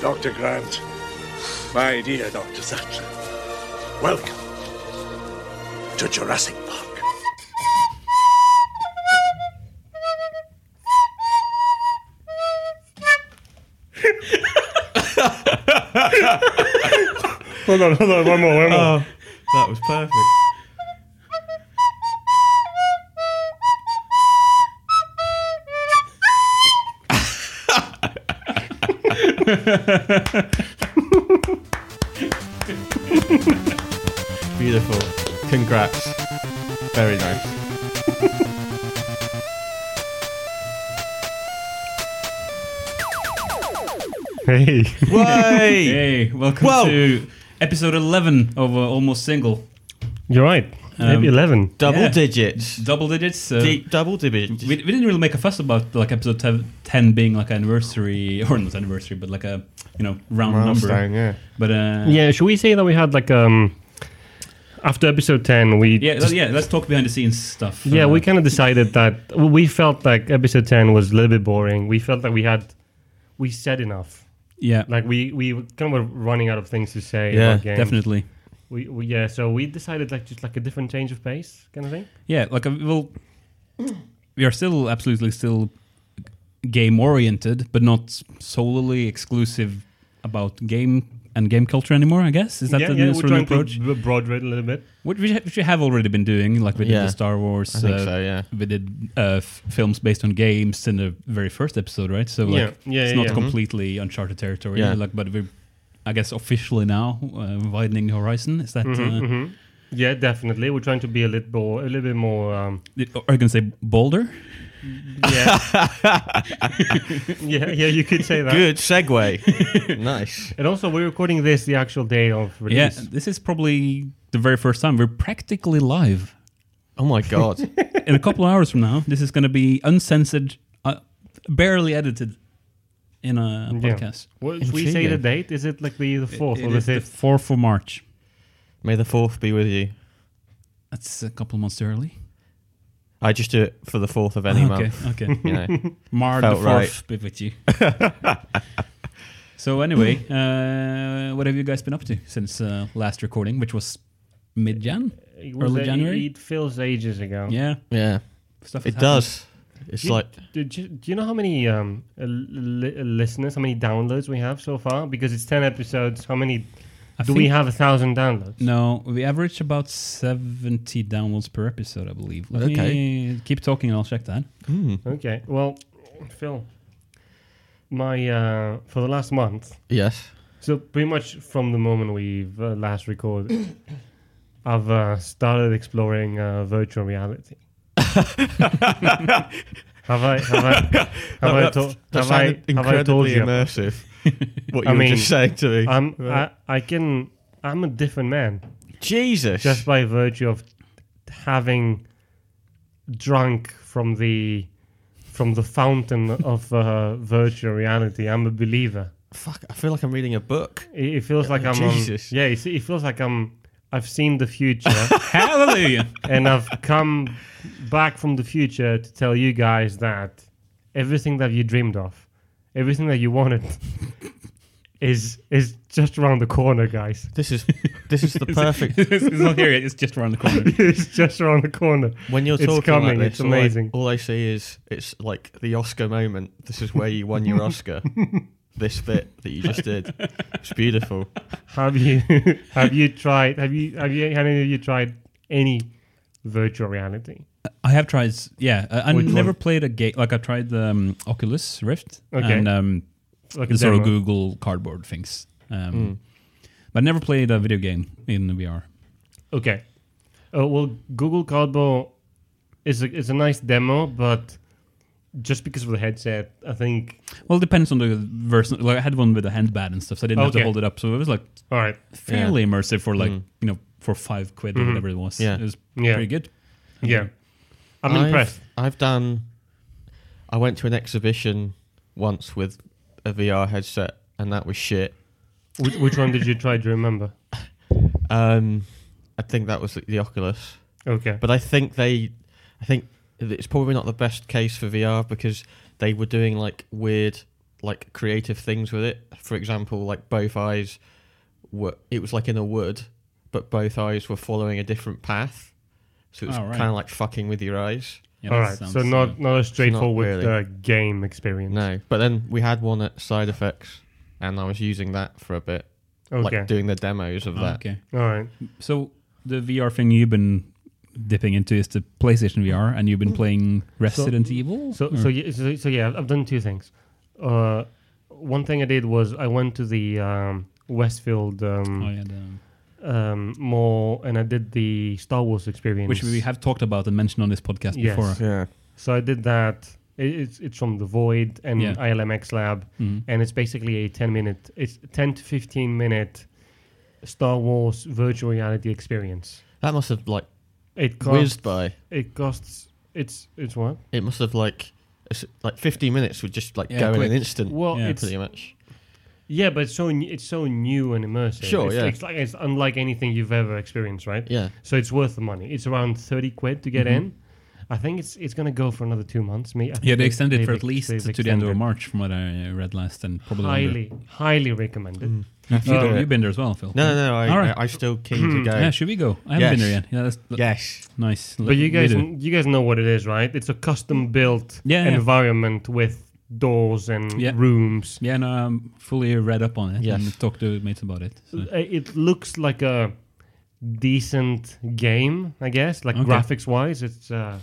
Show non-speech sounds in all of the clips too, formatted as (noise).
Dr. Grant, my dear Dr. Sattler, welcome to Jurassic Park. Hold on, hold on, one more, one more. Oh, that was perfect. Beautiful. Congrats. Very nice. Hey. (laughs) Way! Hey, welcome Whoa. to episode 11 of uh, Almost Single. You're right. Maybe Um, 11. Double Yeah. digits. Double digits. Uh, Deep double we, digits. we didn't really make a fuss about like episode 10, 10 being like an anniversary, (laughs) or not anniversary, but like a, you know, round number. Milestone, yeah. But uh, Yeah, should we say that we had like um after episode 10 we Yeah, just- let- yeah, let's talk behind the scenes stuff. yeah, Uh, we kind of decided that we felt like episode 10 was a little bit boring. We felt that we had we said enough. yeah, Like we we kind of were running out of things to say Yeah, about games. definitely. We, we yeah, so we decided like just like a different change of pace kind of thing. Yeah, like uh, well, we are still absolutely still game oriented, but not solely exclusive about game and game culture anymore. I guess is that the new we're sort of trying approach, to b- broaden it a little bit. which, we, ha- which we have already been doing. Like we did Yeah, the Star Wars, I think uh, so, yeah. we did uh, f- films based on games in the very first episode, right? So like, Yeah, yeah, it's yeah, not yeah. Mhm. completely uncharted territory. Yeah. Like, but we're I guess officially now uh, widening the horizon. Is that? uh, hmm Yeah, definitely. We're trying to be a little more, a little bit more. Um, (laughs) Or you can say bolder. yeah, yeah, yeah. You could say that. Good segue. nice. And also, we're recording this the actual day of Yeah, release. this is probably the very first time we're practically live. Oh my god. In a couple (laughs) of hours from now, this is going to be uncensored, uh, barely edited in a Yeah. podcast. What, should we say the Intriguing. date? Is it like the the fourth or It the is the fifth? 4th of March. May the fourth be with you. That's a couple months early. I just do it for the fourth of any okay, month. (laughs) okay. You know. Mar the Felt 4th right. be with you. so, anyway, uh, what have you guys been up to since uh, last recording, which was mid Jan? It was Early a- January? It feels ages ago. Yeah. Yeah. Stuff has It happened. does. It's Do you, like do, you, do you know how many um, uh, li- uh, listeners, how many downloads we have so far? Because it's ten episodes. How many I do we think- have? A thousand downloads. No, we average about 70 downloads per episode, I believe. Let Okay. me keep talking and I'll check that. Okay. Well, Phil, my uh, for the last month. yes. So pretty much from the moment we've uh, last recorded, (coughs) I've uh, started exploring uh, virtual (laughs) reality. have I? (laughs) Have I? Have I, to- That have I, sounded have I told incredibly you? immersive. what you I were mean, just saying to me. I'm, I, I can. I'm a different man Jesus. just by virtue of having drunk from the from the fountain of uh, virtual reality. I'm a believer. Fuck, I feel like I'm reading a book. It, it feels like I'm on- Jesus. yeah, it, it feels like I'm. I've seen the future. Hallelujah. and I've come back from the future to tell you guys that everything that you dreamed of, everything that you wanted, (laughs) is is just around the corner, guys. (laughs) This is this is the perfect it's, it's not here yet, it's just around the corner. it's just around the corner. when you're It's talking coming, like it's this, all I- amazing. All I, see is it's like the Oscar moment. This is where you won your (laughs) Oscar. this bit that you just did. It's beautiful. Have you (laughs) have you tried? Have you have you have any of you tried any virtual reality? I have tried, s- yeah. I, I Which never one? played a game. Like, I tried the um, Oculus Rift Okay. and um, Like a the sort of demo? Google Cardboard things. Hmm. Um, But I never played a video game in VR. Okay. Uh, well, Google Cardboard is a, is a nice demo, but just because of the headset, I think. Well, it depends on the version. Like, I had one with a handband and stuff, so I didn't have to Okay. hold it up. So it was like All right. fairly immersive for like, you know, for five quid or whatever it was. Yeah. It was Mm-hmm. Yeah. pretty good. Yeah. I'm impressed. I've done. I went to an exhibition once with a VR headset, and that was shit. Which, which one did you try? Do you remember? Um, I think that was the, the Oculus, Okay. but I think they, I think it's probably not the best case for VR because they were doing like weird like creative things with it. For example, like both eyes were it was like in a wood, but both eyes were following a different path. So it was Oh, right. kind of like fucking with your eyes. Yeah, All that right, sounds, so uh, not not a straightforward really. uh, game experience. No, but then we had one at Side Effects, and I was using that for a bit, Okay. like doing the demos of oh, that. okay. All right. So the VR thing you've been dipping into is the PlayStation VR, and you've been playing Resident Evil. Hmm. So Or- so, yeah, so so yeah, I've done two things. Uh, one thing I did was I went to the um, Westfield um, oh, yeah, the, um, mall and I did the Star Wars experience. which we have talked about and mentioned on this podcast Yes. before. Yeah, So I did that. It, it's it's from the Void and Yeah. ILMX Lab, Mhm. and it's basically a ten minute, it's ten to fifteen minute Star Wars virtual reality experience. that must have like It costs. whizzed by. It costs. It's it's what? It must have like it's, like 15 minutes would just like Yeah, go in quick. an instant. Well, Yeah. it's pretty much. yeah, but it's so n- it's so new and immersive. Sure, it's, yeah. It's like it's unlike anything you've ever experienced, right? Yeah. So it's worth the money. It's around thirty quid to get in. I think it's it's gonna go for another two months. Me, I Mm-hmm. Yeah, think they extended they've for at ex- least they've to the end of extended. March, from what I uh, read last, and probably longer. Highly, highly recommended. Mm. You've, Uh, been- you've been there as well, Phil. No, no, no. I, All right. I, I'm still Hmm. keen to go. Yeah, should we go? I haven't Yes. been there yet. Yeah, that's yes. nice. But you guys, yeah, you guys know what it is, right? It's a custom built Yeah, yeah. environment with doors and Yeah. rooms. no, I'm fully read up on it Yes. and talked to mates about it. So. Uh, It looks like a decent game, I guess. Like Okay. graphics wise, it's uh,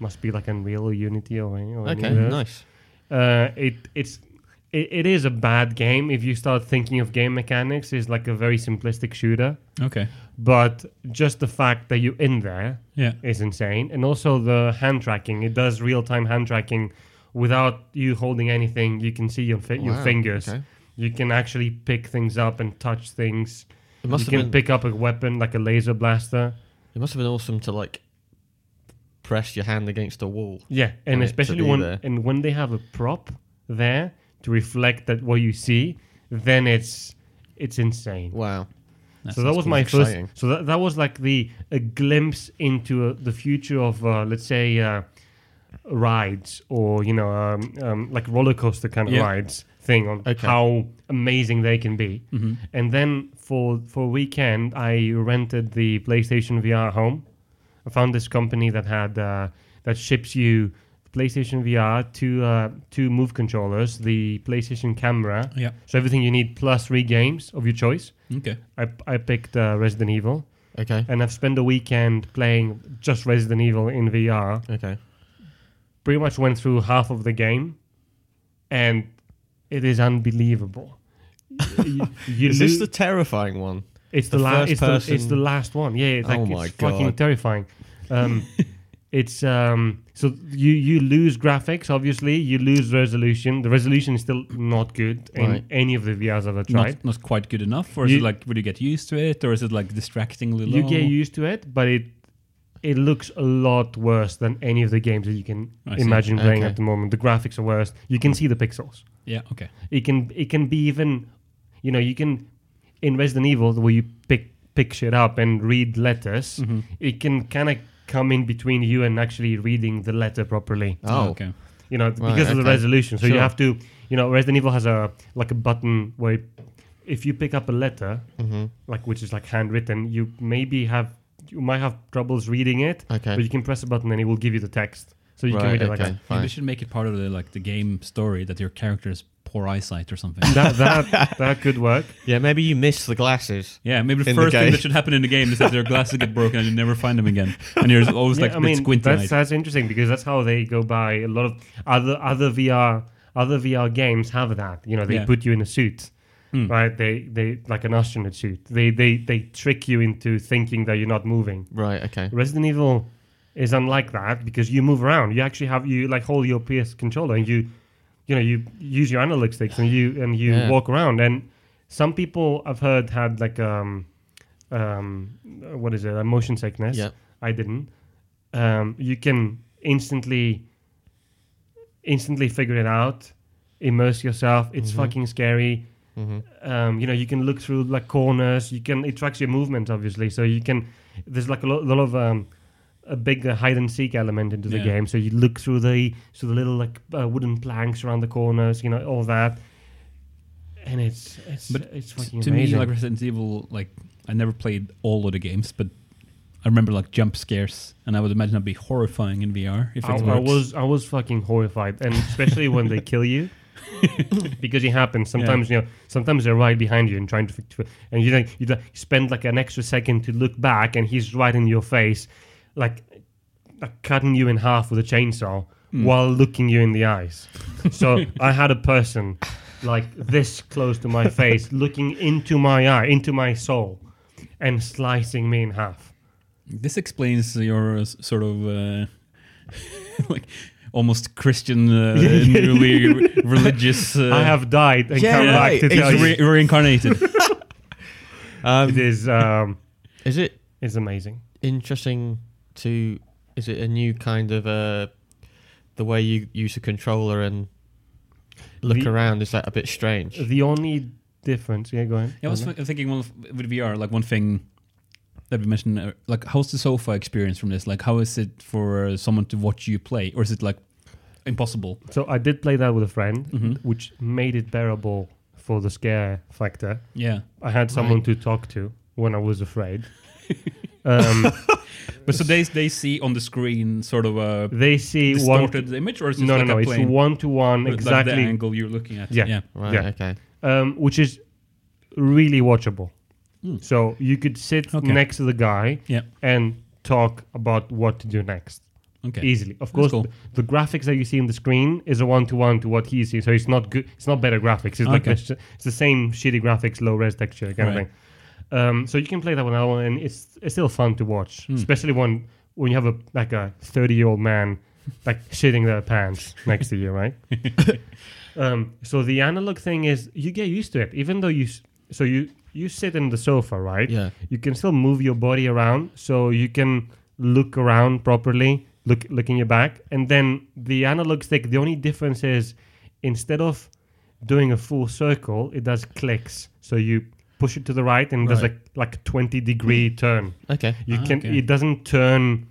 must be like Unreal or Unity or any. Or Okay. any of those. Nice. Uh, it it's it, it is a bad game if you start thinking of game mechanics. It's like a very simplistic shooter, Okay. but just the fact that you're in there Yeah. is insane. And also the hand tracking. It does real time hand tracking without you holding anything. You can see your fi- your Wow, fingers. okay. You can actually pick things up and touch things. It You must can have been. pick up a weapon like a laser blaster. It must have been awesome to like press your hand against a wall. Yeah, and Right, to especially be when there. and when they have a prop there to reflect that what you see, then it's it's insane. Wow. so that sounds was cool. my Exciting. first. So that, that was like the a glimpse into uh, the future of uh, let's say uh, rides or you know um, um, like roller coaster kind of Yeah. rides thing on Okay. how amazing they can be. Mm-hmm. And then for for a weekend, I rented the PlayStation VR home. I found this company that had uh, that ships you PlayStation VR, two uh, two Move controllers, the PlayStation camera. Oh, Yeah. So everything you need plus three games of your choice. Okay. I, I picked uh, Resident Evil, Okay. and I've spent a weekend playing just Resident Evil in VR. Okay. Pretty much went through half of the game, and it is (laughs) unbelievable. you, you Is this lo- the terrifying one? it's the, the la- first it's, the, it's person- the last one. Yeah, it's like Oh my it's fucking God. terrifying. (laughs) Um, it's um, so you you lose graphics. Obviously, you lose resolution. The resolution is still not good in Right. any of the VRs I've tried. Not, not quite good enough, or is You- it like would you get used to it, or is it like distractingly low? you get used to it, but it it looks a lot worse than any of the games that you can I see. imagine playing Okay. at the moment. The graphics are worse. You can see the pixels. yeah. Okay. It can it can be even, you know, you can in Resident Evil where you pick pick shit up and read letters. Mm-hmm. It can kind of come in between you and actually reading the letter properly. Oh. Okay. You know, because of the okay. resolution. So you Sure. have to, you know, Resident Evil has a like a button where if you pick up a letter, Mm-hmm. like which is like handwritten, you maybe have you might have troubles reading it, Okay. but you can press a button and it will give you the text, so you can Right. read it like Okay. that. Maybe we Fine. should make it part of the like the game story that your character's poor eyesight or something. That (laughs) that that could work. Yeah. Maybe you miss the glasses. Yeah, maybe the In the first thing game. that should happen in the game is that their glasses get broken and you never find them again, and (laughs) you're always like yeah, a I bit mean squinty that's eyed. that's interesting because that's how they go by a lot of other other VR other VR games have that. You know, they Yeah. put you in a suit. Hmm. Right, they they like an astronaut suit. They they they trick you into thinking that you're not moving. Right. Okay. Resident Evil is unlike that because you move around. You actually have you like hold your PS controller and you, you know, you use your analog sticks and you and you Yeah. walk around. And some people I've heard had like um, um, what is it? A motion sickness. Yeah. I didn't. Um, you can instantly, instantly figure it out. Immerse yourself. It's Mm-hmm. fucking scary. Um, you know, you can look through like corners. You can it tracks your movements, obviously. So you can. There's like a lot, lot of um, a bigger hide and seek element into the Yeah. game. So you look through the so the little like uh, wooden planks around the corners, you know, all that. And it's it's But it's T- fucking to amazing. me, like Resident Evil, like I never played all of the games, but I remember like jump scares, and I would imagine that'd be horrifying in VR if it I, works. I was I was fucking horrified, and especially when they kill you, because it happens sometimes. You know, sometimes they're right behind you and trying to, to and you like you like, spend like an extra second to look back, and he's right in your face, like, like cutting you in half with a chainsaw while looking you in the eyes. So I had a person like this close to my face, looking into my eye, into my soul, and slicing me in half. This explains your uh, s- sort of uh, (laughs) like almost Christian, (laughs) uh, newly re- religious. Uh, I have died and Yeah, come right. back to It's tell it's you. re- reincarnated. it Um, is um, is it is amazing. interesting to? Is it a new kind of uh, the way you use the controller and look The- around? Is that a bit strange? The only difference, yeah, go on. Yeah, I was th- thinking one of, with VR, like one thing that we mentioned, uh, like how's the sofa experience from this? Like, how is it for uh, someone to watch you play, or is it like impossible? So I did play that with a friend, which made it bearable for the scare factor. Yeah, I had someone to talk to when I was (laughs) afraid. um, but so they they see on the screen sort of a they see one. distorted image, or is it No, like no, no. a It's plain, one to one like the exactly, angle you're looking at? Yeah. yeah. Right. Yeah. Okay. um, which is really watchable. So you could sit Okay. next to the guy Yeah. and talk about what to do next. Okay. easily. Of That's course, cool. th- the graphics that you see on the screen is a one to one to what he sees, so it's not good. It's not better graphics. It's like Okay. this, it's the same shitty graphics, low res texture kind Right. of thing. Um, so you can play that one, another one, and it's it's still fun to watch, Hmm. especially when when you have a like a thirty year old man like shitting their pants next to you, right? um, so the analog thing is you get used to it, even though you s- so you you sit in the sofa, right? Yeah. you can still move your body around so you can look around properly look look in your back and then the analog stick the only difference is instead of doing a full circle it does clicks so you push it to the right and it does Right. like like 20 degree turn Okay. you Ah, can okay. it doesn't turn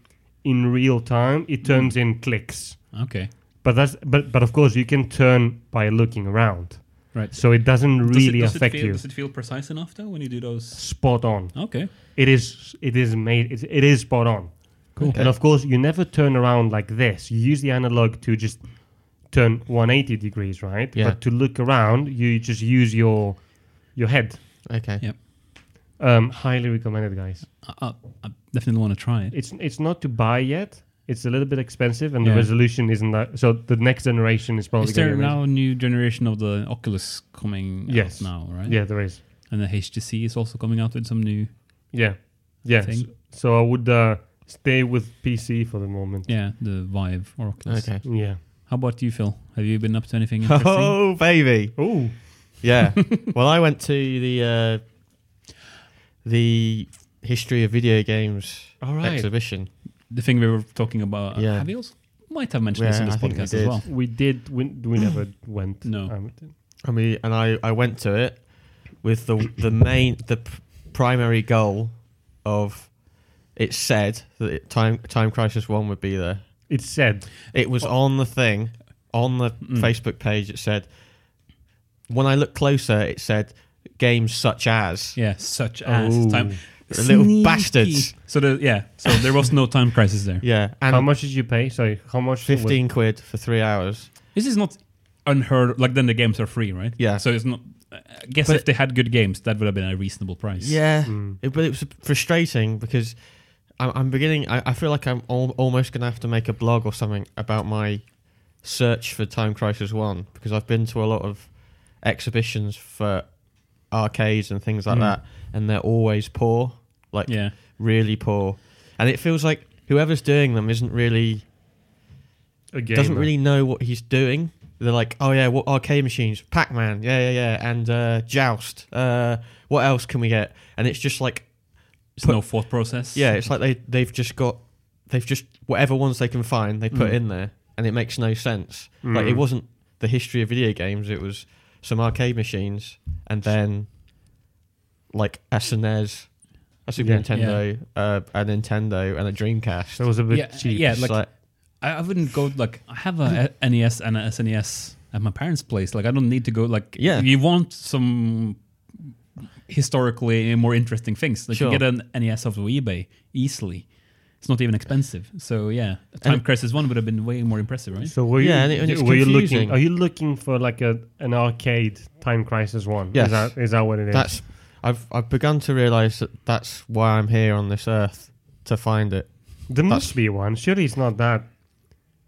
in real time it turns in clicks Okay. but that's but but of course you can turn by looking around Right. so it doesn't Does it- really does it affect feel- you Does it feel precise enough though when you do those? spot on Okay. it is it is made it, it is spot on cool Okay. and of course you never turn around like this you use the analog to just turn 180 degrees right Yeah. but to look around you just use your your head Okay. Yeah. um highly recommended guys I, I, I definitely want to try it. it's it's not to buy yet it's a little bit expensive and Yeah. the resolution isn't that so the next generation is probably Is there gonna be amazing. now a new generation of the Oculus coming Yes. out now, right? yeah there is And the HTC is also coming out with some new. yeah yeah Thing. so, so i would uh stay with pc for the moment Yeah, the Vive or Oculus. Okay. yeah How about you, Phil? Have you been up to anything interesting? (laughs) Oh baby. oh Yeah. well, I went to the uh, the history of video games All right. exhibition. The thing we were talking about. uh, Yeah. Have you also might have mentioned this Yeah, in this I think we podcast as did. well? we did we, (clears throat) we never went No. um, I mean, and I, I went to it with the the main the p- primary goal of it said that it, time Time Crisis One would be there. It's said. It was on the thing on the Facebook page. It said when I looked closer, it said games such as Yeah, such as Oh. time. The little bastards. So the, yeah, so there was no time crisis there. yeah, and how much did you pay? Sorry, how much? was- fifteen quid for three hours. This is not unheard. Of. Like then the games are free, right? Yeah. So it's not. I guess But- if they had good games, that would have been a reasonable price. Yeah, it, but it was frustrating because I'm, I'm beginning. I, I feel like I'm al- almost going to have to make a blog or something about my search for Time Crisis One because I've been to a lot of exhibitions for arcades and things like Mm. that, and they're always poor, like Yeah. really poor, and it feels like whoever's doing them isn't really A game, doesn't uh, really know what he's doing. They're like, oh yeah, what arcade machines? Pac Man, yeah, yeah, yeah, and uh, Joust. Uh, what else can we get? And it's just like It's no thought process. yeah, it's like they they've just got they've just whatever ones they can find they Mm. put in there, and it makes no sense. Like it wasn't the history of video games; it was some arcade machines, and then like a SNES, a E Super Yeah. Nintendo, Uh, a Nintendo, and a Dreamcast. That was a bit Yeah, cheap. yeah. It's like- like, I, I wouldn't go like I have a NES and a SNES at my parents' place. Like I don't need to go like Yeah. You want some historically more interesting things. Like Sure. you get an NES off of eBay easily. It's not even expensive. So yeah, Time Crisis One would have been way more impressive, right? So were you, Yeah, and it- and it's were you looking? confusing. Are you looking for like a an arcade Time Crisis one? Yes. Is that is that what it is? that's I've I've begun to realise that that's why I'm here on this earth to find it. there that's- must be one. Surely it's not that.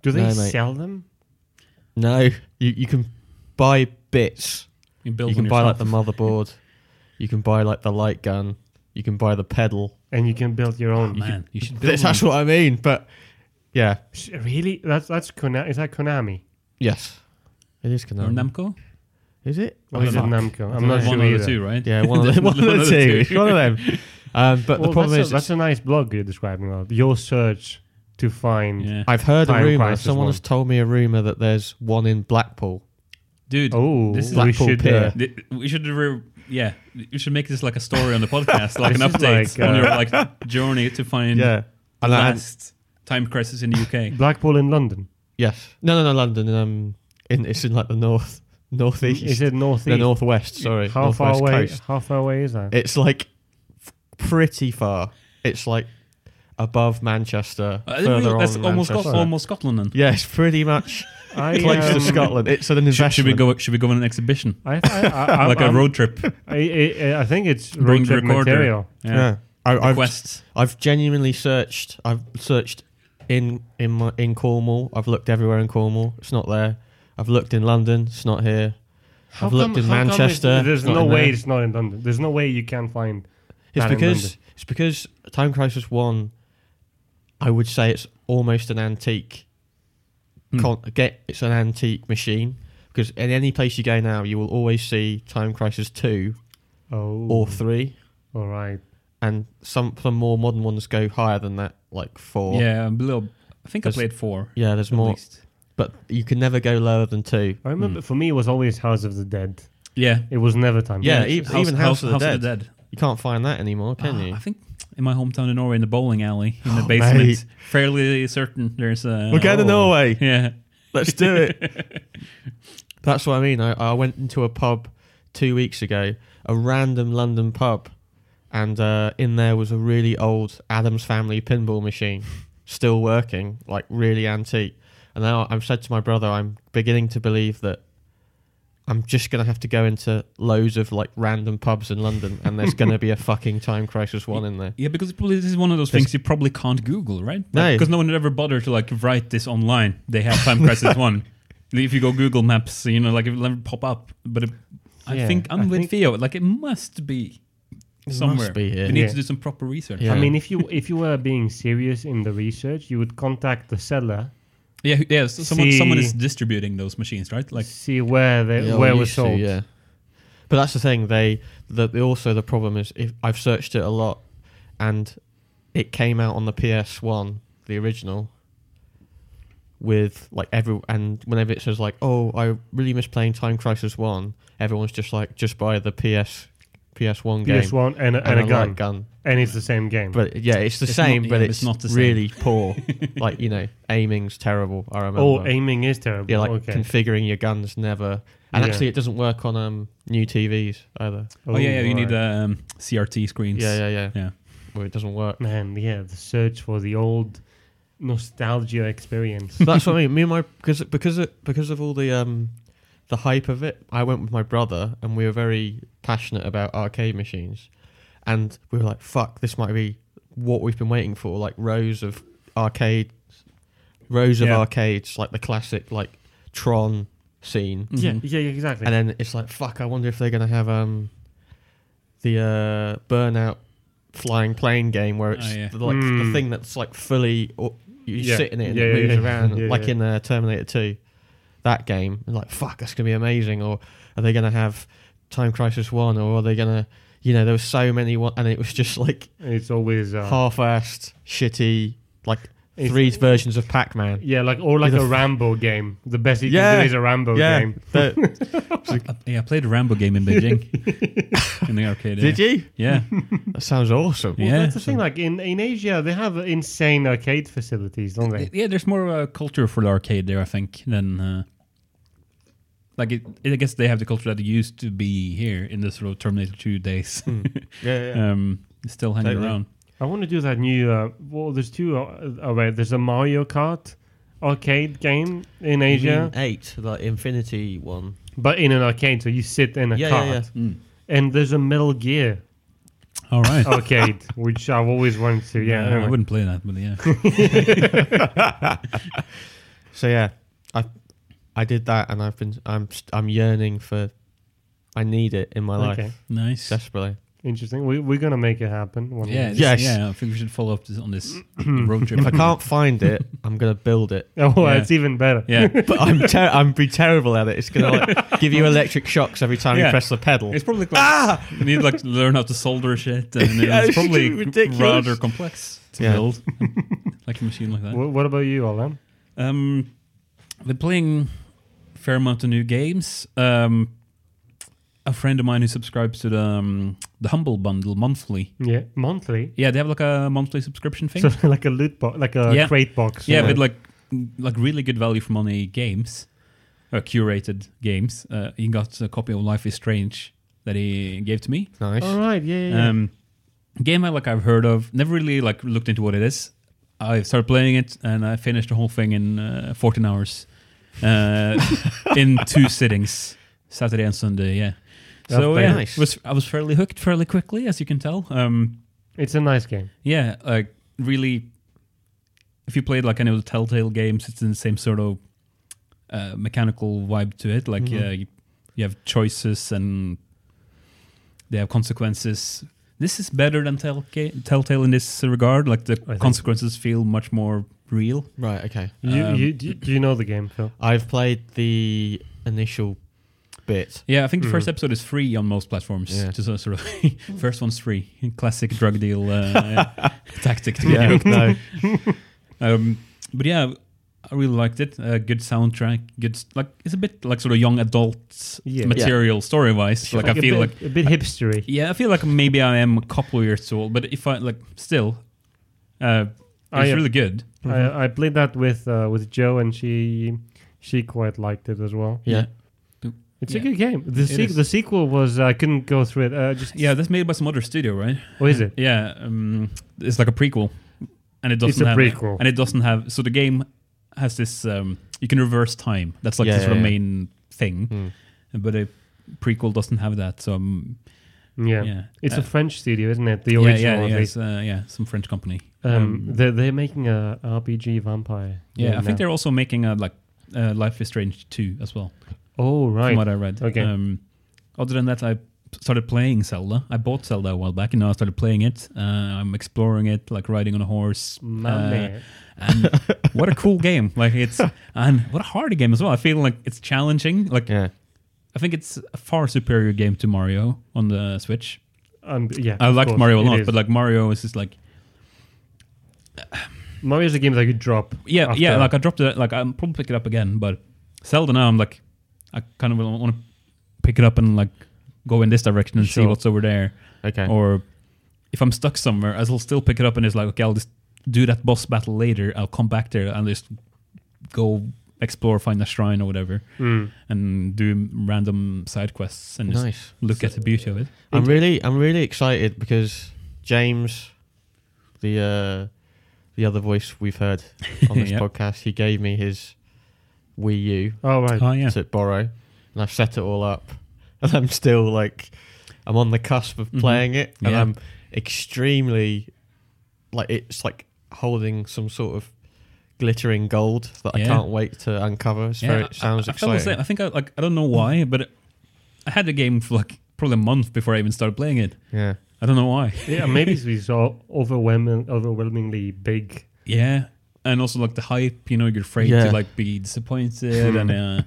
Do they No, mate. sell them? No, you you can buy bits. You build you one can buy like the yourself. motherboard. you can buy like the light gun. You can buy the pedal. And you can build your own. man. (laughs) You should build That's, one. that's what I mean. But yeah, Sh- Really? That's that's Konami. Is that Konami? yes, it is or Konami. Namco. Is it? Or is it Fuck. Namco? I'm one not sure of either. the two, right? Yeah, one (laughs) of the, one of One the of the two. (laughs) one of them. Um, but Well, the problem that's is, a, that's a nice blog you're describing. Rob. Your search to find. Yeah. I've heard a Time rumor. Crisis Someone one. has told me a rumor that there's one in Blackpool. Dude, Oh, This is we Blackpool should. Pier. Uh, Th- We should re- yeah, we should make this like a story (laughs) on the podcast, like an This is update like, on uh, your like journey to find (laughs) Yeah, the and I had- last time crisis in the (laughs) UK. Blackpool in London. yes, no, no, no, London. Um, in it's in like the north, northeast, Is it northeast? the northwest. Sorry, How far northwest away? coast. How far away is that? It's like f- pretty far. It's like above Manchester, Uh, further on. that's almost Scot- Manchester. almost Scotland. Then. Yeah, it's pretty (laughs) much I, close to um, Scotland. It's an Should, investment. should we go? Should we go on an exhibition, I, I, (laughs) I, I, like I'm- a road trip? I, I, I think it's Bring road trip recorder. material. Yeah, I, I've Requests. I've genuinely searched. I've searched in in my, in Cornwall. I've looked everywhere in Cornwall. It's not there. I've looked in London. It's not here. I've looked in how come it's- Manchester, There's not no in way there. it's not in London. There's no way you can find. It's Not in because London. it's because Time Crisis One. I would say it's almost an antique. Con- get it's an antique machine because in any place you go now, you will always see Time Crisis Two Oh, or Three, all right. and some some more modern ones go higher than that, like Four. Yeah, a little. I think I There's- played four. Yeah, there's more, At least. but you can never go lower than two. I remember for me it was always House of the Dead. Yeah. It was never time. Yeah, Crisis. e- even House of the Dead. Dead. You can't find that anymore, can Ah, you? I think in my hometown in Norway, in the bowling alley in the Oh, basement, mate. fairly certain there's a. We're going to Norway. Yeah. Let's do it. (laughs) That's what I mean. I, I went into a pub two weeks ago, a random London pub, and uh, in there was a really old Adams Family pinball machine, still working, like really antique. And now I've said to my brother, I'm beginning to believe that I'm just going to have to go into loads of like random pubs in London, and there's going to be a fucking Time Crisis one in there. Yeah, because it probably, this is one of those things you probably can't Google, right? No. Because no one would ever bother to like write this online. They have Time Crisis 1. If you go Google Maps, you know, like it'll never pop up. But it, I Yeah, think I'm I with think- Theo. Like it must be somewhere. be here. We need Yeah. to do some proper research. Yeah. I mean, if you if you were being serious in the research, you would contact the seller, Yeah, who- yeah. So someone, See- someone is distributing those machines, right? Like, see where they Yeah, where we was used to, sold. yeah, but that's the thing. They the, the also the problem is if I've searched it a lot, and it came out on the PS One, the original, with like every and whenever it says like, oh, I really miss playing Time Crisis One, everyone's just like, just buy the PS PS One game PS One and, a- and and a gun, light gun. and it's the same game. But yeah, it's the It's same, not- but yeah, it's, it's not the same. really (laughs) poor. like you know, aiming's terrible. I remember. oh, aiming is terrible. Yeah, like okay. configuring your guns never. And Yeah. actually, it doesn't work on um new TVs either. oh, yeah, yeah. You need right. um, CRT screens. Yeah, yeah, yeah. yeah. Well, it doesn't work. (laughs) man. Yeah, the search for the old (laughs) nostalgia experience. So that's what I mean. Me and my because because of, because of all the um the hype of it, I went with my brother, and we were very passionate about arcade machines, and we were like, "Fuck, this might be what we've been waiting for." Like rows of arcade, rows of Yeah. arcades, like the classic like Tron scene. yeah, Mhm. yeah, exactly. and then it's like fuck i wonder if they're gonna have um the uh burnout flying plane game where it's Oh, yeah. the, like the Mm. thing that's like fully or you Yeah. sit in it and Yeah, it yeah, moves yeah. around (laughs) Yeah, like yeah. in uh, terminator 2 that game and like fuck that's gonna be amazing or are they gonna have time crisis 1 or are they gonna you know there was so many one and it was just like it's always uh, half-assed shitty like It's- three versions of Pac-Man. Yeah, like or like With a a f- Rambo game. The best you can Yeah. do is a Rambo yeah, game. (laughs) the- I, yeah, I played a Rambo game in Beijing in the arcade. did you? Yeah, That sounds awesome. Well, Yeah, that's the thing. Like in, in Asia, they have insane arcade facilities, don't they? yeah. There's more uh, culture for the arcade there, I think, than uh, like it, I guess they have the culture that used to be here in the sort of Terminator Two days. (laughs) Yeah, Hmm. yeah. um, still hanging Totally. around. I want to do that new. Uh, well, there's two. Uh, oh wait, there's a Mario Kart arcade game in Asia, eight, like Infinity one. but in an arcade, so you sit in a Yeah, cart. yeah, yeah. And there's a Metal Gear All right. Oh, (laughs) arcade, which I've always wanted to. Yeah, I anyway. wouldn't play that, but (laughs) yeah. So yeah, I I did that, and I've been I'm st- I'm yearning for. I need it in my Okay. life nice. desperately. interesting. We, we're gonna make it happen. One yeah, day. this- Yes. yeah. I think we should follow up this, on (clears throat) this road trip. If I can't find it, I'm gonna build it. (laughs) Oh, well, Yeah. it's even better. yeah, (laughs) But I'm ter- I'm be terrible at it. It's gonna (laughs) like, give you electric shocks every time Yeah. you press the pedal. it's probably like (laughs) you Ah! need like to learn how to solder shit, and Yeah, it's it's probably ridiculous. rather complex to Yeah. (laughs) build like a machine like that. Wh- what about you, Alan? Um, I've been playing a fair amount of new games. Um, a friend of mine who subscribes to the um, the Humble Bundle monthly. Yeah, monthly. Yeah, they have like a monthly subscription thing. So (laughs) like a loot box, like a Yeah. crate box. yeah, or- but like like really good value for money games, uh, curated games. Uh, he got a copy of Life is Strange that he gave to me. nice. all right, yeah, yeah, yeah. Um, game I like I've heard of, never really like looked into what it is. I started playing it and I finished the whole thing in uh, 14 hours, uh, (laughs) in two sittings, Saturday and Sunday. Yeah, That's so very yeah, nice. was I was fairly hooked fairly quickly, as you can tell. Um, it's a nice game. yeah, like really, if you played like any of the Telltale games, it's in the same sort of uh, mechanical vibe to it. Like uh, you, you have choices and they have consequences. This is better than Telltale, Telltale in this regard. Like the think- consequences feel much more real. Right. Okay. You, Um, you, do, do you know the game, Phil? I've played the initial bit. Yeah, I think the first episode is free on most platforms. Yeah. Just a sort of (laughs) first one's free. Classic drug deal uh, tactic to get you Yeah. no. (laughs) Um, but yeah, I really liked it. Uh, good soundtrack. Good, s- like it's a bit like sort of young adult Yeah. material story wise. Like, I a feel bit, like a (laughs) bit hipstery. yeah, I feel like maybe I am a couple of years old, but if I like still, uh, I, it's uh, really good. I, I played that with uh, with Jo, and she she quite liked it as well. Yeah. It's a Yeah. good game. The se- is. the sequel was I couldn't go through it. Uh, just Yeah, that's made by some other studio, right? what is it? Yeah, um, it's like a prequel, and it doesn't a have prequel. and it doesn't have. So the game has this. Um, you can reverse time. That's like Yeah, the sort yeah, of yeah. main thing, Mm. but a prequel doesn't have that. So um, Yeah, yeah, it's Uh, a French studio, isn't it? The yeah, original. yeah, at yeah, least. it's, uh, yeah, some French company. Um, they're they're making a RPG vampire. yeah, game I think now. they're also making a like uh, Life is Strange two as well, Oh from right. what I read. Okay. Um, other than that, I started playing Zelda. I bought Zelda a while back, and now I started playing it. Uh, I'm exploring it, like riding on a horse. My Uh, man. and what a cool game! Like it's and what a hard game as well. I feel like it's challenging. Like Yeah. I think it's a far superior game to Mario on the Switch. Um, yeah, uh, I of liked course, Mario a it lot, is. but like Mario is just like Mario's a game that you drop. Yeah, after- yeah. Like uh, I dropped it. Like I'm probably pick it up again, but Zelda now I'm like, I kind of want to pick it up and like go in this direction and see Sure. what's over there. Okay. Or if I'm stuck somewhere, I'll still pick it up and it's like, okay, I'll just do that boss battle later. I'll come back there and just go explore, find a shrine or whatever, Mm. and do random side quests and just nice. look at the beauty of it. I'm really I'm really excited because James, the uh, the other voice we've heard (laughs) on this Yep. podcast, he gave me his Wii U Oh right. Oh yeah, to borrow, and I've set it all up, (laughs) and I'm still like I'm on the cusp of Mhm. playing it, and Yeah. I'm extremely like it's like holding some sort of glittering gold that I Yeah. can't wait to uncover. It's very, I- it sounds I, I felt the exciting. same. I think I like I don't know why, but it- I had the game for like probably a month before I even started playing it. Yeah. I don't know why. (laughs) yeah, maybe it's we saw overwhelming, overwhelmingly big. Yeah, and also like the hype. You know, you're afraid Yeah. to like be disappointed, and uh, and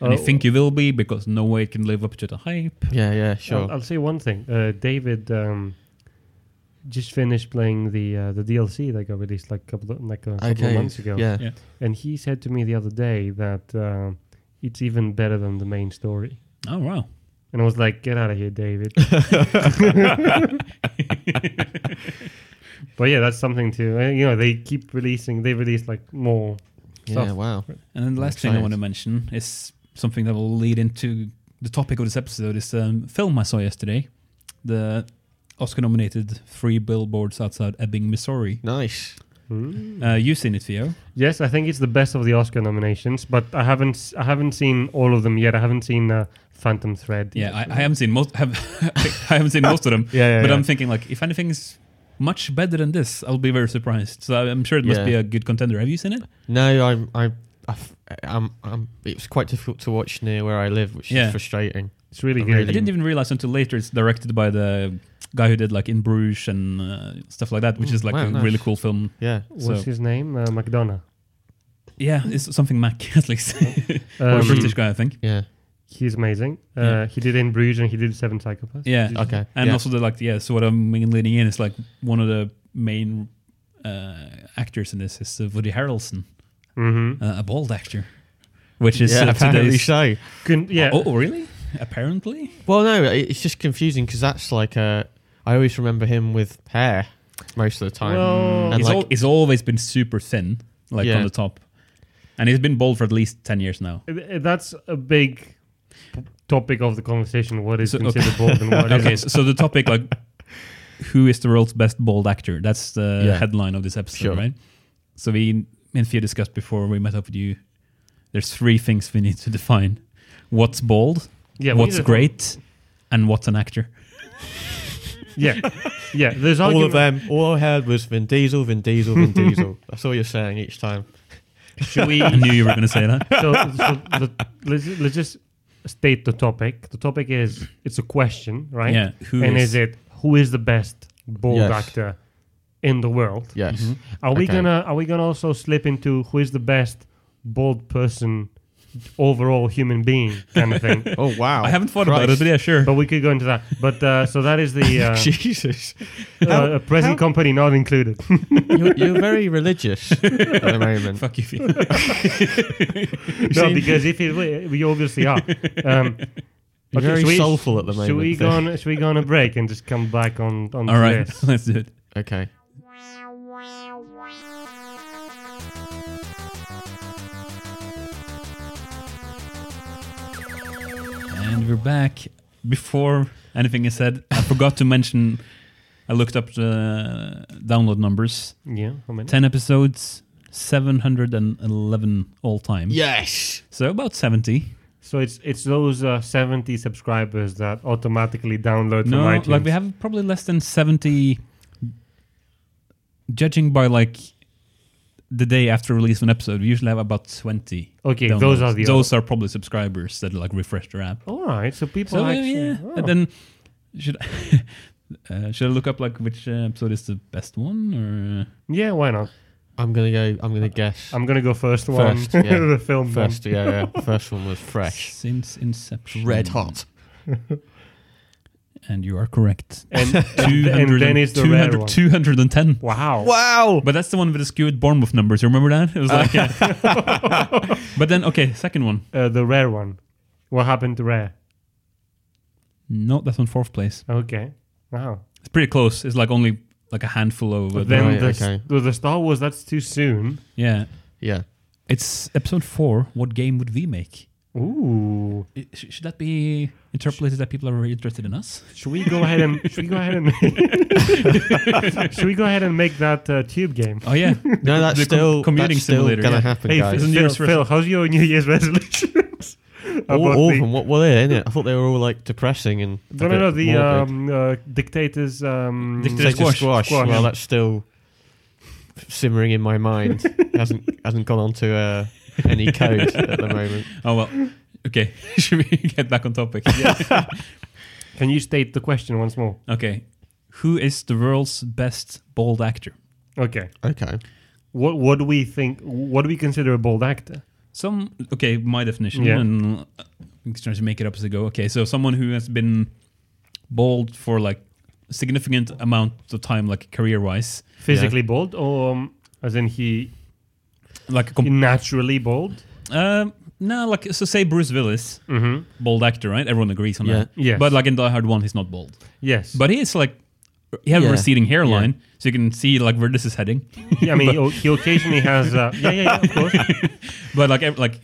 Uh, (laughs) you Oh. think you will be because no way it can live up to the hype. Yeah, yeah, sure. I'll, I'll say one thing. Uh, David um, just finished playing the uh, the DLC that got released like a couple of, like a couple of months ago. Yeah. Yeah. And he said to me the other day that uh, it's even better than the main story. Oh wow. And I was like, get out of (laughs) here, David. but yeah, that's something too. uh, You know, they keep releasing, they release like more. Yeah, Stuff. wow. And then the last thing I Excited. want to mention is something that will lead into the topic of this episode is um, film I saw yesterday, the Oscar-nominated Three Billboards Outside Ebbing, Missouri. Nice. Hmm. Uh, you've seen it, Theo. Yes, I think it's the best of the Oscar nominations, but I haven't s- I haven't seen all of them yet. I haven't seen uh, Phantom Thread. Yeah, I, yet. I haven't seen most. (laughs) Have, I haven't seen most of them. Yeah, yeah, But yeah. I'm thinking like, if anything is much better than this, I'll be very surprised. So I'm sure it must Yeah. be a good contender. Have you seen it? No, I'm, I, I, am I'm. It was quite difficult to watch near where I live, which Yeah. is frustrating. it's really I good. I didn't even realize until later it's directed by the guy who did like In Bruges and uh, stuff like that, which is like Oh, wow, a nice. really cool film. Yeah. What's so- his name? Uh, McDonough. Yeah, it's something Mac (laughs) at least. Or a Um, British guy, I think. Yeah. He's amazing. Uh, Yeah. He did In Bruges and he did Seven Psychopaths. Yeah, Okay. and yeah. also the like yeah. So what I'm leaning in is like one of the main uh, actors in this is uh, Woody Harrelson, hmm uh, a bald actor, which is yeah, (laughs) uh, apparently today's. so. Couldn't, yeah. Oh, really? Apparently. Well, no, i- it's just confusing because that's like uh, I always remember him with hair most of the time. Well, Oh. And Hmm. he's, like- al- he's always been super thin, like Yeah. on the top, and he's been bald for at least ten years now. Uh, That's a big p- topic of the conversation. What is So- okay. considered bald and what (laughs) Okay, isn't? so, so the topic (laughs) like, who is the world's best bald actor? That's the Yeah. headline of this episode, Sure. right? So we me and Theo discussed before we met up with you. There's three things we need to define: what's bald, Yeah, we what's need to- great, and what's an actor. Yeah, yeah. There's all of argument- them. All I heard was Vin Diesel, Vin Diesel, (laughs) Vin Diesel. That's all you're saying each time. Should we? I knew you were going to say (laughs) that. so, so the, let's, let's just state the topic. The topic is it's a question, right? Yeah, who and is- is it who is the best bald Yes. actor in the world? Yes. Mm-hmm. Are we Okay. gonna are we gonna also slip into who is the best bald person overall human being kind of thing? Oh wow. I haven't thought about it, Christ. but yeah, sure. but we could go into that. But uh, so that is the uh, Jesus. uh, present company not included. (laughs) (laughs) You're, you're very religious at the moment. (laughs) Fuck you. (laughs) Theo. no, because if it, we we obviously (laughs) are. Um, You're okay, very should we- soulful at the moment. Should we go Theo. on? Should we go on a break and just come back on on All right, (laughs) this? let's do it. Okay. And we're back. Before anything is said, I forgot to mention. I looked up the download numbers. Yeah, how many? 10 episodes, 711 all time. Yes. So about 70. So it's it's those uh, seventy subscribers that automatically download from No, iTunes. like we have probably less than 70 judging by like the day after release of an episode. We usually have about 20. Okay, those downloads. are the Those are probably subscribers that like refresh their app. All right, so people So uh, actually. yeah. oh. And then should (laughs) I, uh, should I look up like which uh, episode is the best one or uh, yeah, why not? I'm gonna go. I'm gonna guess. I'm gonna go first one. First, yeah. (laughs) the film one. First, yeah, yeah. First one was fresh, since inception? And you are correct. (laughs) And, and, and then it's the rare one. 210. Wow. Wow. But that's the one with the skewed Bournemouth numbers. You remember that? It was (laughs) like. uh, but then, okay, second one. Uh, the rare one. What happened to rare? No, that's on fourth place. Okay. Wow. It's pretty close. It's like only like a handful of. But then, then Right, the, okay. the the Star Wars. That's too soon. yeah, Yeah. it's episode four. What game would we make? Ooh. I- sh- Should that be interpolated that people are really interested in us? Should we go (laughs) ahead and should we go ahead and (laughs) should we go ahead and make that uh, tube game? Oh (laughs) yeah, No, that's the com- still commuting that's still simulator, Gonna yeah. happen, (laughs) Hey, guys. New Phil, Year's Phil, how's your New Year's (laughs) resolutions? All, About all the- of them. What were they in it? I thought they were all like depressing and. a No, no, bit no. The morbid. um, uh, dictators. Um, Dictator- Potato squash. squash. Squash. Well, that's still simmering in my (laughs) mind. It hasn't hasn't gone on to uh, any code at the moment. Oh well. Okay, (laughs) should we get back on topic? Can you state the question once more? Okay, who is the world's best bald actor? Okay. Okay. What What do we think? What do we consider a bold actor? Some okay, my definition, Yeah. and uh, I'm just trying to make it up as I go. Okay, so someone who has been bald for like significant amount of time, like career wise, Physically bald, or um, as in he like a com- naturally bald? Um, no, like so. Say Bruce Willis, Mm-hmm. bald actor, right? Everyone agrees on Yeah. that. Yes. But like in Die Hard One, he's not bald, Yes, (laughs) but he is like he has Yeah. a receding hairline, so you can see like where this is heading. Yeah, I mean, he, he occasionally has. Uh, yeah, yeah, yeah, of (laughs) course. But like ev- like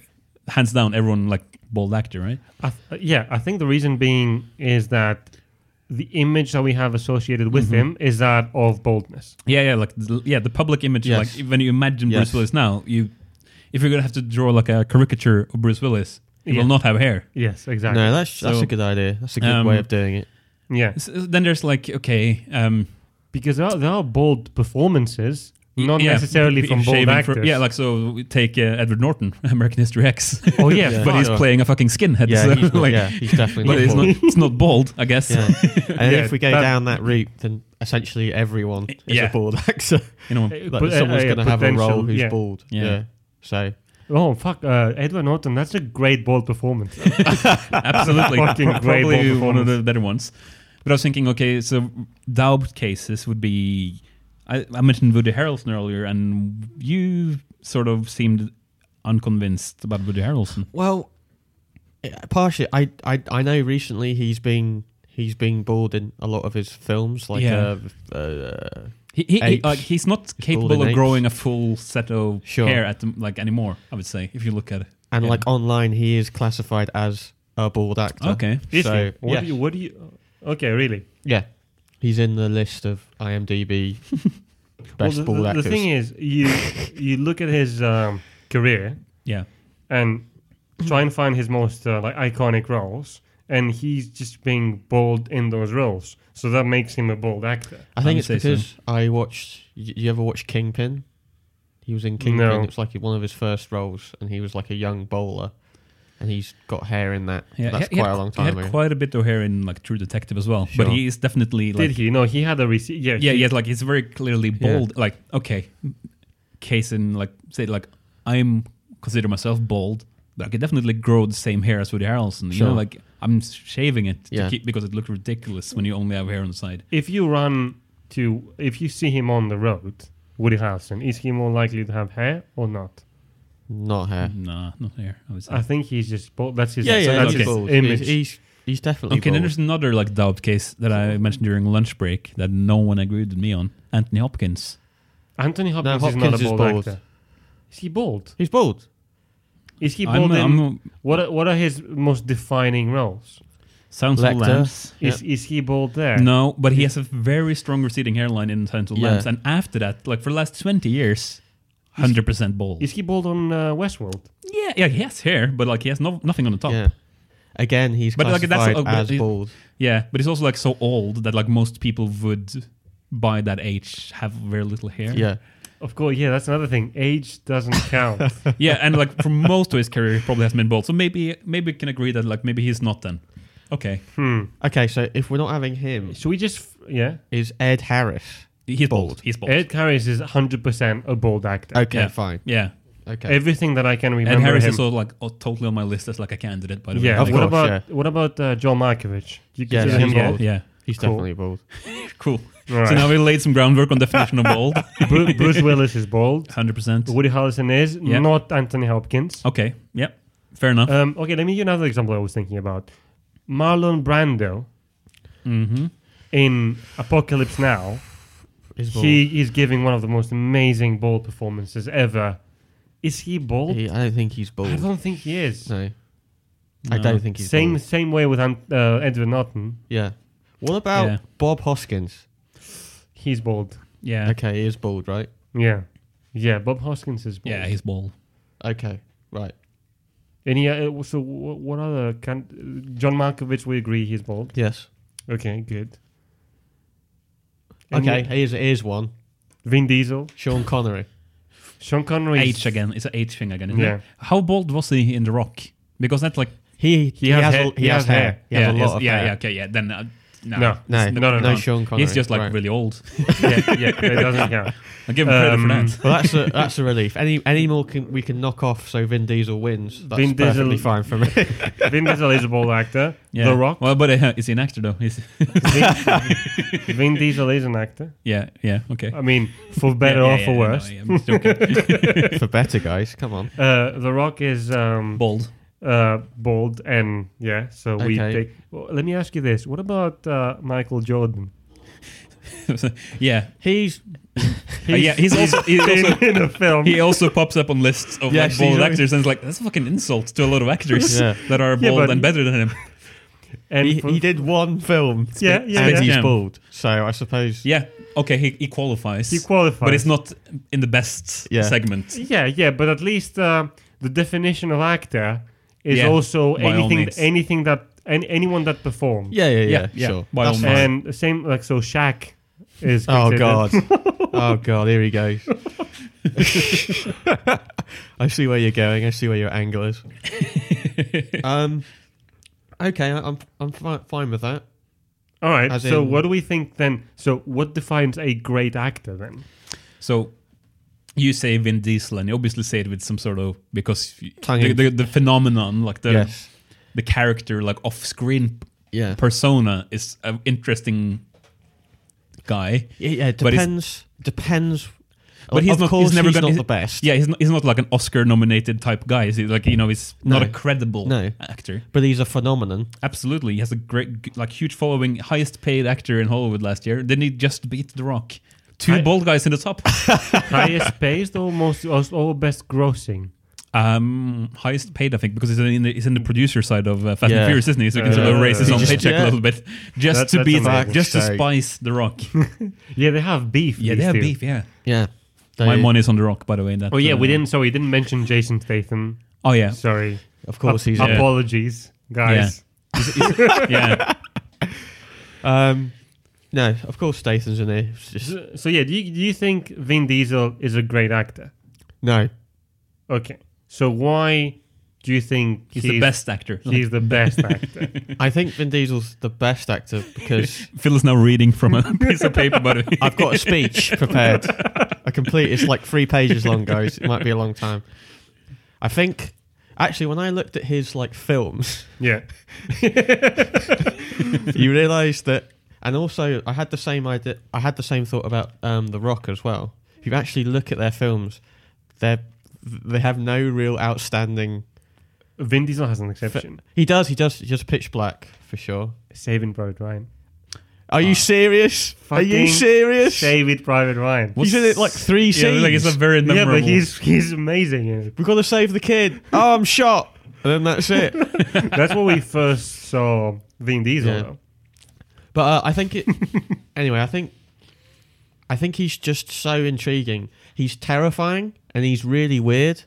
hands down, everyone like bald actor, right? I th- yeah, I think the reason being is that the image that we have associated with him is that of boldness. Yeah, yeah, like the, yeah, the public image. Yes. Like when you imagine Yes. Bruce Willis now, you if you're gonna have to draw like a caricature of Bruce Willis, he Yeah. will not have hair. Yes, exactly. No, that's that's So- a good idea. That's a good Um, way of doing it. Yeah, S- uh, then there's like okay, um, because there are, there are bold performances, not yeah, necessarily b- from bold shaving for- actors. yeah, like so we take uh, Edward Norton, (laughs) American History X, (laughs) oh yeah, Yeah. fuck. but he's Sure. playing a fucking skinhead. Yeah, (laughs) so, he's not- (laughs) like, yeah, he's definitely But not. it's not, bald. it's not bald, I guess. (laughs) Yeah. And Yeah, if we go that- down that route, then essentially everyone is Yeah. a (laughs) bald actor. You know, Uh, like but, uh, someone's uh, going to have a role potential, who's yeah. bald. Yeah. Yeah. So Oh fuck, uh, Edward Norton. That's a great bold (laughs) performance. absolutely. (laughs) Fucking Pro- great Probably ball one of performance. the better ones. But I was thinking, okay, so Daub cases would be. I, I mentioned Woody Harrelson earlier, and you sort of seemed unconvinced about Woody Harrelson. well, yeah, partially, I, I I know recently he's been he's been bald in a lot of his films, like Yeah. uh, uh, He, he, he Apes. like he's not bald capable in of apes. growing a full set of Sure. hair at the, like anymore. I would say if you look at it. and Yeah. like online, he is classified as a bald actor. Okay. Is so he? What yeah, do you? What do you? Okay, really. yeah, he's in the list of IMDb best well, the, bald the- actors. the thing is, you you look at his um, career. Yeah. and try and find his most uh, like iconic roles, and he's just being bold in those roles. So that makes him a bold actor. I I'd think it's say so. because I watched. You, you ever watch Kingpin? He was in Kingpin. No. It's like one of his first roles, and he was like a young bowler, and he's got hair in that. Yeah, That's he- he quite had- a long He time had ago. quite a bit of hair in like True Detective as well, Sure. but he is definitely like Did he? No, he had a receipt. Yeah, yeah, he- yes, like it's very clearly Yeah. bold. Like, okay, case in like say like I'm consider myself bold, but I could definitely grow the same hair as Woody Harrelson. You know, Sure. like I'm shaving it to Yeah. keep, because it looked ridiculous when you only have hair on the side. If you run to, if you see him on the road, Woody Harrelson, is he more likely to have hair or not? Not hair. Nah, not hair. I would say. I think he's just bold. That's his. Yeah, yeah, that's he's his bald. image. He's, he's he's definitely okay, then bald. there's another like doubt case that I mentioned during lunch break that no one agreed with me on. Anthony Hopkins. Anthony Hopkins, Hopkins is is not a bold, bald. actor. Is he bald? He's bald. Is he I'm- bald? in, I'm- what are, What are his most defining roles? Sounds of Lecter. Lambs. Is Is he bald there? No, but he has a very strong receding hairline in Silence of the Yeah. Lambs, and after that, like for the last twenty years, hundred percent bald. Is he bald on uh, Westworld? Yeah, yeah, he has hair, but like he has no, nothing on the top. Yeah. Yeah. Again, he's oh. But, like, that's- classified oh, but as he's- bald. but he's also like so old that like most people would by that age have very little hair. Yeah. Of course, yeah, that's another thing. Age doesn't (laughs) count. (laughs) yeah, and like for most of his career, he probably hasn't been bald. So maybe maybe we can agree that like maybe he's not then. Okay, hmm. Okay, so if we're not having him, Should we just, f- yeah? is Ed Harris? he's bald. Bald. Eh? He's bald. Ed Harris is 100% a bald actor. Okay, Yeah. fine. yeah, Okay. Everything that I can and remember Harris him. is also like oh, totally on my list as like a candidate. By the yeah, way, Of what Like, course, about yeah. what about uh, Joel Markovich? You Yeah, yeah, consider him yeah. bald? yeah, he's Cool. definitely bald. cool. All right. So now we laid some groundwork on definition of bald. Bru- (laughs) Bruce Willis is bald. Hundred percent. Woody Harrelson is Yeah. not Anthony Hopkins. Oh. Okay. Yep. Fair enough. Um, okay, let me give you another example I was thinking about. Marlon Brando mm-hmm. in Apocalypse Now. He's bald. He is giving one of the most amazing bald performances ever. Is he bald? He- I don't think he's bald. I don't think he is. No. I No. don't think he's Same bald. same way with Ant- uh, Edward Norton. Yeah. What about Yeah. Bob Hoskins? He's bald. Yeah. Okay, he is bald, right? Yeah, yeah. Bob Hoskins is bald. Yeah, he's bald. Okay, right. Any uh, so what, what other can John Malkovich? We agree he's bald. Yes. Okay, good. Any- Okay, here's here's one. Vin Diesel, Sean Connery. Sean Connery. is- H again. It's an H thing again. Isn't Yeah. it? How bald was he in The Rock? Because that's like He he, has has, hair- a, he has hair. He has yeah, a lot yes, of yeah, hair. yeah, okay, yeah. Then uh, No, No. No, No, no, no, no. Sean Connery. He's just like right. really old. (laughs) yeah, yeah, it doesn't count. I give him credit Um, for that. Well, that's a that's a relief. Any any more can, we can knock off, so Vin Diesel wins. That's Vin Diesel- perfectly fine for me. Vin Diesel is a bald actor. Yeah. The Rock. Well, but uh, is he an actor though? Is Vin Diesel is an actor. (laughs) yeah, yeah, okay. I mean, for better (laughs) Yeah, or yeah, for yeah, no, worse. yeah, I'm joking. for better guys, come on. Uh, the Rock is um, Bald. (laughs) uh, bald, and yeah, so we Okay. take. Well, let me ask you this: What about uh, Michael Jordan? yeah. He's Uh, yeah, he's also he's also in a film. he also pops up on lists of like Yeah, actually, bald he's right. actors and it's like that's a fucking insult to a lot of actors (laughs) Yeah. that are bald but- and better than him. and he, for- he did one film. Yeah, yeah, and yeah. he's Yeah. bald. So I suppose. Yeah. Okay, he, he qualifies. He qualifies. But it's not in the best Yeah. segment. Yeah, yeah, but at least uh, the definition of actor is Yeah, also by all anything, means. anything that any, anyone that performs. Yeah, yeah, Yeah, yeah, yeah, sure. by all That's fine. means. And the same like so, Shaq is. Oh considered- god. (laughs) oh god, here he goes. I see where you're going. I see where your (laughs) angle is. Um okay, I- I'm I'm fi- fine with that. All right. As so in- what do we think then? So what defines a great (laughs) actor then? So you say Vin Diesel, and you obviously say it with some sort of because you- Tongue the, in- the, the phenomenon, like the Yes. the character, like off screen Yeah. persona, is an interesting guy. Yeah, yeah, But he's- depends depends But he's of not. he's course never he's gonna- not he's- the best. Yeah, he's not, he's not like an Oscar-nominated type guy. Is he? Like you know, he's not No. a credible No. actor. But he's a phenomenon. Absolutely, he has a great, like, huge following. Highest paid actor in Hollywood last year. Then he just beat The Rock. Two I- bald guys in the top. Highest paid or most or, or best grossing? Um, highest paid, I think, because he's in the, he's in the producer side of uh, Fast and Yeah. Furious, isn't he? So he can sort of Uh, raise his own Just- paycheck yeah. a little bit, just That- to that's be amazing. just to So- spice The Rock. Yeah, they have beef. yeah, these they have two. beef. Yeah, Oh, Yeah. my They- money's on The Rock, by the way. in That, Oh yeah, we uh, didn't. Sorry, we didn't mention Jason Statham. Oh (laughs) yeah, Sorry. Of course he's (laughs) Yeah. Apologies, guys. yeah. um no, of course Statham's in here. It's just- So, so yeah, do you, do you think Vin Diesel is a great actor? no. Okay. So why do you think He's, the best actor. He's the (laughs) best actor. I think Vin Diesel's the best actor because (laughs) Phil is now reading from a (laughs) piece of paper, by the (laughs) way. I've got a speech prepared. I complete. It's like three pages long, guys. It might be a long time. I think actually, when I looked at his like films, yeah. you realise that, and also I had the same idea. I had the same thought about um, The Rock as well. If you actually look at their films, they they have no real outstanding. Vin Diesel has an exception. He does. He does just Pitch Black for sure. Saving Private Ryan. Are you serious? Are you Fucking serious? Saving Private Ryan. He's in it like three yeah, scenes. like it's a very Yeah, memorable. but he's he's amazing. In it. We've got to save the kid. Oh, I'm shot. And then that's it. That's what (laughs) we first saw Vin Diesel. Yeah. Though. But uh, I think it. (laughs) anyway, I think. I think he's just so intriguing. He's terrifying and he's really weird.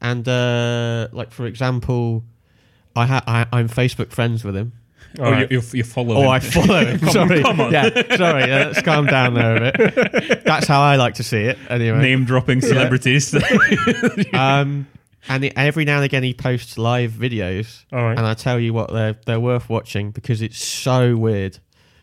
And uh, like for example, I ha- I, I'm Facebook friends with him. oh, you, you, you follow. Oh, him. (laughs) I follow him. Come on, sorry, come on. yeah, sorry. Yeah, let's calm down there a bit. That's how I like to see it. Anyway, name dropping celebrities. um, and it, every now and again he posts live videos, All right. and I tell you what, they're they're worth watching because it's so weird.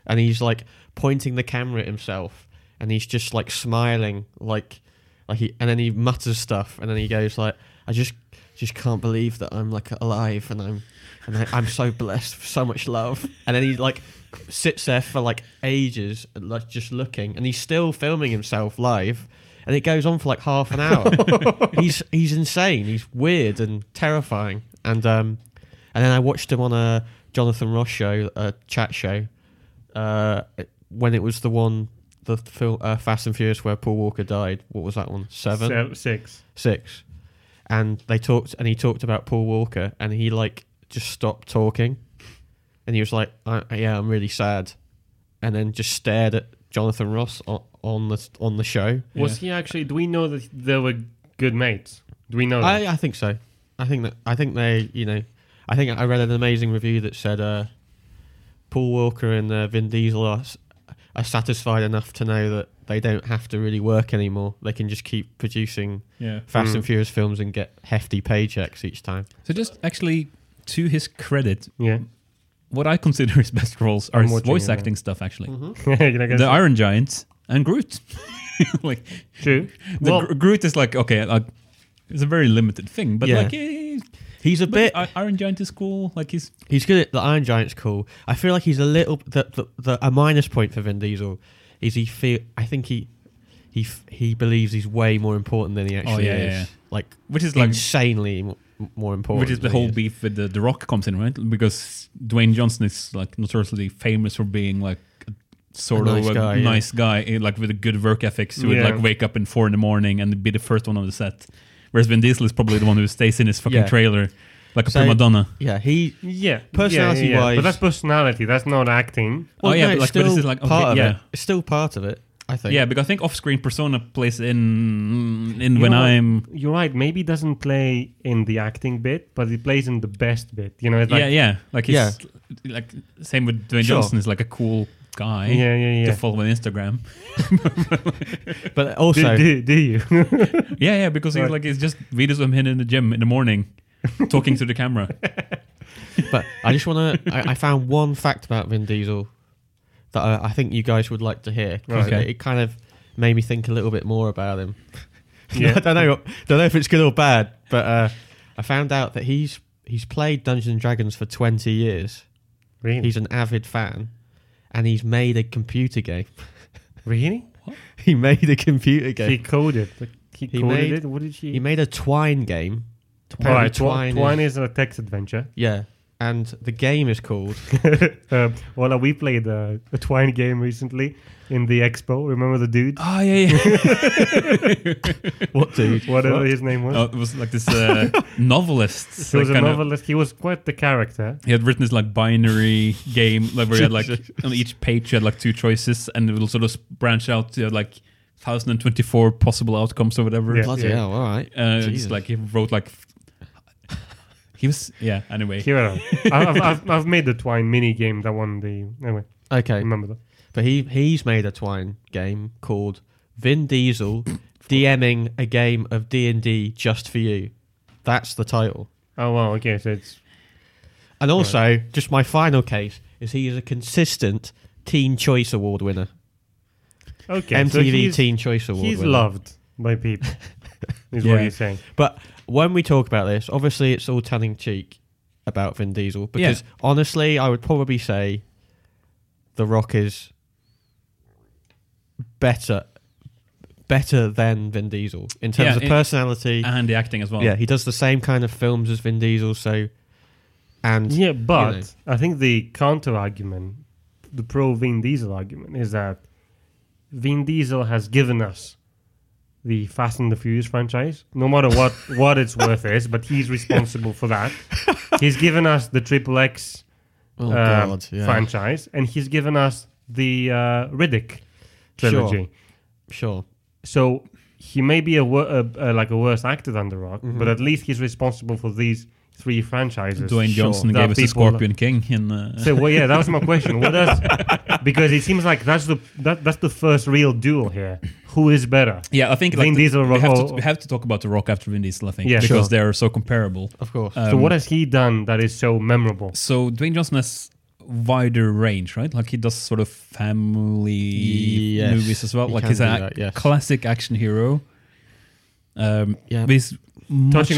And he's like pointing the camera at himself, and he's just like smiling, like like he, and then he mutters stuff, and then he goes like, "I just just can't believe that I'm like alive, and I'm and I, I'm so blessed, with so much love." And then he like sits there for like ages, like just looking, and he's still filming himself live. And it goes on for like half an hour. he's he's insane. He's weird and terrifying. And um, and then I watched him on a Jonathan Ross show, a chat show, uh, when it was the one, the film uh, Fast and Furious where Paul Walker died. What was that one? Seven, Se- six. six. And they talked, and he talked about Paul Walker, and he like just stopped talking, and he was like, I, "Yeah, I'm really sad," and then just stared at Jonathan Ross on, on the on the show. Was he actually? Do we know that they were good mates? Do we know? That? I, I think so. I think that I think they, you know, I think I read an amazing review that said uh, Paul Walker and uh, Vin Diesel are, s- are satisfied enough to know that they don't have to really work anymore. They can just keep producing yeah. Fast Mm. and Furious films and get hefty paychecks each time. So just actually, to his credit, yeah. what I consider (laughs) his best roles are I'm his watching voice it, Mm-hmm. acting stuff, actually. (laughs) Can I guess? The Iron Giant and Groot. (laughs) like True. the Well, Gro- Groot is like okay, like, it's a very limited thing, but Yeah. like eh, He's a but bit. I- Iron Giant is cool. Like he's He's good at the Iron Giant's cool. I feel like he's a little the, the, the a minus point for Vin Diesel is he feel I think he he f- he believes he's way more important than he actually Oh, yeah, is. yeah, yeah. Like which is like insanely mo- more important. which is the than he whole beef with the, the Rock comes in, right? Because Dwayne Johnson is like notoriously famous for being like a- sort A of nice a guy, yeah. nice guy, eh, like with a good work ethic. who would Yeah. like wake up in four in the morning and be the first one on the set. Whereas Vin Diesel is probably the one who stays in his fucking Yeah. trailer like a So- prima donna. Yeah, he. yeah. Personality-wise- yeah, yeah, yeah. But that's personality. That's not acting. Oh, yeah, but it's like- but this still is like, okay, part of yeah. it. It's still part of it. I think. Yeah, because I think off-screen persona plays in in You when know what? I'm You're right. Maybe it doesn't play in the acting bit, but it plays in the best bit. You know, it's like, yeah yeah like he's like same with Dwayne Sure. Johnson is like a cool guy yeah, yeah, yeah. to follow on Instagram. but Do, (laughs) also do, do you? (laughs) Yeah, yeah, because he's Right. like it's just videos of him in the gym in the (laughs) morning, talking to the camera. but I just want to. I, I found one fact about Vin Diesel that I, I think you guys would like to hear. 'cause Okay. it, it kind of made me think a little bit more about him. (laughs) Yeah. I don't know. Don't know if it's good or bad, but uh, I found out that he's he's played Dungeons and Dragons for twenty years. really? He's an avid fan, and he's made a computer game. (laughs) Really? he made a computer He game. coded. Like, he, He coded made- it. What did she? He made a Twine game. All right, Apparently Twine, Twine is a text adventure. yeah, and the game is called Uh, well, we played a, a Twine game recently in the expo. Remember the (laughs) dude? oh yeah, yeah. what, dude? Whatever his name was. oh, it was like this (laughs) uh, novelist. he like, was a kinda- novelist. He was quite the character. he had written this like binary game like, (laughs) where you had like on each page you had like two choices, and it will sort of s- branch out to like thousand and twenty four possible outcomes or whatever. Yeah. Bloody hell! All right. Uh, it's Jesus. like he wrote like f- he was yeah. Anyway, Here I am. I- I've, I've, I've made the Twine mini game that won the. Anyway, Okay, remember that. But he he's made a Twine game called Vin Diesel (coughs) DMing a game of D and D just for you. That's the title. Oh, wow. Okay, so it's. And also, just my final case is he is a consistent Teen Choice Award winner, Okay. so MTV he's- Teen Choice Award He's winner. loved (laughs) by people, is Yeah. what he's saying. But when we talk about this, obviously it's all tongue in cheek about Vin Diesel because honestly, I would probably say The Rock is better better than Vin Diesel in terms Yeah, of it- personality. and the acting as well. yeah, he does the same kind of films as Vin Diesel, so and Yeah, but know. I think the counter argument, the pro Vin Diesel argument, is that Vin Diesel has given us the Fast and the Furious franchise, no matter what what its worth is, but he's responsible for (laughs) that. He's given us the Triple X oh um, god, yeah, franchise, and he's given us the uh, Riddick trilogy. sure, So he may be a, wor- a, a like a worse actor than The Rock, Mm-hmm. but at least he's responsible for these three franchises. Dwayne Johnson That gave us the people- Scorpion King in. Uh, So well, yeah, that was my question. What (laughs) does because it seems like that's the that, that's the first real duel here. Who is better? Yeah, I think Vin like, Diesel, we, Rock- have oh, to, we have to talk about The Rock after Vin Diesel, I think, Yeah. because Sure. they're so comparable. of course, Uh, so what has he done that is so memorable? Um, So Dwayne Johnson has wider range, right? Like he does sort of family Yes, movies as well. he Like can he's do a that, yes. classic action hero. Um, Yeah. but he's Touching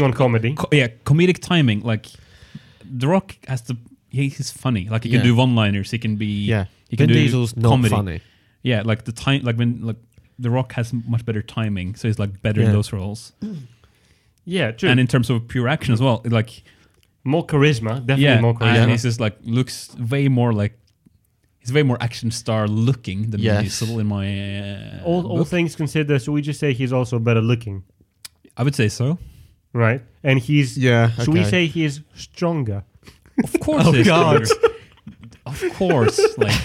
much- on comedy, co- yeah, comedic timing. Like The Rock has to. He, he's funny. Like he can Yeah. do one-liners. He can be. yeah. He can Vin do Diesel's not comedy. funny. Yeah, like the time. Like when like The Rock has much better timing, so he's like better in Yeah. those roles. yeah, true. And in terms of pure action as well, like more charisma, definitely yeah, more and charisma. he's just like looks way more like he's way more action star looking than Yes. Vin Diesel in my. Uh, all all book. things considered, so we just say he's also better looking, I would say so. right? And he's Yeah, Should we say he is stronger? Of (laughs) course, Oh, he's God. stronger. of course, like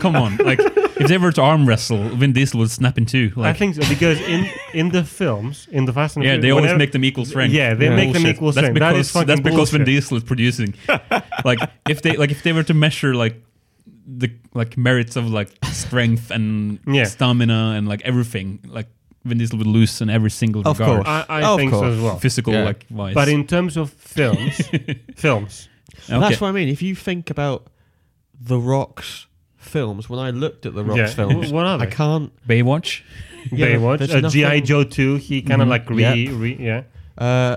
come on, like if they were to arm wrestle, Vin Diesel would snap in two. Like I think so because in in the films, in the Fast and yeah, Furious, they always whenever- make them equal strength. Yeah, they Yeah. make them Bullshit. equal That's strength. because that is fucking that's because Vin bullshit. Diesel is (laughs) producing. like if they like if they were to measure like the like merits of like strength and Yeah. stamina and like everything, like Vin Diesel would lose in every single Of regard, course. I, I Of think so course. as well. physical Yeah. like wise. (laughs) But in terms of films, films, Okay. That's what I mean. If you think about The Rock's films. When I looked at The Rock's Yeah. (laughs) films, What are I they? can't. Baywatch. yeah, Baywatch, there's uh, GI nothing- Mm-hmm. Joe two. He kind of Mhm. like re, Yep. re yeah. Uh,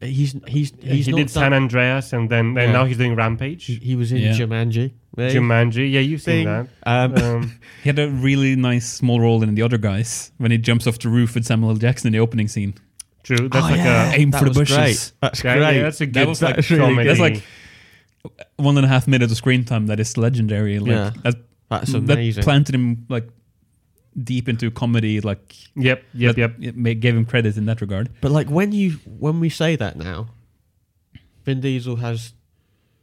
he's he's he's he not did done- San Andreas, and then and Yeah. now he's doing Rampage. He was in Yeah. Jumanji. Right? Jumanji, yeah, you've Thing. seen that. (laughs) Um, Um, He had a really nice small role in The Other Guys when he jumps off the roof with Samuel L. Jackson in the opening scene. true, that's like a Aim That for the was bushes. Great. Oh, That's yeah, yeah, great. that's a That good was like, like really comedy. good. That's like- One and a half minutes of screen time that is legendary. Like, Yeah. that, That's that amazing. planted him like deep into comedy. Like, yep, yep, that- yep. It ma- gave him credit in that regard. but like when you when we say that now, Vin Diesel has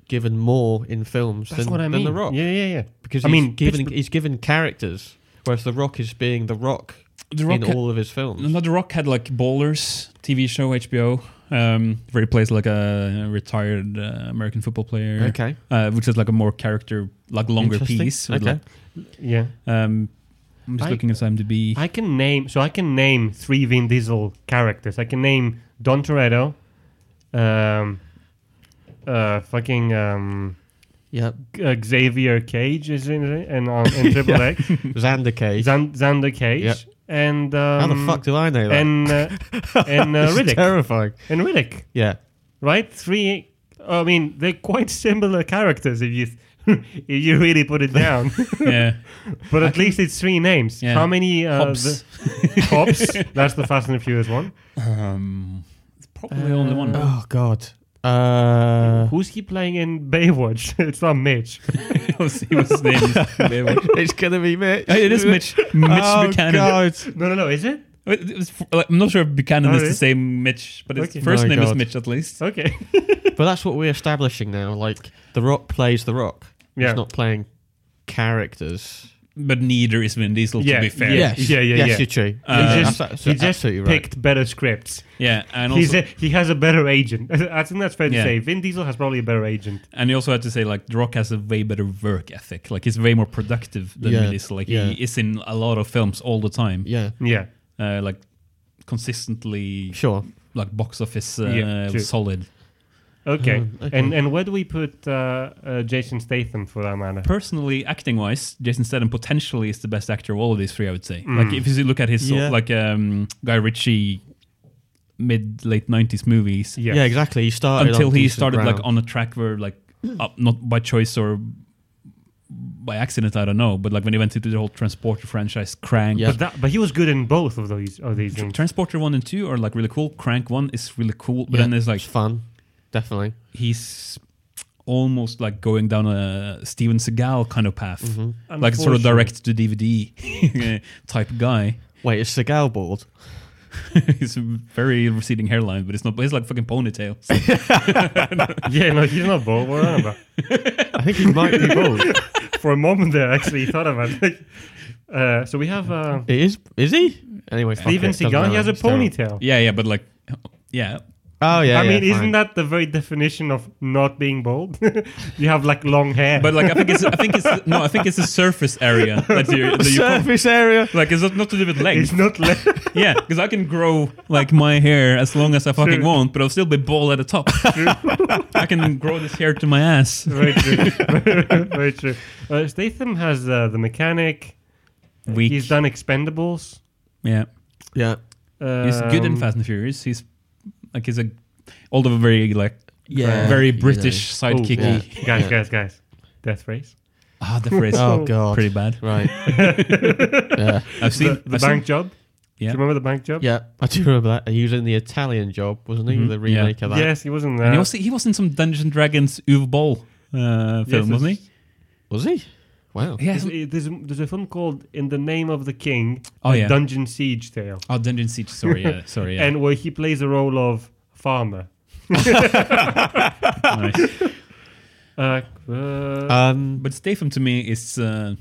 given more in films That's than, what I than mean. The Rock Yeah, yeah, yeah. because I he's mean, given Pittsburgh- he's given characters, whereas The Rock is being The Rock, The Rock, in ha- all of his films. no, the Rock had like Ballers TV show HBO, um, where he plays like a retired uh, American football player. Okay, uh, which is like a more character, like longer Interesting. piece. with, Okay. like, Yeah, um, I'm just I- looking at IMDb. I can name so I can name three Vin Diesel characters. I can name Don Toretto, um, uh, fucking um, yeah, uh, Xavier Cage is in it, and on and Triple X, (laughs) Xander Cage. Xan- Xander Cage, Yep. and um, How the fuck do I know that? (laughs) and uh, and uh, This is Riddick terrifying. and Riddick, Yeah, right? Three. I mean, they're quite similar characters if you (laughs) if you really put it (laughs) down. yeah, but at least it's three names. Yeah. How many uh, Hobbs. The, (laughs) Hobbs? That's the Fast and the Furious one. um, it's probably only one. (laughs) Oh God. Uh, Who's he playing in Baywatch? (laughs) it's not Mitch. he was (laughs) his name. Baywatch. (laughs) it's gonna be Mitch. Hey, it is Mitch. Mitch oh, Buchanan. God. No, no, no. Is it? Wait, it was- I'm not sure if Buchanan Oh, is really? the same Mitch, but his Okay. first My name is God. Mitch at least. Okay. (laughs) But that's what we're establishing now. Like the Rock plays the Rock. Yeah. It's not playing characters. But neither is Vin Diesel, Yeah, to be fair. yeah. Yes. yes, yeah. you're true. Uh, he Yeah, just, that's- he that's just absolutely right. picked better scripts. Yeah, and also, He's a, he has a better agent. (laughs) I think that's fair to Yeah. say. Vin Diesel has probably a better agent. and you also had to say like The Rock has a way better work ethic. Like he's way more productive than Yeah, Vin Diesel. Like yeah. he is in a lot of films all the time. Yeah, Yeah. Uh, like consistently, sure. like box office uh, Yeah, true. solid. Okay. Hmm, okay. And and where do we put uh, uh, Jason Statham for that matter? personally, acting wise, Jason Statham potentially is the best actor of all of these three. I would say. Mm. Like if you look at his Yeah. like um, Guy Ritchie mid late nineties movies Yes. Yeah, exactly. He started until on he decent started ground. like on a track where like uh, not by choice or by accident, I don't know, but like when he went into the whole Transporter franchise, Crank. Yeah. But that, but he was good in both of those of these Tr- things. Transporter one and two are like really cool. Crank one is really cool, but Yeah. then there's like It's fun, definitely. he's almost like going down a Steven Seagal kind of path, Mm-hmm. like sort of Unfortunately. direct to DVD (laughs) type guy. Wait, is Seagal bald? he's a very receding hairline, but it's not. But he's like fucking (coughs) ponytails. yeah, no, he's not bald. What am I about? (laughs) I think he might be bald. It For a moment there, I actually thought about it. (laughs) Uh, so we (laughs) have uh, is. Is he? Anyway, fuck Steven it, doesn't Seagal. He has matter, a it's terrible. ponytail. yeah, yeah, but like, yeah, Oh yeah. I mean, yeah, isn't fine. that the very definition of not being bald? (laughs) you have like long hair. but like I think it's I think it's no, I think it's the surface area that you that you come- (laughs) surface area? like it's not, not to do with it's legs. (laughs) not le- yeah, because I can grow like my hair as long as I fucking True. want, but I'll still be bald at the top. I can grow this hair to my ass. very true. (laughs) very true. Uh, Statham has uh, the mechanic. Weak. He's done Expendables. Yeah. Yeah. Um, He's good in Fast and Furious. He's like he's a although very like Yeah, very British Oh, sidekicky. yeah. Guys, guys, guys. Death race. Ah, the phrase Oh god. pretty bad. (laughs) Right. yeah. I've seen The, the I've seen- bank job. Yeah. Do you remember the bank job? Yeah, I do remember that. And He was in the Italian job, wasn't he? Mm-hmm. Mhm. The remake of that. Yes, he was in and there. he was he was in some Dungeons and Dragons Uwe Boll uh, Yes, film, wasn't he? Was he? Wow. There's, there's, a- there's a film called In the Name of the King, Oh, a yeah. Dungeon Siege Tale, Oh, Dungeon Siege. Sorry, yeah, sorry. Yeah. and where he plays the role of farmer. (laughs) Nice. Uh, uh, Um, Um, But Statham to me is uh,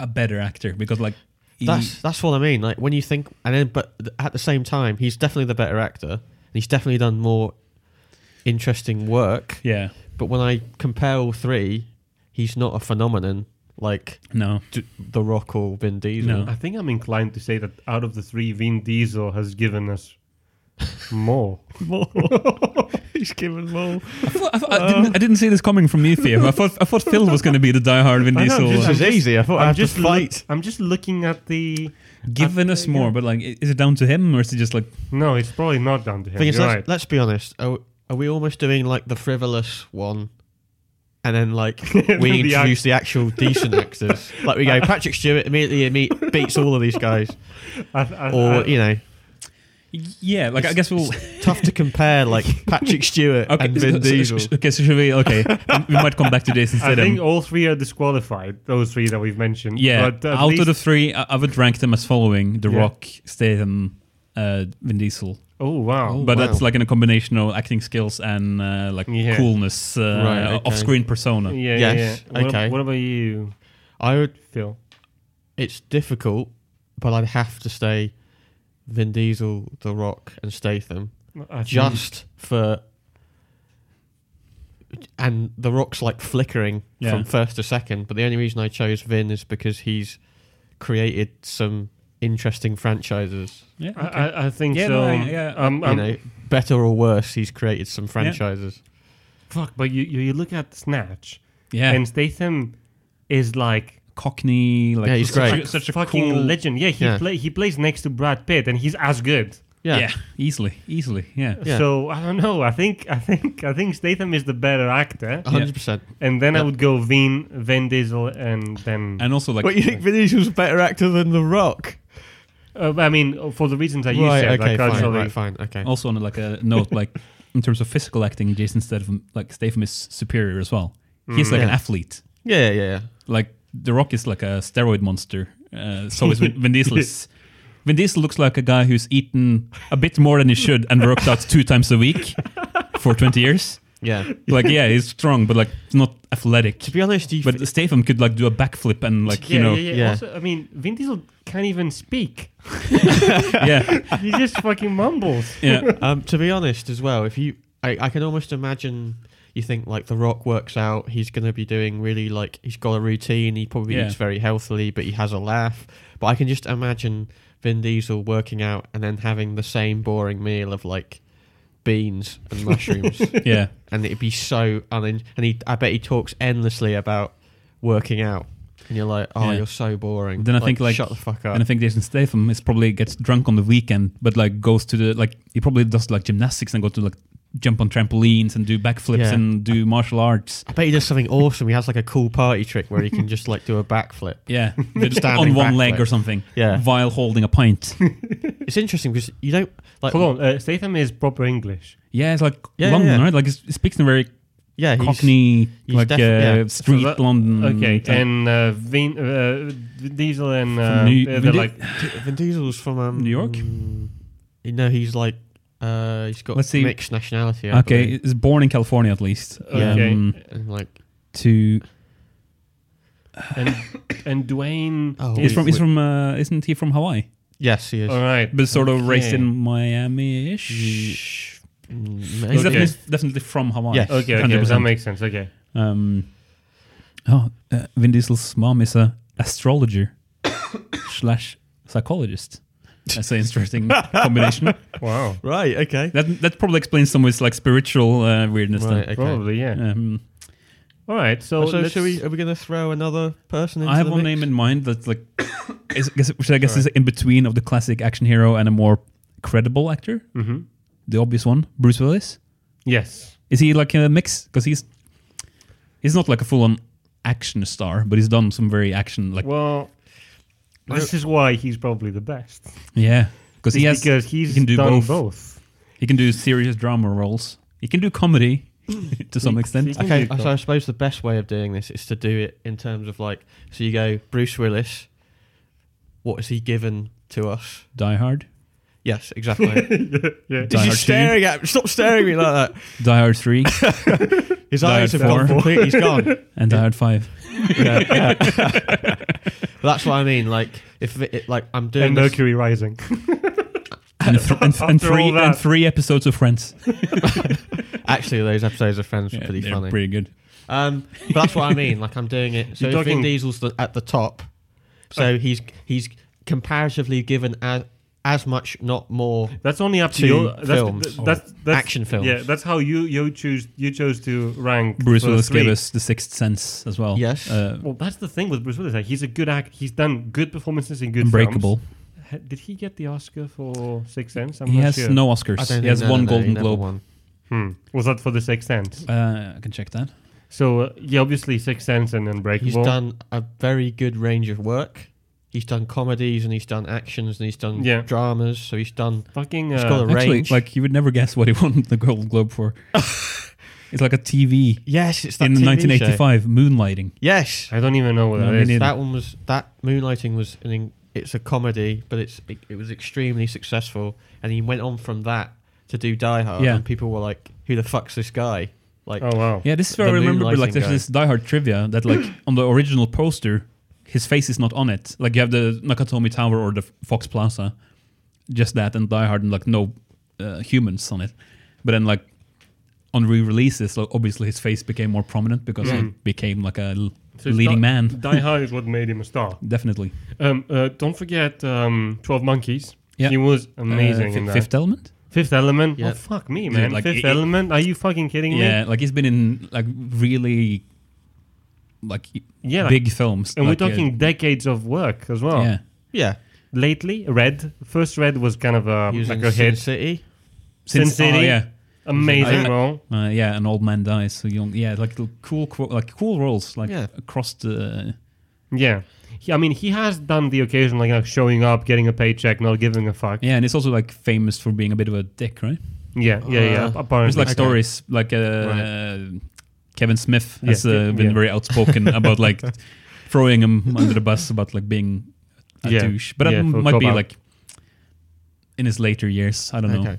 a better actor because like he, that's that's what I mean. Like when you think, and then but th- at the same time, he's definitely the better actor. And he's definitely done more interesting work. yeah But when I compare all three, he's not a phenomenon like no D- The Rock or Vin Diesel. No. I think I'm inclined to say that (laughs) out of the three, Vin Diesel has given us (laughs) more. More. He's given more. I, thought- I Um, didn't, I didn't see this coming from you, (laughs) Theo. I thought I thought Phil was going to be the diehard Vin I know, Diesel. just- uh, I'm just- Oh, easy. I thought I'm just look- I'm just looking at the. Given us more, but like, i- is it down to him or is it just like No, it's probably not down to him. Thing is, You're let's, right. let's be honest. Are, are we almost doing like the frivolous one, and then like we The introduce the actual decent actors? Like we go, Patrick Stewart immediately meet, beats all of these guys, I, I, or you know, yeah? Like I guess we'll tough to compare like Patrick Stewart okay. and Vin so- so- Diesel. okay, so should we? Okay, (laughs) we might come back to this I instead. um, think all three are disqualified. Those three that we've mentioned. yeah, But at out least- of the three, I, I would rank them as following: The Yeah. Rock, Statham, uh, Vin Diesel. Oh wow. but wow. that's like in a combination of acting skills and uh, like Yeah. coolness, uh, Right, okay. off-screen persona. yeah, Yes, yeah. What, okay. What about you, I would. Phil? It's difficult, but I'd have to say Vin Diesel, The Rock, and Statham. I think- just for and the rock's like flickering Yeah. from first to second but the only reason i chose vin is because he's created some interesting franchises Yeah, I, I, I think Yeah, so. no, I- yeah. Um, you um, know better or worse he's created some franchises Fuck. But you, you you look at Snatch, yeah. and Statham is like Cockney, like Yeah, he's such, great. A, such a fucking cool, legend. Yeah, he Yeah. play he plays next to Brad Pitt, and he's as good. Yeah. easily, easily. Yeah, Yeah. So I don't know. I think I think I think Statham is the better actor, 100% and then I Yeah. would go Vin, Vin Diesel, and then and also like What, you think Vin Diesel's a better actor than The Rock? uh, I mean for the reasons that you right, said, okay, like fine, culturally. right, fine, okay. also on like a note, like in terms of physical acting, Jason Statham, like Statham is superior as well. He's like an Yeah. athlete. Yeah, yeah, yeah. Like The Rock is like a steroid monster. Uh, so is Vin, Vin Diesel. Is, Vin Diesel looks like a guy who's eaten a bit more than he should and worked out two times a week for twenty years. Yeah. Like yeah, he's strong, but like not athletic. to be honest, you But Statham could like do a backflip and like yeah, you know yeah, yeah, yeah. Also, I mean, Vin Diesel can't even speak. yeah He just (laughs) fucking mumbles. yeah um, to be honest, as well, if you, I, I can almost imagine you think like The Rock works out. He's going to be doing really like he's got a routine. He probably Yeah. eats very healthily, but he has a laugh. But I can just imagine Vin Diesel working out and then having the same boring meal of like beans (laughs) and mushrooms, yeah. and it'd be so unin. And he, I bet he talks endlessly about working out. And you're like, oh, Yeah. you're so boring. Then I think, like- shut the fuck up. And I think Jason Statham is probably gets drunk on the weekend, but like goes to the like he probably does like gymnastics and go to like jump on trampolines and do backflips Yeah. and do martial arts. I bet he does something awesome. He has like a cool party trick where he can just like do a backflip. (laughs) Yeah, just on Standing one leg backflip. or something. Yeah. while holding a (laughs) pint. It's interesting because you don't like. Hold on, uh, Statham is proper English. yeah, it's like Yeah, yeah, London, yeah. right? Like it's- it speaks in a very Yeah, he's, Cockney, he's like def- uh, yeah. street So that- London. Okay, type. and uh, Vin, uh, Vin Diesel and uh, New- they're Vin Di- like Vin Diesel's from um, New York? You know, he's like uh, he's got Let's see. mixed nationality. I okay, believe. is born in California at least. Yeah. okay, Um, and like to and and Dwayne. Oh, he's is, he's from he's from uh, isn't he from Hawaii? yes, he is. all right, But sort of raised Okay. in Miami ish. Mm, He's maybe. Okay. definitely, definitely from Hawaii. Yes. Okay, okay, 100%. that makes sense. Okay, Um, oh, uh, Vin Diesel's mom is a astrologer (coughs) slash psychologist. That's an interesting combination. wow, Right. Okay. That that probably explains some of his like spiritual uh, weirdness. Right. Okay. probably yeah. Then. Um, All right, so, So, let's- should we? Are we going to throw another person? Into I have the one mix? name in mind that's like, is, guess, which I guess is in between of the classic action hero and a more credible actor. Mhm. The obvious one, Bruce Willis. Yes. Is he like a mix? Because he's he's not like a full on action star, but he's done some very action like Well, this is why he's probably the best. yeah. Because he It's has because he's he can do done both. He can do serious drama roles. He can do comedy (laughs) to some extent. see- Okay, You've so got- I suppose the best way of doing this is to do it in terms of like, so you go Bruce Willis. What has he given to us? Die Hard, Yes, (laughs) exactly. (laughs) Yeah. Die Hard 2, at me. Stop staring at me like that. Die Hard (laughs) 3, His Die Hard eyes have 4. gone completely. He's (laughs) gone. and Die Hard 5. Yeah, yeah. But that's what I mean. Like, if it, it- like I'm doing And this, Mercury Rising. And, th- and, th- and After all three, that. and three episodes of Friends. actually those episodes of Friends were Yeah, pretty they're funny. pretty good. um, but that's what I mean. Like I'm (laughs) doing it. So You're if Vin talking- Oh. Diesel's the, at the top, so he's he's comparatively given a, as much, not more. (laughs) That's only up to Two you. That's, films. th- that's, that's- Action films. Yeah, that's how you you choose you chose to rank Bruce for Willis three. gave us The Sixth Sense as well. Yes. Uh, Well, that's the thing with Bruce Willis. Like, he's a good act. He's done good performances in good Unbreakable. films. Ha- Did he get the Oscar for Sixth Sense? I'm He not has sure. no I Oscars. don't He has think- no, one no, no, he Golden never Globe. won. Hmm. Was that for the Sixth Sense? Uh, I can check that. So uh, yeah, obviously Sixth Sense and He's Unbreakable. done a very good range of work. He's done comedies and he's done actions and he's done Yeah. dramas. So he's done. Fucking. He's uh, got a Actually, range. like you would never guess what he (laughs) won the Golden Globe (laughs) for. it's like a TV yes, it's that in TV show. 1985, Moonlighting. Yes, I don't even know what No, that me is. neither. that one was that moonlighting was an in, it's a comedy but it's it, it was extremely successful and he went on from that to do die hard Yeah. and people were like who the fuck's this guy like Oh wow. Yeah, this is where I The remember. but, Like, Moonlighting there's guy. this Die Hard trivia that, (gasps) like, on the original poster, his face is not on it. Like, you have the Nakatomi Tower or the Fox Plaza, just that, and Die Hard, and like no uh, humans on it. But then, like, on re-releases, like, obviously his face became more prominent because he Mm. became like a l- So it's leading Di- man. (laughs) Die Hard is what made him a star. Definitely. Um, uh, don't forget um, Twelve Monkeys. Yeah. He was amazing Uh, in Fi- that. Fifth Element. Fifth Element. Yeah. Oh fuck me, Dude, man! like, it- Fifth it- Element. Are you fucking kidding me? Yeah, like he's been in like really like Yeah, like- big films. And like, uh, we're talking decades of work as well. yeah, yeah Lately, Red. First Red was kind of a he was like in a Sin hit. City Sin Since- oh, City. yeah. Amazing I- role. Uh, yeah, an old man dies. So young. Yeah, like the cool, qu- like cool roles, like Yeah. across the. Yeah. He, I mean, he has done the occasion like, like showing up, getting a paycheck, not giving a fuck. Yeah, and it's also like famous for being a bit of a dick, right? Yeah, yeah, yeah. Uh, apparently, There's like Okay. stories like uh, Kevin Smith has Yeah, uh, been yeah. very (laughs) outspoken about like throwing him under the bus about like being a Yeah, douche, but yeah, that for might be cop-out. like in his later years. I don't know. okay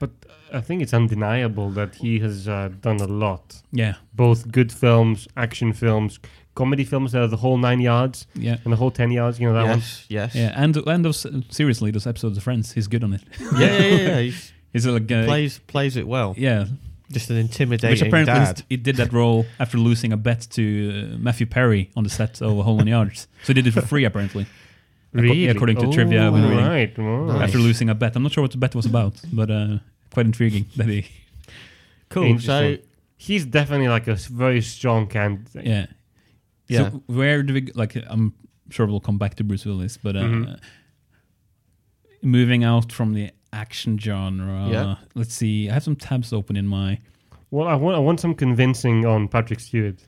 but I think it's undeniable that he has uh, done a lot. Yeah, Both good films, action films, comedy films that are the whole nine yards yeah. and the whole ten yards. You know that one. yes yes Yeah, and and those seriously, those episodes of Friends, he's good on it. (laughs) yeah yeah, yeah, yeah. he's- He's (laughs) like, he uh, plays plays it well yeah, just an which intimidating apparently dad he's- he did that role after losing a bet to uh, Matthew Perry on the set of A Hole in the Yards. So he did it for free, (laughs) apparently. Acco- Really? according to oh, trivia I've been reading. Right. Oh. wow. Oh, Nice. After losing a bet, I'm not sure what the bet was about, but uh, quite intriguing that he, cool so Interesting. He's definitely like a s- very strong candidate. yeah, Yeah. So where do we g- like? I'm sure we'll come back to Bruce Willis, but uh, Mm-hmm. Mhm. moving out from the action genre, Yeah. let's see. I have some tabs open in my Well, I want I want some convincing on Patrick Stewart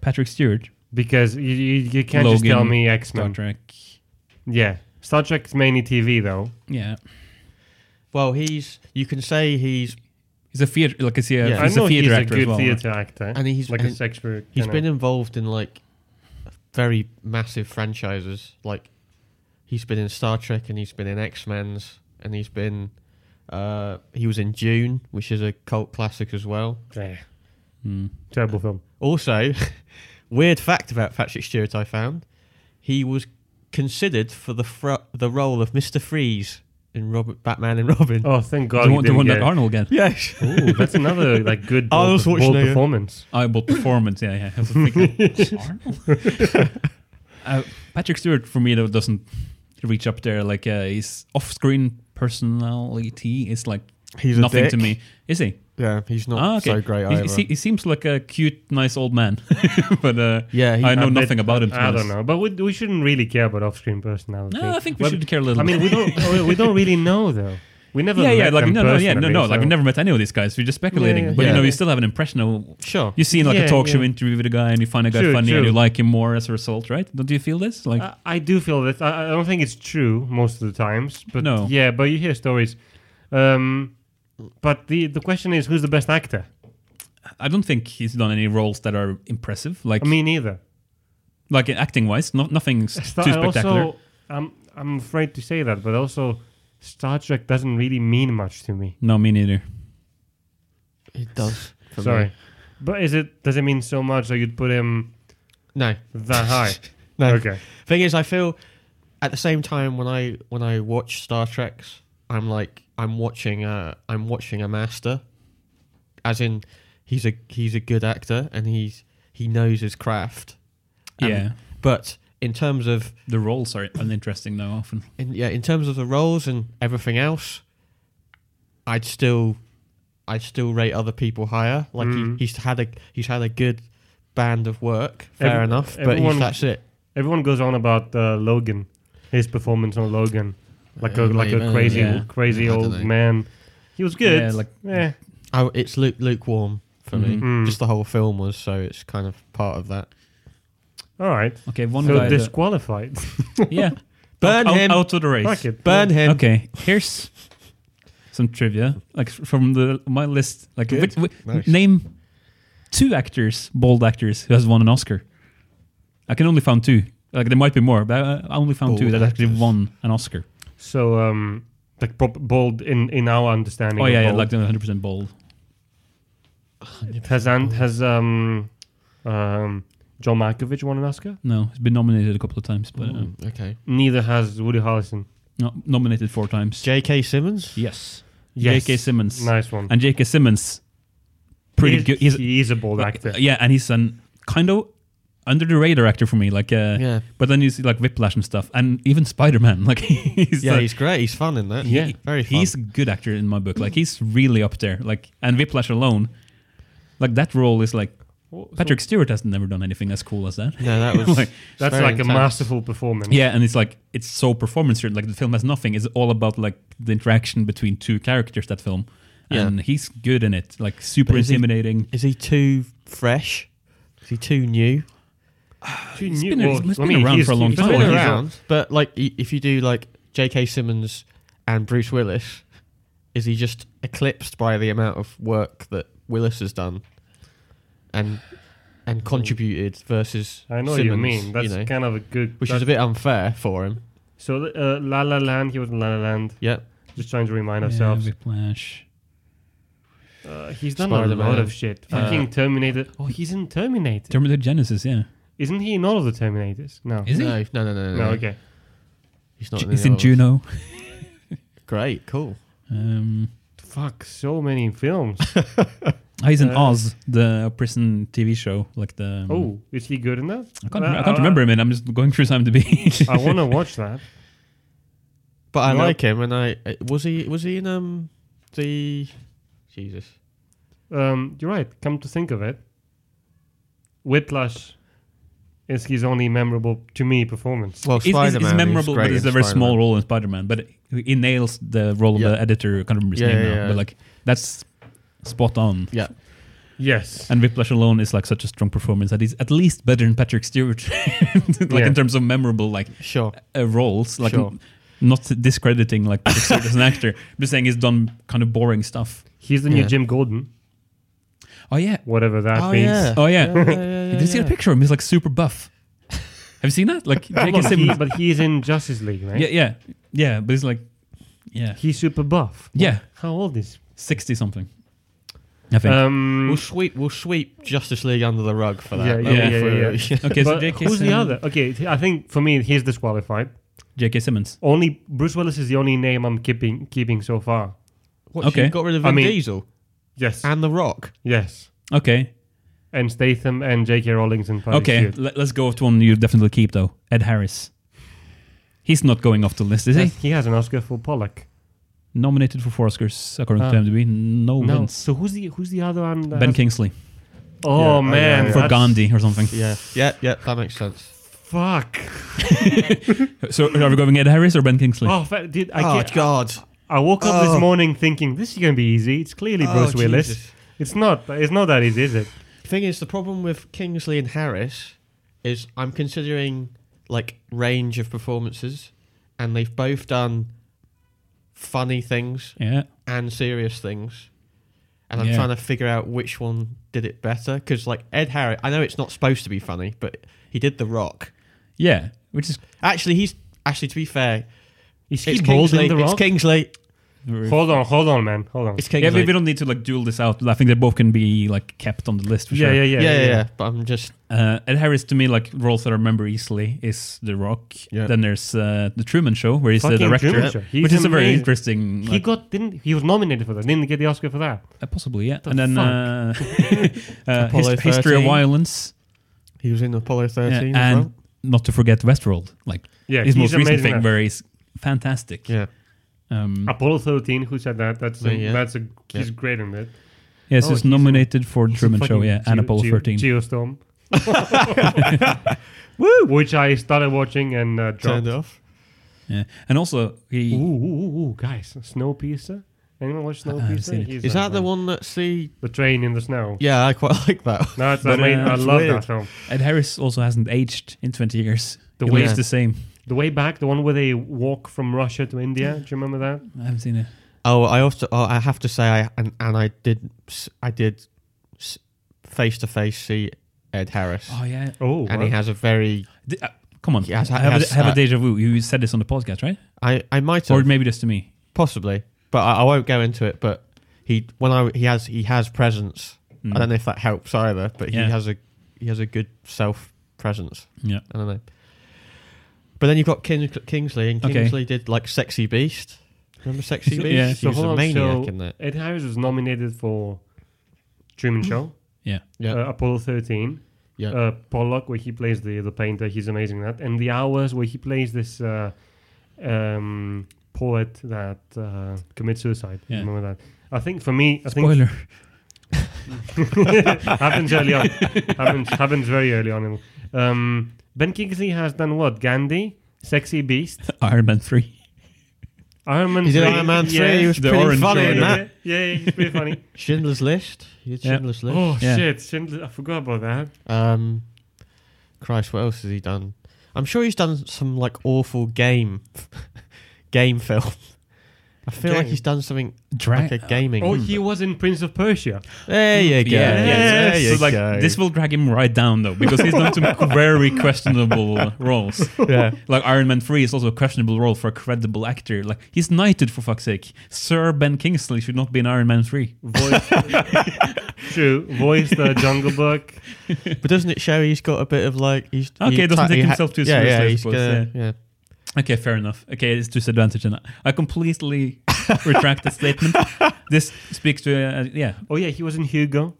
Patrick Stewart, because you you, you can't just Logan, tell me X Star Men. Trek. Yeah. Star Trek's mainly TV though. Yeah, well he's you can say he's He's a theater, like is he a, Yeah. he's I know a theater he's actor a as good well. right? theater actor. and he's like and a Shakespeare. He's kinda- been involved in like very massive franchises. Like he's been in Star Trek and he's been in X Men's and he's been uh he was in Dune, which is a cult classic as well. Yeah. Mm. Terrible film. Also, (laughs) weird fact about Patrick Stewart I found, he was considered for the fro- the role of Mr. Freeze in Robert Batman and Robin. Oh, thank God. the he one, the didn't one get that Arnold got. (laughs) Yes. it. Ooh, (laughs) that's another like good bold, Arnold bold Schwarzenegger. performance. Eyeball performance, yeah, yeah. I was (laughs) thinking, Arnold? uh, Patrick Stewart for me though doesn't reach up there. Like uh, his off-screen personality is like (laughs) He's a nothing to dick. me. Is he? Yeah, he's not Ah, okay. so great He- either. he, se- he seems like a cute, nice old man, (laughs) but uh, yeah, he, I know I bet- nothing about him. to be I don't honest. know, but we, we shouldn't really care about off-screen personality. No, I think we But- should care a little. I mean, bit. (laughs) we don't. we don't really know though. We never. yeah, yeah, met like them no, no, yeah, no, personally, no, like so- we never met any of these guys. We're just speculating, yeah, but yeah. you know, you still have an impression of sure. You see in like Yeah, a talk show yeah. interview with a guy and you find a guy True, funny true. Uh, and you like him more as a result, right? Don't you feel this? Like I, I do feel that. I, I don't think it's true most of the times, but No. yeah, but you hear stories. Um, but the the question is, who's the best actor? I don't think he's done any roles that are impressive. Like I mean, either. like acting wise, no, nothing's Star- too I spectacular. Also, I'm I'm afraid to say that, but also Star Trek doesn't really mean much to me. no, me neither. It does. for me. Sorry, but is it does it mean so much that you'd put him No. that high? (laughs) No. Okay, Thing is, I feel at the same time when I when I watch Star Treks, I'm like I'm watching a I'm watching a master, as in he's a he's a good actor and he's he knows his craft. And- yeah. But in terms of The roles are uninteresting though. Often, in, yeah, in terms of the roles and everything else, I'd still, I'd still rate other people higher. Like Mm. he, he's had a he's had a good band of work. Fair Every- enough, but he's, everyone- that's it. Everyone goes on about uh, Logan, his performance on Logan, like a Yeah, like a maybe, crazy yeah. crazy I don't old know. man. He was good. Yeah, like- yeah. I, Oh, it's lu- lukewarm for me. Mhm. Mm. Just the whole film was, so it's kind of part of that. All right. okay, one so guy. that- (laughs) disqualified. (laughs) yeah, Burn out, him. out of the race. Fuck it. Burn him. Okay, here's some trivia, like f- from the my list. Like, Good. which, which, Nice. name two actors, bold actors, who has won an Oscar. I can only found two. Like, there might be more, but I- I only found two Bold that actually actors. won an Oscar. So um, like prop- bold in in our understanding. Oh of yeah, yeah, bold. like 100 percent bold. Has Ant, has um um John Malkovich won an Oscar? No, it's been nominated a couple of times, but um, Mm, okay. Neither has Woody Harrelson. no, nominated four times. J.K. Simmons. yes. Yes. J.K. Simmons. Nice one. And J.K. Simmons, pretty He- good. He's he is a bold like, actor. yeah, and he's an kind of under the radar actor for me. Like, uh, Yeah. But then you see like Whiplash and stuff, and even Spider Man. (laughs) Like, he's Yeah, like- he's great. He's fun in that. Yeah. very fun. he's a good actor in my book. Like, he's really up there. Like, and Whiplash alone, like that role is like Patrick Stewart has never done anything as cool as that. (laughs) no, that was Like, That's very like a intense. masterful performance. Yeah, and it's like it's so performance driven. Like the film has nothing. It's all about like the interaction between two characters. That film, and he's good in it. Like super But is he- intimidating. Is he too fresh? Is he too new? She He's knew- been- well, he's I been mean, around he's- for a long he's time. been He's around. but like i- if you do like J.K. Simmons and Bruce Willis, is he just eclipsed by the amount of work that Willis has done and and contributed versus Mm. I know what Simmons, you mean. That's you know, kind of a good. which is a bit unfair for him. so uh, La La Land. He was in La La Land. Yeah, Just trying to remind Yeah, ourselves. Whiplash. Uh, he's done a Spider-Man. lot of shit. Uh, Fucking Terminator. Oh, he's in Terminator. Terminator Genesis. Yeah, Isn't he in all of the Terminators? No. is he? no, no, no, no, no, no. Okay. He's not. Ju- in he's the in others. Juno. Great, cool. Um, Fuck. So many (laughs) films. oh, he's in Uh, Oz, the prison TV show. Like the um, oh, is he good in that? I can't, Uh, remember, I can't remember him. And I'm just going through some to be. I (laughs) want to watch that. But I Nope. like him, and I uh, was he was he in um the Jesus Um, you're right. Come to think of it, Whiplash is his only memorable to me performance. well He's, he's, Spider he's Man memorable, but it's a very small role in Spider-Man. But he nails the role Yeah. of the editor. I can't remember his Yeah, name yeah, now. yeah. But like that's spot on. Yeah, Yes. And Whiplash alone is like such a strong performance that he's at least better than Patrick Stewart, (laughs) like Yeah. in terms of memorable like sure. uh, roles. Like Sure. n- not discrediting like Patrick Stewart as an actor, (laughs) I'm just saying he's done kind of boring stuff. He's the new Yeah. Jim Gordon, Oh yeah, whatever that means. oh yeah. yeah, yeah, Did you see yeah. a picture of him? He's like super (laughs) buff. Have you seen that? Like J.K. But, he, Simmons. but he's in Justice League, right? Yeah, yeah, yeah. But he's like, yeah, He's super buff. yeah, How old is? sixty something. Uh, I think. Um, We'll sweep we'll sweep Justice League under the rug for that. Yeah, yeah, yeah, Hmm. yeah. Oh, (laughs) okay, so but J.K. who's Sim- the other? Okay, th- I think for me he's disqualified. J.K. Simmons. Only Bruce Willis is the only name I'm keeping keeping so far. (laughs) What, okay. Okay. You got rid of I Vin mean- Diesel Yes. and The Rock. yes. Okay, And Statham and J.K. Rowling's in Paris. okay. Let, us go to one you definitely keep though. Ed Harris. He's not going off the list, is he? He has an Oscar for Pollock. Nominated for four Oscars according Ah. to IMDb. No, No. wins. So who's the who's the other one? that Ben has- Kingsley Oh Yeah, oh, man, yeah, yeah. for that's- Gandhi or something. Yeah, yeah, yeah. That makes sense. Fuck. So are we going Ed Harris or Ben Kingsley? Oh, fa- dude, I, oh can't- God, I woke up Oh. this morning thinking this is gonna be easy. It's clearly Oh, Bruce Willis. Jesus. It's not. It's not that easy, is it? Thing is, the problem with Kingsley and Harris is I'm considering like range of performances, and they've both done funny things Yeah. and serious things. And I'm Yeah. trying to figure out which one did it better because, like Ed Harris, I know it's not supposed to be funny, but he did The Rock. Yeah. Which is Actually, he's actually to be fair, Is he it's bold Kingsley. in the it's rock? Kingsley. very Hold on, hold on, man, hold on. It's Yeah, Kingsley. we, we don't need to like duel this out. I think they both can be like kept on the list for Yeah, sure. yeah, yeah, yeah, yeah, yeah. But I'm just Uh, Ed Harris to me like roles that I remember easily is The Rock. Yeah. Then there's uh, the Truman Show where he's Fucking the director, Truman Show. He's which is a very amazing. interesting. He like, got didn't he was nominated for that? Didn't get the Oscar for that? uh, possibly yeah. The and then fuck? (laughs) uh, uh, Apollo his, History of 13. Violence he was in Apollo yeah, 13 as and well. not to forget Westworld, like Yeah, his he's most recent amazing thing, at- where he's fantastic. Yeah. Um, Apollo 13, who said that? That's a, Mm. Oh, Yeah, yeah. that's a he's Yeah. great in that. yes, Oh, he's he's a- nominated for Truman fucking Show, yeah, and Geo- Apollo Geo- 13. (laughs) Geostorm. (laughs) Woo! Which I started watching and uh, dropped. Turned it off. Yeah. And also, Ooh, he, ooh, ooh, ooh, guys, Snowpiercer. Anyone watch I haven't Uh-uh, seen Snowpiercer? it. He's Is that the man. one that's the? The train in the snow. Yeah, I quite (laughs) like that. No, it's, But, I mean, uh, I it's love weird. that film. Ed Harris also hasn't aged in 20 years. The he way- weighs the same. The way back, the one where they walk from Russia to India. Do you remember that? I haven't seen it. Oh, I also oh, I have to say I and, and I did s- I did face to face see Ed Harris, Oh, yeah. Oh, and wow. he has a very D- uh, come on. He has- have has- a, have a uh, deja vu. You said this on the podcast, right? I I might Or have maybe just to me. possibly, but I, I won't go into it. But he when I he has he has presence. I don't know if that helps either, but Hmm. Yeah. he has a he has a good self presence. Yeah. I don't know. But then you've got King, Kingsley, and Okay. Kingsley did like Sexy Beast. Remember Sexy So- Beast? yeah. He So was hold a on, maniac so in that. Ed Harris was nominated for Truman Show, Yeah. (clears throat) Yeah, uh, Apollo 13, yeah. uh, Pollock, where he plays the, the painter. He's amazing in that. And The Hours, where he plays this uh, um, poet that uh, commits suicide. Yeah. Remember that? I think for me, I think Spoiler. (laughs) (laughs) happens (laughs) early on. happens, happens very early on. Um, ben Kingsley has done what? Gandhi, Sexy Beast, Iron Man 3. Iron Man. He did 3, Iron Man 3. yeah. He was The pretty orange funny one, in yeah, that. yeah, yeah, yeah, he's pretty funny. Schindler's List. He did Yeah. Schindler's List. Oh Yeah. shit! Schindler, I forgot about that. Um, Christ, what else has he done? I'm sure he's done some like awful game, (laughs) game film. I feel like Game. he's done something Dra- like a gaming. Oh, he was in Prince of Persia. there you go. Yeah, Yes. There yeah. you So like go. this will drag him right down though, because he's done some (laughs) very questionable roles. (laughs) yeah. Like Iron Man Three is also a questionable role for a credible actor. Like he's knighted for fuck's sake. Sir Ben Kingsley should not be in Iron Man Three. Voice, (laughs) true, voice the Jungle Book. But doesn't it show he's got a bit of like he's Okay, he doesn't ta- take he himself too yeah, seriously, I Yeah, he's suppose, gonna, yeah. Okay, fair enough. Okay, it's disadvantage, and I- I (laughs) completely retract that statement. This speaks to uh, yeah. Oh yeah, he was in Hugo.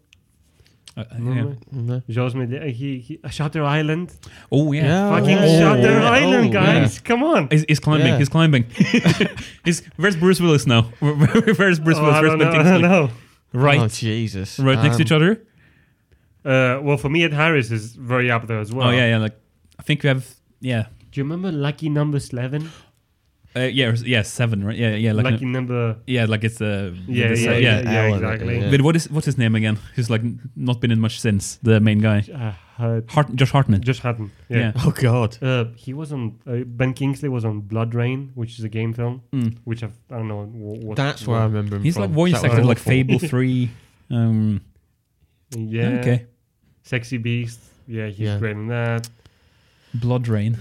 Uh, yeah. Remember? Mhm. Georges Méliès. He, he uh, Shutter Island. Oh yeah. Yeah, Oh, Fucking yeah. Shutter Oh, yeah. Island, guys! Come on. He's, he's climbing. Yeah. He's (laughs) climbing. he's, where's Bruce Willis now? (laughs) Where's Bruce Oh, Willis? I Where's Ben don't know, I don't Kingsley? know. Right, Oh Jesus. Um, right next to each other. Uh, well, for me, Ed Harris is very up there as well. Oh yeah, yeah. Like I think we have yeah, Do you remember Lucky Number Eleven? uh, yeah, or- yeah, seven, right? Yeah, yeah, like uh, Lucky Number. yeah, like it's uh, Yeah, it's, uh, yeah, like yeah, an yeah, hour, exactly. yeah. But what is what's his name again? Who's like n- not been in much since the main guy, Uh, Hart- Hart, Josh Hartman. just hadn't. yeah. Yeah. Oh God. Uh, he was on. Uh, ben Kingsley was on Blood Rain, which is a game film, Mm. which I've, I don't know what. what That's where I remember him he's from. like voice That was actor, like awful. Fable (laughs) Three. Um, Yeah. Okay, Sexy Beast. Yeah, he's Yeah. great in that. Blood Rain.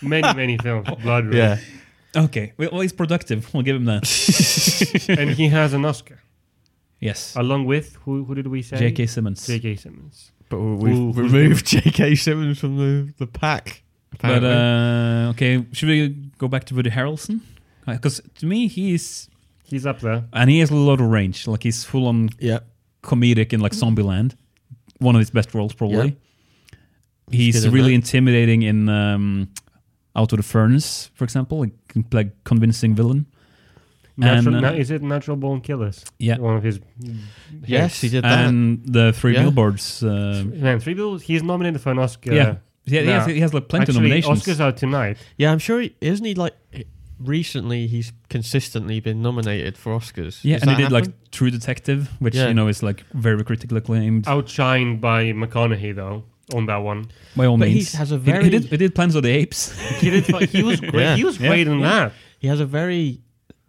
Many, (laughs) many films. Blood Rain. Yeah. Okay, well, well, he's productive. We'll give him (laughs) that. And he has an Oscar. Yes, Along with, who, who did we say? J.K. Simmons. J.K. Simmons. But we- we've Ooh, who's removed (laughs) J.K. Simmons from the, the pack. But Apparently. uh, okay, should we go back to Woody Harrelson? Because to me, he's He's up there. and he has a lot of range. Like he's full on yeah. comedic in like Zombieland, one of his best roles probably. He's He's good at really that. intimidating in um, Out of the Furnace, for example, like, con- like convincing villain. Natural, And, uh, na- is it Natural Born Killers? Yeah. One of his. Yes, he did that. And the Three Yeah. Billboards. Uh, Man, three people. He's nominated for an Oscar. yeah. Yeah, he, has, Now, he has like plenty Actually, of nominations. Oscars are tonight. yeah, I'm sure. He, isn't he like recently? He's consistently been nominated for Oscars. yeah, and Does he that did happen? like True Detective, which Yeah. Oh, you know is like very critically acclaimed Outshined by McConaughey though on that one. by all But he means. has a He- very he, he, did he did Plans of the Apes. He did. fi- He was great. Yeah. He was Yeah. great in that. has a very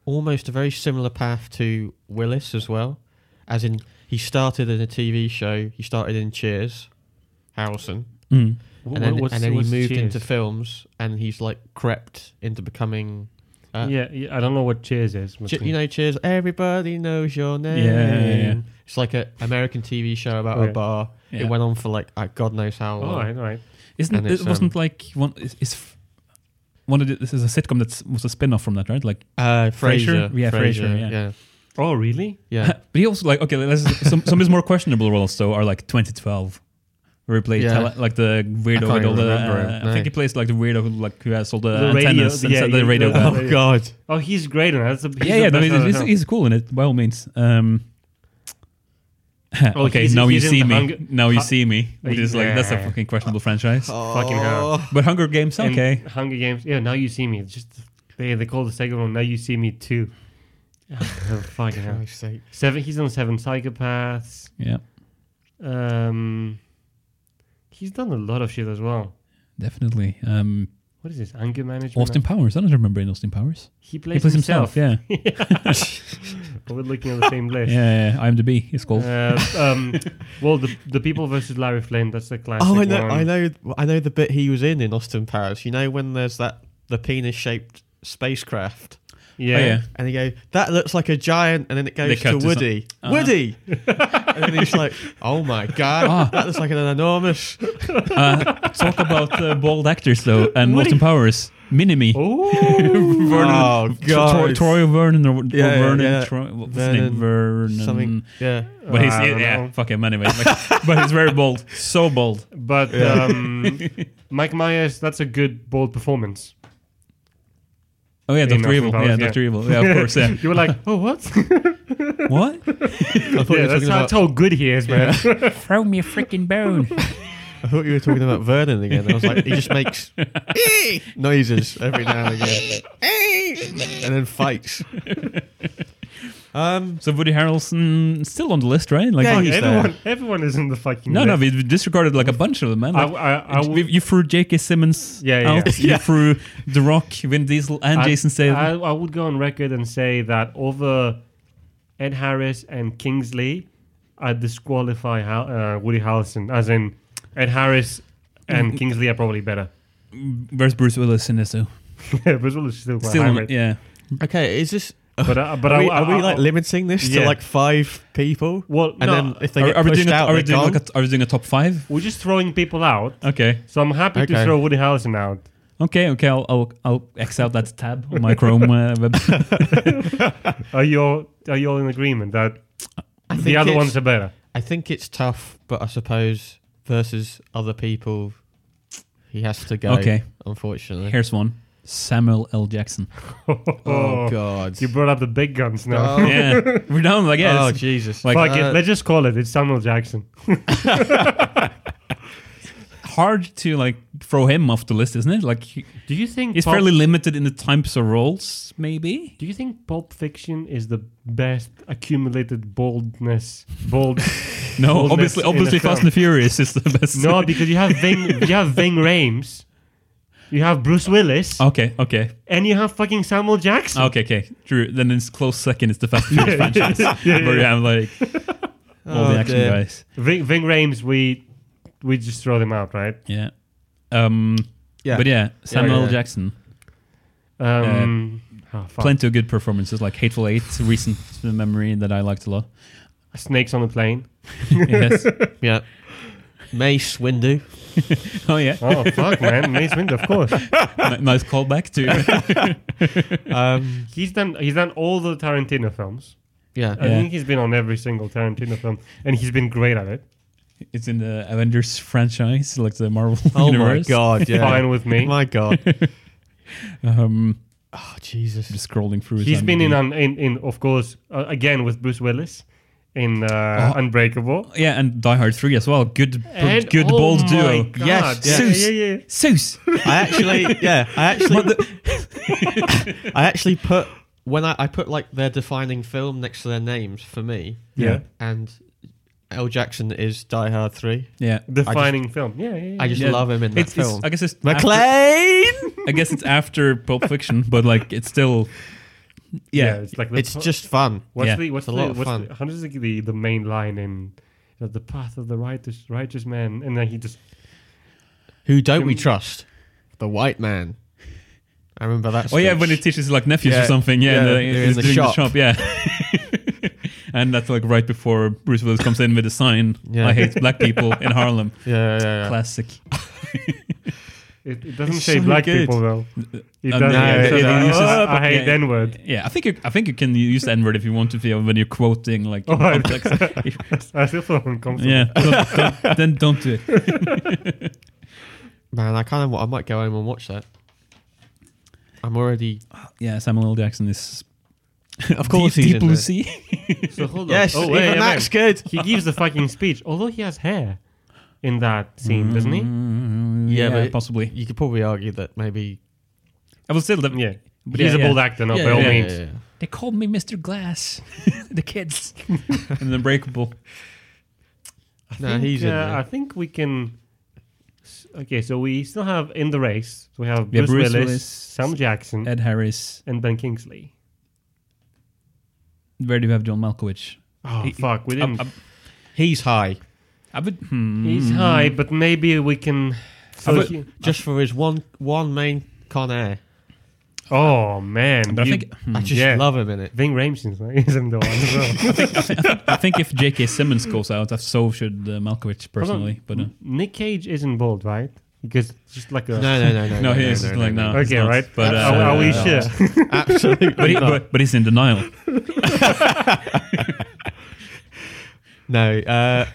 almost a very similar path to Willis as well. As in, he started in a TV show. He started in Cheers, Harrelson, Mm. Wh- and then, wh- what's- and then he what's moved Cheers? into films, and he's like crept into becoming. Uh, yeah, yeah, I don't know what Cheers is. but- Che- you know, Cheers. Everybody knows your name. yeah. It's like an American TV show about Oh, yeah. a bar. Yeah. It went on for like uh, God knows how long. all right, all right. Isn't And it it's, um, wasn't like one is, is f- one of the, this is a sitcom that was a spin off from that, right? Like Uh, Frasier? Frasier. Yeah, Frasier, Frasier, yeah. yeah. Oh, really? (laughs) yeah. (laughs) but he also like okay, let's, some some of his more questionable roles though are like 2012, where he played Yeah. tele- like the weirdo can't with all even the. remember uh, him, I think no. he plays like the weirdo who like who has all the, The radio, antennas and yeah, set yeah, the radio. the- up. Oh God. Oh, he's great in that. That's a, he's yeah, the yeah, no, best he's, actor in he's, the he's cool in it by all means. Um, (laughs) Oh, okay, he's- now he's you in see the me. Hunger- now you Hu- see me. Which is like that's a Yeah. fucking questionable franchise. Oh. Fucking hell. But Hunger Games, film. okay. And Oh. Hunger Games. Yeah, now you see me. It's Just they they call the second one. Now you see me too. (laughs) Oh, fucking hell. Christ's sake. Seven. He's on Seven Psychopaths. Yeah, Um, he's done a lot of shit as well. definitely. Um, What is this? Anger management. Austin Powers. I don't remember in Austin Powers. He plays, he plays himself. Yeah. (laughs) We're looking at the same list. yeah, yeah. IMDb. It's called. Uh, (laughs) um, well, the the people versus Larry Flynn. That's the classic Oh, I know, one. I know, I know the bit he was in in Austin Powers. You know when there's that the penis-shaped spacecraft, Yeah. Oh, yeah. and they go, "That looks like a giant," and then it They goes cut to to some- Woody, Woody, and then he's like, "Oh my god, that looks like an enormous." Uh, talk about uh, bald actors though, and Austin Powers. Minimi. Oh, Vernon, Oh, Tro- Troy, God. Troy Vernon or, or Yeah, yeah, Vernon. yeah. Troy, what was his name? Vernon Vernon. Something, yeah. But he's I yeah, don't know. yeah fuck him anyway. Like, but he's very bold, so bold. but (laughs) um, Mike Myers. That's a good bold performance. Oh yeah, In Doctor Evil. Austin Powers, yeah, yeah. Doctor Evil. Yeah, of course. (laughs) Yeah. You were (laughs) like, oh, what? what? I thought, yeah, you were that's talking how, about, that's how good he (laughs) is, man. Throw me a freaking bone. I thought you were talking about Vernon again. I was like, he just makes noises every now and again, and then fights. Um, so Woody Harrelson still on the list, right? Like Yeah, Fuck, he's everyone, there. everyone is in the fucking. no, no, list. we we disregarded like a bunch of them, man. I, Like, I, I you- would- you threw J.K. Simmons Yeah, yeah, out. (laughs) You threw The Rock, Vin Diesel, and I- Jason I, Statham. I would go on record and say that over Ed Harris and Kingsley, I disqualify Hal, uh, Woody Harrelson. As in, Ed Harris Mm-hmm. and Kingsley are probably better. (laughs) Where's Bruce Willis in this though? yeah, but it's still quite Still, high on- rate. yeah. okay, is this? But uh, but Are I, we, I, are we like I- limiting this Yeah. to like five people? Well, and no, then if they Are, get are we pushed doing? A, out, are, we they're doing like gone? a, are we doing a top five? we're just throwing people out. Okay. So I'm happy to Uh, Okay. throw Woody Harrelson out. Okay, okay, I'll, I'll I'll X out that tab on my Chrome uh, (laughs) web. (laughs) Are you all, are you all in agreement that I the think other it's- ones are better? I think it's tough, but I suppose versus other people, he has to go. Okay. unfortunately. Here's one: Samuel L. Jackson. (laughs) oh God. You brought up the big guns now. Oh, (laughs) Yeah, we're down. I oh, guess. Jesus! Like, Fuck uh, it. Let's just call it. It's Samuel Jackson. hard to like throw him off the list, isn't it? Like he- Do you think he's Pulp- fairly limited in the types of roles, (laughs) maybe. Do you think Pulp Fiction is the best accumulated boldness? (laughs) Bold? No, Boldness obviously, in a obviously, Fast film. and Furious is the best. (laughs) no, because you have Ving, you have Ving Rhames, you have Bruce Willis, Oh. Okay, okay, and you have fucking Samuel Jackson. Ah, okay, okay. True. Then it's close second. It's the Fast (laughs) and Furious franchise, (laughs) where you have like all Oh, the action dear. guys. Ving, Ving Rhames, we we just throw them out, right? Yeah. Um. Yeah. But yeah, Samuel yeah. Jackson. Um, oh, fuck. plenty of good performances like Hateful Eight, recent memory that I liked a (laughs) lot. Snakes on a plane. yes. yeah. Mace Windu. Oh yeah. (laughs) Oh fuck, man! Mace Windu, of course. N- nice callback to. (laughs) Um, He's done. He's done all the Tarantino films. yeah. I Yeah. think he's been on every single Tarantino film, and he's been great at it. it's in the Avengers franchise, like the Marvel Oh universe. my God! Yeah. Fine with me. My God. (laughs) Um, Oh Jesus. just scrolling through. his He's been IMDb. in, un, in, in of course, uh, again with Bruce Willis in uh, Oh. Unbreakable. Yeah, and Die Hard Three as well. Good, And- good, oh bold my duo. God. Yes. Yeah, Zeus. yeah, yeah. (laughs) Zeus. I actually, yeah, I actually, (laughs) I actually put when I, I put like their defining film next to their names for me. Yeah. and L. Jackson is Die Hard Three. Yeah. Defining film. Yeah, yeah, yeah. I just Yeah. love him in that It's, it's, film. I guess it's after, McLean. I guess it's after Pulp Fiction, but like it's still. Yeah. it's like the, It's just fun. what's yeah. the what's It's a the lot of what's fun. The, how does it- the the main line in uh, the path of the righteous righteous man, and then he just Who don't we trust? The white man. I remember that. Oh yeah, speech. when he teaches like nephews or Yeah. something. Yeah, Yeah, and, uh, they're in he's the doing shop. the shop. Yeah, (laughs) and that's like right before Bruce Willis comes in with a sign. Yeah. (laughs) I hate black people in Harlem. yeah, yeah, yeah. Classic. It, it doesn't It's say so black good. people though. It Uh, doesn't. no, it it says, doesn't. "I- Oh, I but hate yeah. N (laughs) word. Yeah, I think you, I think you can use the N word if you want to feel when you're quoting like in Oh, I- context. I still feel uncomfortable. yeah, don't- don't- then don't do it. Man, I kind of I might go home and watch that. I'm already. Yeah, Samuel L. Jackson is Of course, deep, he's deep in blue there. sea. So hold on. Yes, Oh, even wait, yeah, that's man. good. He gives the fucking speech, although he has hair in that scene, doesn't he? yeah, Yeah, but- possibly. You could probably argue that maybe. I will still. The, Yeah. But he's yeah, a yeah. bold actor now, Yeah, by all yeah, means. They called me Mr. Glass. (laughs) the kids. (laughs) and the breakable. No, think, he's in uh, there. I think we can. s- Okay, so we still have in the race. So we have Yeah, Bruce, Bruce Willis, Willis, Sam Jackson, Ed Harris. and Ben Kingsley. Where do you have John Malkovich? Oh He- fuck, we didn't. I, I, He's high I would. Hmm. he's high, but maybe we can. So but- he- just for his one one main con air. oh man, But I you- think, hmm, I just yeah. love him in it. Ving Rhames (laughs) isn't the one as well. (laughs) I think if J.K. Simmons goes out, I- so should uh, Malkovich personally. But uh, Nick Cage isn't bald, right? Because just like a No, no, no, (laughs) no. no, he is just like no. it's okay, not. right? oh, But are, are we uh, sure? (laughs) Absolutely. But, he, (laughs) but, but he's in denial. No. Uh,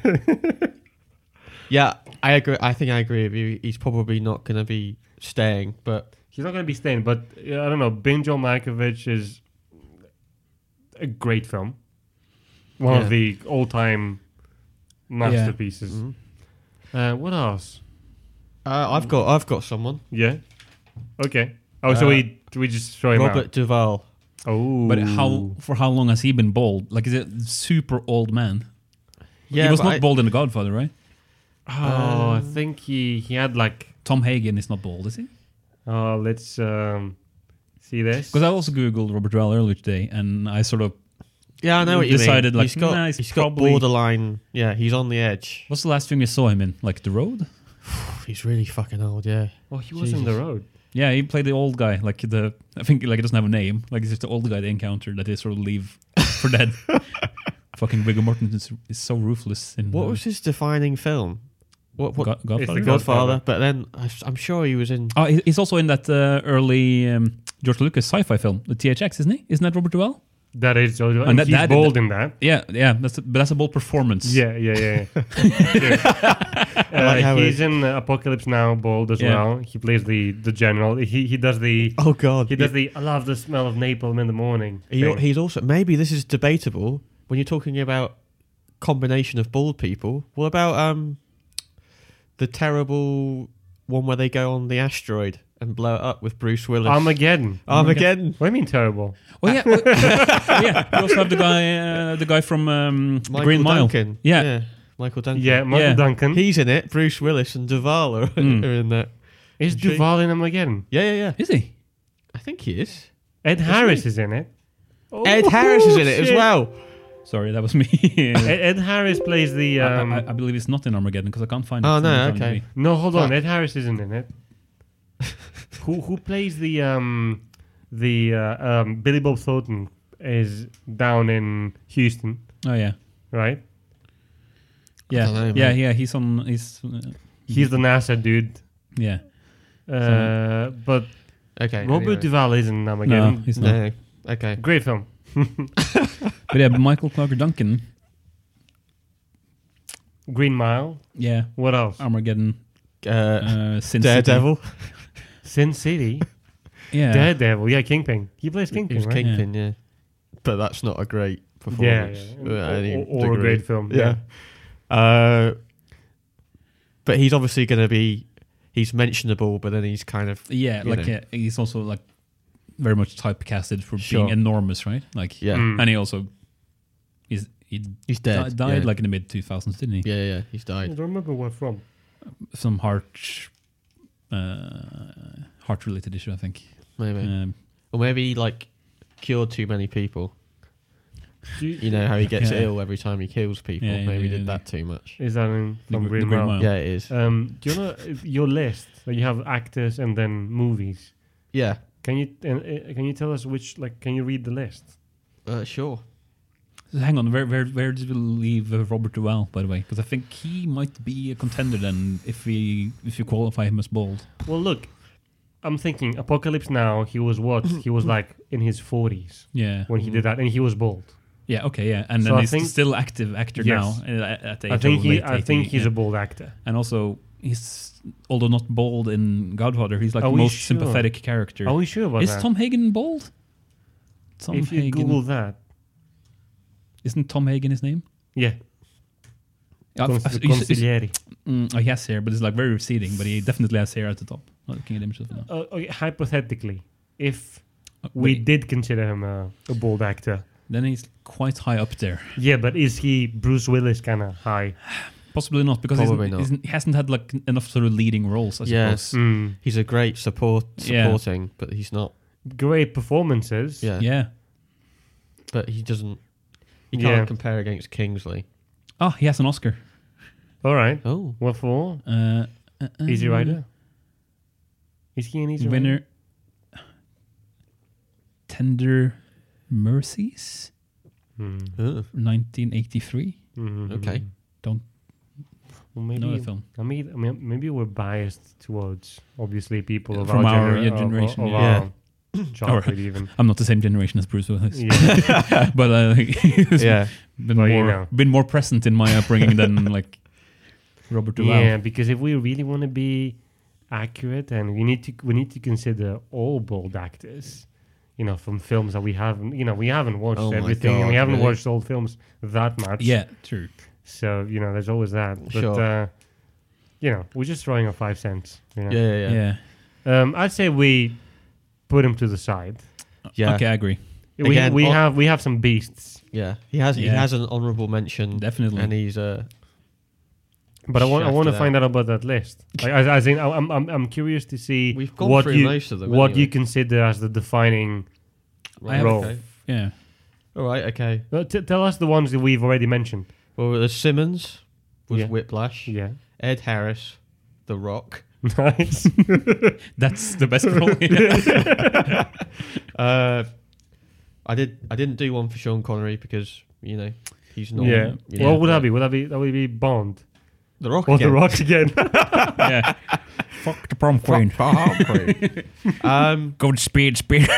yeah, I agree. I think I agree with you. He's probably not going to be staying, but He's not going to be staying, but uh, I don't know. Binjo Malkovich is a great film, one Yeah. of the all-time masterpieces. Mhm. Uh, what else? uh, I've got I've got someone. Yeah. Okay. Oh, so Uh, we do we just throw him Robert Duvall. out. Oh, But how for how long has he been bald? Like, is it super old man? Yeah, he was but not I- bald in The Godfather, right? Oh, I think he he had like. Tom Hagen is not bald, is he? Oh, let's um, see this. Because I also googled Robert Duvall earlier today, and I sort of Yeah, I know what you decided, mean. like, he's got nah, he's he's got probably- borderline. Yeah, he's on the edge. what's the last thing you saw him in? Like The Road? He's really fucking old. Yeah. Oh, he was in the Jesus. road. Yeah, he played the old guy. Like the I think like he doesn't have a name. Like he's just the old guy they encounter that they sort of leave for (laughs) dead. Fucking Viggo Mortensen is, is so ruthless. In What uh, was his defining film? What? what God- It's Godfather? the Godfather. But then I, am sure he was in. Oh, he- he's also in that uh, early um, George Lucas sci-fi film, the THX, isn't he? Isn't that Robert Duvall? That is, and, And that- he's that- bold in (laughs) that. Yeah, yeah. That's a, but that's a bold performance. Yeah, yeah, yeah. (laughs) yeah. like uh, how he's it- in Apocalypse Now, Bold as Yeah. well. He plays the the general. He he does the Oh God. he does the I love the smell of napalm in the morning. He, thing. he's also maybe this is debatable when you're talking about combination of bald people. What about um the terrible one where they go on the asteroid and blow it up with Bruce Willis? Armageddon. Armageddon. What do you mean terrible? Oh yeah. well- (laughs) yeah. We also have the guy, uh, the guy from um, The Michael Green Mile. Duncan. Yeah. Michael Duncan. Yeah, Michael Yeah. Duncan. He's in it. Bruce Willis and Duvall are, Mm. are in that. is she- Duval in Armageddon? Yeah, yeah, yeah. Is he? I think he is. Ed Harris is in it. Ed Harris is in it as shit. well. Sorry, that was (laughs) me. Ed, Ed Harris plays the. I- Um, I, I believe it's not in Armageddon because I can't find it. Oh, on no, the okay. IMDb. no, hold on. Fuck. Ed Harris (laughs) isn't in it. who who plays the um the uh, um, Billy Bob Thornton is down in Houston, Oh yeah, right? yeah, don't know, yeah, man. yeah. He's on. He's uh, He's the NASA dude. yeah. Uh, but Okay. Robert anyway. Duvall isn't them No, again. he's not. No. Okay. Great film. But yeah, Michael Clark Duncan. Green Mile. Yeah, What else? Armageddon. Uh, Uh, Sin City. Oh, Daredevil. (laughs) Sin City. Yeah. Daredevil. Yeah, Kingpin. He plays He Kingpin, was right? Kingpin, yeah. But that's not a great Yeah, performance. yeah. uh, at any Or, or a degree. great film. Yeah. Uh, but he's obviously going to be. He's mentionable, but then he's kind of. Yeah, you like know. yeah, he's also like very much typecasted for Sure. being enormous, right? Like Yeah. Mm. and he also is he di- He's dead. died yeah. like in the mid two thousands, didn't he? Yeah, yeah, he's I died. don't remember where from. Some heart uh, heart related issue, I think. Maybe. Um, Or maybe he, like, cured too many people. Do you- You know how he gets Yeah. ill every time he kills people. Yeah, yeah, maybe he yeah, did yeah. that too much. Is that in The from Gr- Green, The Green Mile? Oh. Yeah, it is. Um, do you know uh, your list? Like you have actors and then movies. yeah. Can you and, uh, can you tell us which? Like, can you read the list? Uh, sure. Hang on, where where where did we leave uh, Robert Duell, by the way? Because I think he might be a contender then if we if you qualify him as bold. Well, look, I'm thinking Apocalypse Now. He was (laughs) what? he was like in his 40s Yeah, when he did that, and he was bald. yeah, okay, yeah, and So then I he's think- still active actor Yes. now uh, at, at age I think of he. late I think 80, he's yeah. a bald actor. and also he's although not bald in Godfather, he's like Are the we most sure? sympathetic character. Are we sure about Is that? Tom Hagen bald? Tom if you Hagen Google that, isn't Tom Hagen his name? yeah, I've- Cons- I've- it's- it's- Consigliere. Mm, oh, he has hair, but it's like very receding. But he definitely has hair at the top. Not looking at himself now. Uh, okay, hypothetically, if Oh, we wait, did consider him a, a bald actor, then he's quite high up there. yeah, but is he Bruce Willis kind of high? Possibly not because he's- Probably not. he's- he hasn't had like enough sort of leading roles. I Yes. suppose. Mm. He's a great support Yeah. supporting, but he's not. Great performances. Yeah, Yeah. but he doesn't. You Yeah. can't compare against Kingsley. Oh, he has an Oscar. All right. Oh, What for? Uh, uh, uh, Easy Rider. Is he an Easy Rider? Winner. Tender Mercies, Mm. Oh, 1983. Mhm. okay. Mm-hmm. Well, maybe, Another film. I mean, I mean, maybe we're biased towards obviously people Uh, of from our, our gener- of- generation, of, yeah. (coughs) our (laughs) childhood even. I'm not the same generation as Bruce Willis, Yeah. (laughs) but uh, he's Yeah, been Well, more you know. been more present in my upbringing than (laughs) like Robert Duvall. yeah, because if we really want to be accurate, and we need to we need to consider all bold actors, you know, from films that we haven't, you know, we haven't watched Oh my everything, and we God, haven't really? watched all films that much. Yeah, true. So you know, there's always that. But Sure. uh, you know, we're just throwing our five cents. You know? yeah, yeah, Yeah. yeah. Um, I'd say we put him to the side. Yeah. Okay, I agree. We, Again, oh we all- have we have some beasts, Yeah. He has he Yeah. has an honourable mention, Definitely. and he's uh but I want I Shafted want to out. find out about that list. Like, as, as in, I- I'm, I'm I'm curious to see We've gone what through you most of them, what anyway. you consider as the defining. I have- Roll. Okay. Yeah. All right, okay. Uh, t- tell us the ones that we've already mentioned. Well, there's Simmons was Yeah. Whiplash. Yeah, Ed Harris, The Rock. (laughs) nice. (laughs) That's the best role. Yeah. Uh, I did I didn't do one for Sean Connery because you know he's not. Oh, yeah. you know, What would that but- be? Would that be that would (laughs) be Bond The Rock. or again. The Rock again? (laughs) Yeah. (laughs) Fuck the prom queen. (laughs) um, God speed, speed.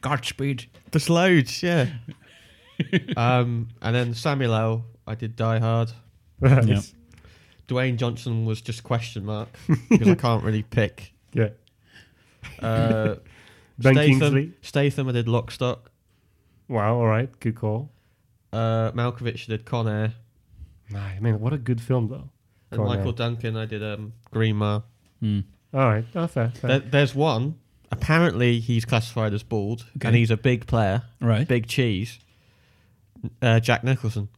God speed. there's loads. Yeah. (laughs) um, and then Samuel L. I did Die Hard. Right. Yeah. Dwayne Johnson was just question mark (laughs) because I can't really pick. Yeah. Uh, Ben Statham, Kingsley. Statham, I did Lockstock. Wow. All right. Good call. Uh, Malkovich, I did Con Air. Nah, man, what a good film though. And Con Air. Michael Duncan, I did um, Green Mile. Hmm. All right. Oh, fair. fair. There, there's one. Apparently, he's classified as bald, Okay. and he's a big player, Right. big cheese. Uh, Jack Nicholson.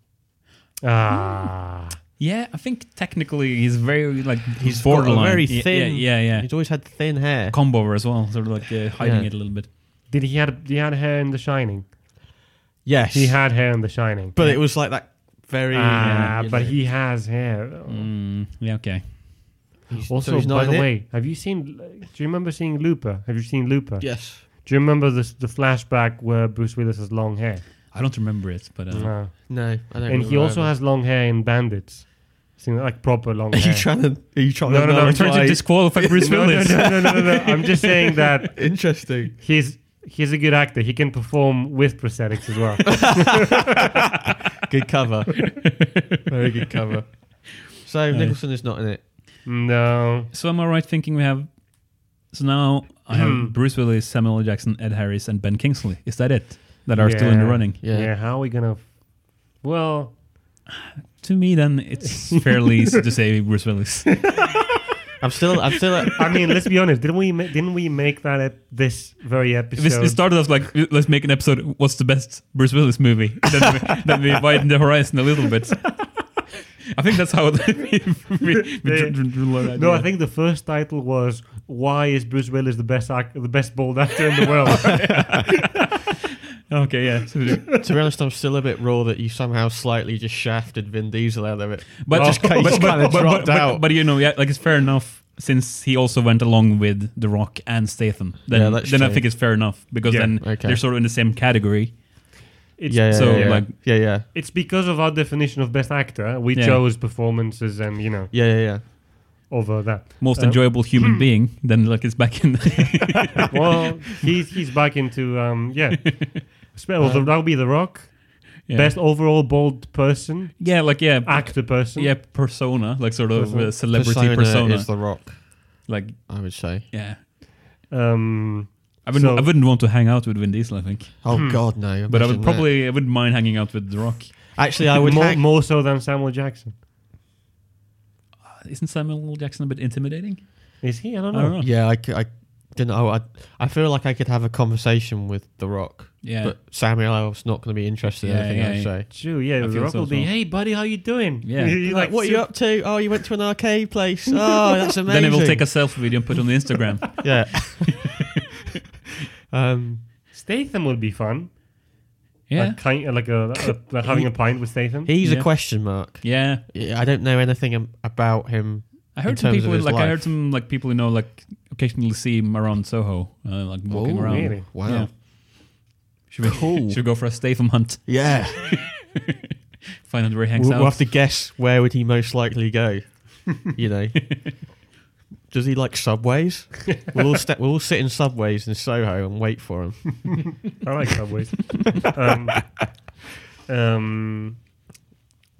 ah. Yeah, I think technically he's very like He's got a borderline. very Yeah, thin- Yeah, yeah. yeah. He's always had thin hair. Combo as well, sort of like uh, hiding Yeah. it a little bit. Did he had he had hair in The Shining? yes, He had hair in The Shining. but it was like that very. ah, you but know, he has hair. though. Hmm. Mm, yeah, okay. he's- so Also, he's not by the in it? way, have you seen? Do you remember seeing Looper? Have you seen Looper? yes, Do you remember the the flashback where Bruce Willis has long hair? I don't remember it, but uh, (laughs) No. no, I don't. And he remember also either. has long hair in Bandits. Seen like proper long (laughs) Are hair. you trying to? Are you trying No, to? no, no, know I'm trying trying to why- disqualify (laughs) Bruce no, no, Willis. no, no, no, no, no. I'm just saying that Interesting. he's he's a good actor. He can perform with prosthetics as well. (laughs) Good cover. very good cover. So Nicholson is not in it. no. So am I right thinking we have? So now I Hmm. have Bruce Willis, Samuel L. Jackson, Ed Harris, and Ben Kingsley. Is that it? That are still in the Yeah. running. Yeah. Yeah. How are we gonna? Well, To me, then it's fairly easy to say Bruce Willis. I'm still. I'm still. At, I mean, let's be honest. Didn't we? ma- Didn't we make that ep- this very episode? This, it started off like let's make an episode. What's the best Bruce Willis movie? (laughs) Then we, then we widen the horizon a little bit. I think that's how (laughs) it, we, we, we Yeah. dr- dr- drew our No, I idea. think the first title was "Why is Bruce Willis the best act- the best bald actor in the world?" Okay, yeah. So we- to be honest, I'm still a bit raw that you somehow slightly just shafted Vin Diesel out of it. Oh. But Just ca- (laughs) just kinda dropped but, out. But you know, yeah, like it's fair enough since he also went along with The Rock and Statham. Then, Yeah, that's then I true. think it's fair enough because Yeah, then okay. they're sort of in the same category. It's yeah, yeah, so, yeah, yeah. like- yeah, yeah, it's because of our definition of best actor. We Yeah. chose performances and you know yeah, yeah, yeah. over that. Most Uh, enjoyable human being. Then like it's back in. (laughs) well, he's he's back into um yeah. Spell the that would be the Rock. yeah. Best overall bald person, Yeah, like yeah, actor person. yeah, persona, like sort of Persona. uh, celebrity persona. is the Rock. like I would say. yeah, Um, I wouldn't. So- I wouldn't want to hang out with Vin Diesel. I think, Oh God, no! but I imagine would that. probably. I wouldn't mind hanging out with The Rock. actually. I would. more, hang- more so than Samuel Jackson. Isn't Samuel L. Jackson a bit intimidating? Is he? I don't know. I don't know. Yeah, I, c- I didn't. know. I I feel like I could have a conversation with the Rock. Yeah. But Samuel L's not going to be interested in Yeah, anything yeah, I yeah. say. True, yeah. The feel Rock so will as be, well. hey buddy, how you doing? (laughs) Yeah. You- you Like, what are you so- up to? Oh, you went to an arcade (laughs) place. Oh, that's amazing. Then he will take a selfie video and put it on (laughs) Instagram. (laughs) Yeah. um. Statham would be fun. yeah, Like, kind, like, a, (laughs) a- like having a pint with Statham. He's Yeah. a question mark. yeah. Yeah, I don't know anything am- about him. I in heard some terms people of his like I life. heard some like people you know like occasionally see him around Soho, uh, like walking Oh, around. really? Wow. Yeah. Should we, should we go for a Statham hunt? Yeah. (laughs) Find out where he hangs We'll, out. we'll have to guess where would he most (laughs) likely go. you know, does he like (laughs) subways? we'll all sta- we'll all sit in subways in Soho and wait (laughs) for him. I like Subways. um, um,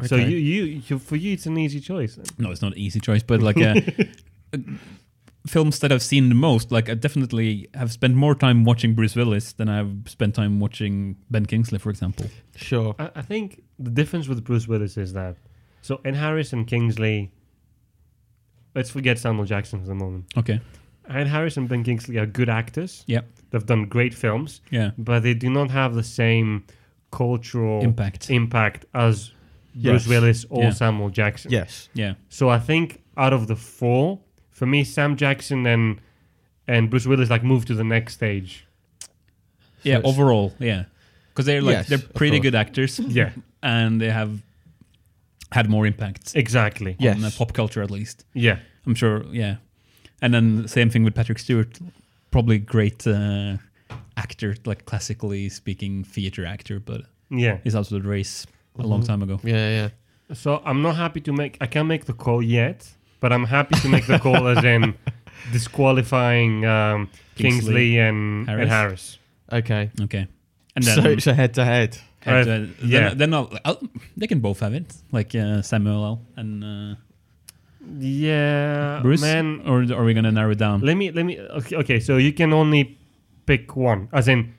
So Okay. you, you, you, for you, it's an easy choice. no, it's not an easy choice, but like (laughs) uh, uh, films that I've seen the most, like I definitely have spent more time watching Bruce Willis than I've spent time watching Ben Kingsley, for example. Sure. I, I think the difference with Bruce Willis is that, so in Harrison Kingsley, let's forget Samuel Jackson for the moment. Okay. Anne Harris and Ben Kingsley are good actors. Yeah. They've done great films, Yeah. but they do not have the same cultural Impact. impact as Yes. Bruce Willis or Yeah. Samuel Jackson. Yes. Yeah. So I think out of the four, for me, Sam Jackson and and Bruce Willis like moved to the next stage. Yeah. it's- overall, yeah, because they're like Yes, they're of pretty course. good actors. Yeah. and they have had more impact Exactly. Eh, Yes. on uh, pop culture at least. Yeah. I'm sure. Yeah, and then same thing with Patrick Stewart, probably great uh, actor, like classically speaking, theater actor, but Yeah. he's out of the race a long time ago. Yeah. Yeah. So I'm not happy to make. I can't make the call yet, but I'm happy to make the call as in disqualifying um, Kingsley, Kingsley, and Harris. Harris. and Harris. Okay. Okay, and so then. it's a head to head. and, uh, Uh, then- yeah. then I'll, I'll, they can both have it, like uh, Samuel L. and uh, Yeah, Bruce. man. or are we gonna narrow it down? Let me let me okay, okay, so you can only pick one. As in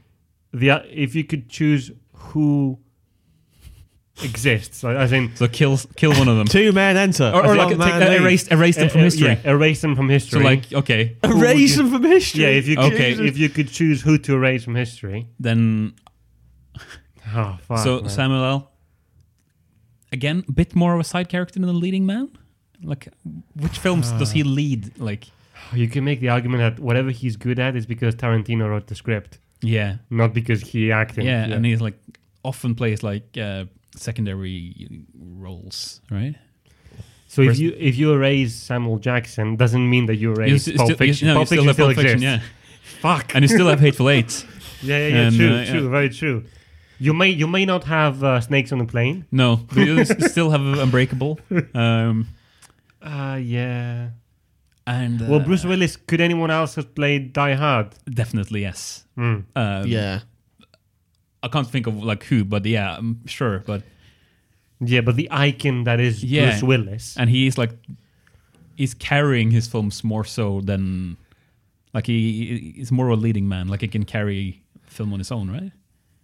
the o- if you could choose who exists. Like, as in So kill kill one (laughs) of them, Two men enter. Um, or, or One like take Oh, man that, leaves. erase erase them uh, from uh, history. yeah, erase them from So history. like okay, Erase them from history. yeah, if you could, Okay. if you could choose who to erase from history. then Oh fuck. Ah, so man. Samuel L. Again, a bit more of a side character than a leading man. Like, which films does he lead? Like, you can make the argument that whatever he's good at is because Tarantino wrote the script, yeah, not because he acted. yeah, and he's like often plays like uh, secondary roles, right? so if Whereas- you if you erase Samuel Jackson, doesn't mean that you You erase s- Pulp still- you- Fiction. no, you Pulp Fiction have still Pulp Fiction, exists. yeah, Fuck. and you still have Hateful (laughs) Eight. Yeah, yeah, yeah. And, true, uh, true, yeah. very true. You may you may not have uh, snakes on the plane. No, but you s- still have Unbreakable. Um, Uh yeah. and uh, Well, Bruce Willis. Could anyone else have played Die Hard? definitely yes. Mm. Um, Yeah. I can't think of like who, but yeah, I'm sure, but. Yeah, but the icon that is Yeah. Bruce Willis. and he is like he's carrying his films more so than like he is more a leading man like he can carry film on his own right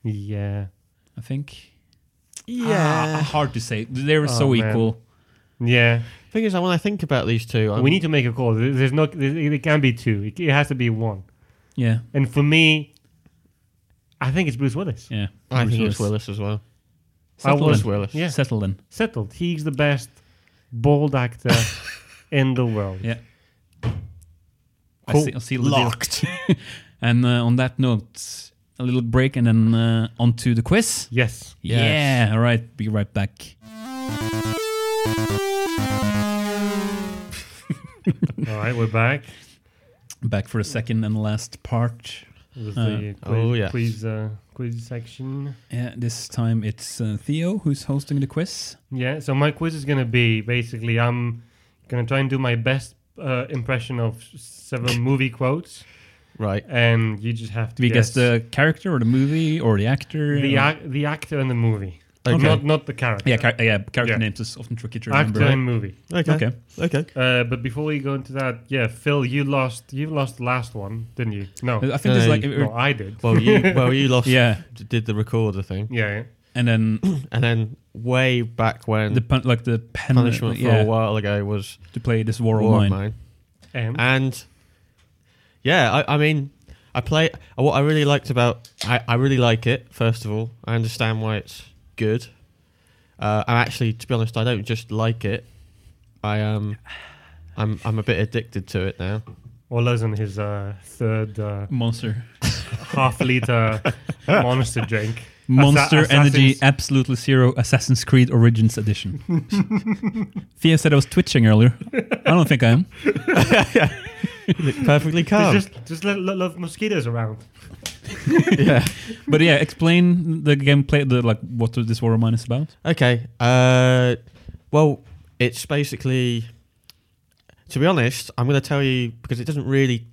Yeah, i think Ah, Yeah. hard to say they're so Oh, man. equal yeah. Thing is, when I think about these two, I'm, ah. we need to make a call. There- There's no. There, it can't be two. It, it has to be one. yeah And for me, I think it's Bruce Willis. yeah I Bruce think it's Willis as well. I Settle was in. Willis. Yeah. settle in settled. He's the best bald (laughs) actor in the world. yeah Cool. I see, I see locked (laughs) and uh, on that note a little break and then uh, on to the quiz Yes. yeah all right be right back All right, we're back. back for a second and last part It was Uh, the quiz, oh, yes. quiz, uh, quiz section. Yeah, Uh, this time it's uh, Theo who's hosting the quiz. Yeah, so my quiz is going to be basically I'm going to try and do my best uh, impression of s- several (laughs) movie quotes, Right. and you just have to Do we guess guess, the character or the movie or the actor? the, or- ac- the actor and the movie. Oh, Okay. Not, not the character. yeah, char- yeah, character Yeah. names is often tricky to remember. actor right? and movie. Okay. Okay. Okay. Uh, but before we go into that, yeah, Phil, you lost. You lost last one, didn't you? No, I think it's Hey. like uh, no, I did. Well, (laughs) you well you lost. yeah, Did the recorder thing, Yeah, and then and then way back when the pun- like the pen- punishment for yeah, a while ago was to play this war, War of of mine. Mine. and And yeah, I, I mean, I play. uh, What I really liked about I, I really like it. First of all, I understand why it's good. Uh, I actually, to be honest, I don't just like it. I um, I'm I'm a bit addicted to it (laughs) now. Ola's on his uh, third uh, Monster, half (laughs) liter monster drink. Monster Assa- Energy, Assassin's- Absolutely Zero, Assassin's Creed Origins (laughs) Edition. Theo said I was twitching earlier. I don't think I am. Perfectly calm. There's just just let, let, let mosquitoes around. yeah. But yeah, explain the gameplay, the like what this war of mine is about. Okay. Uh, well, it's basically. To be honest, I'm going to tell you because it doesn't really.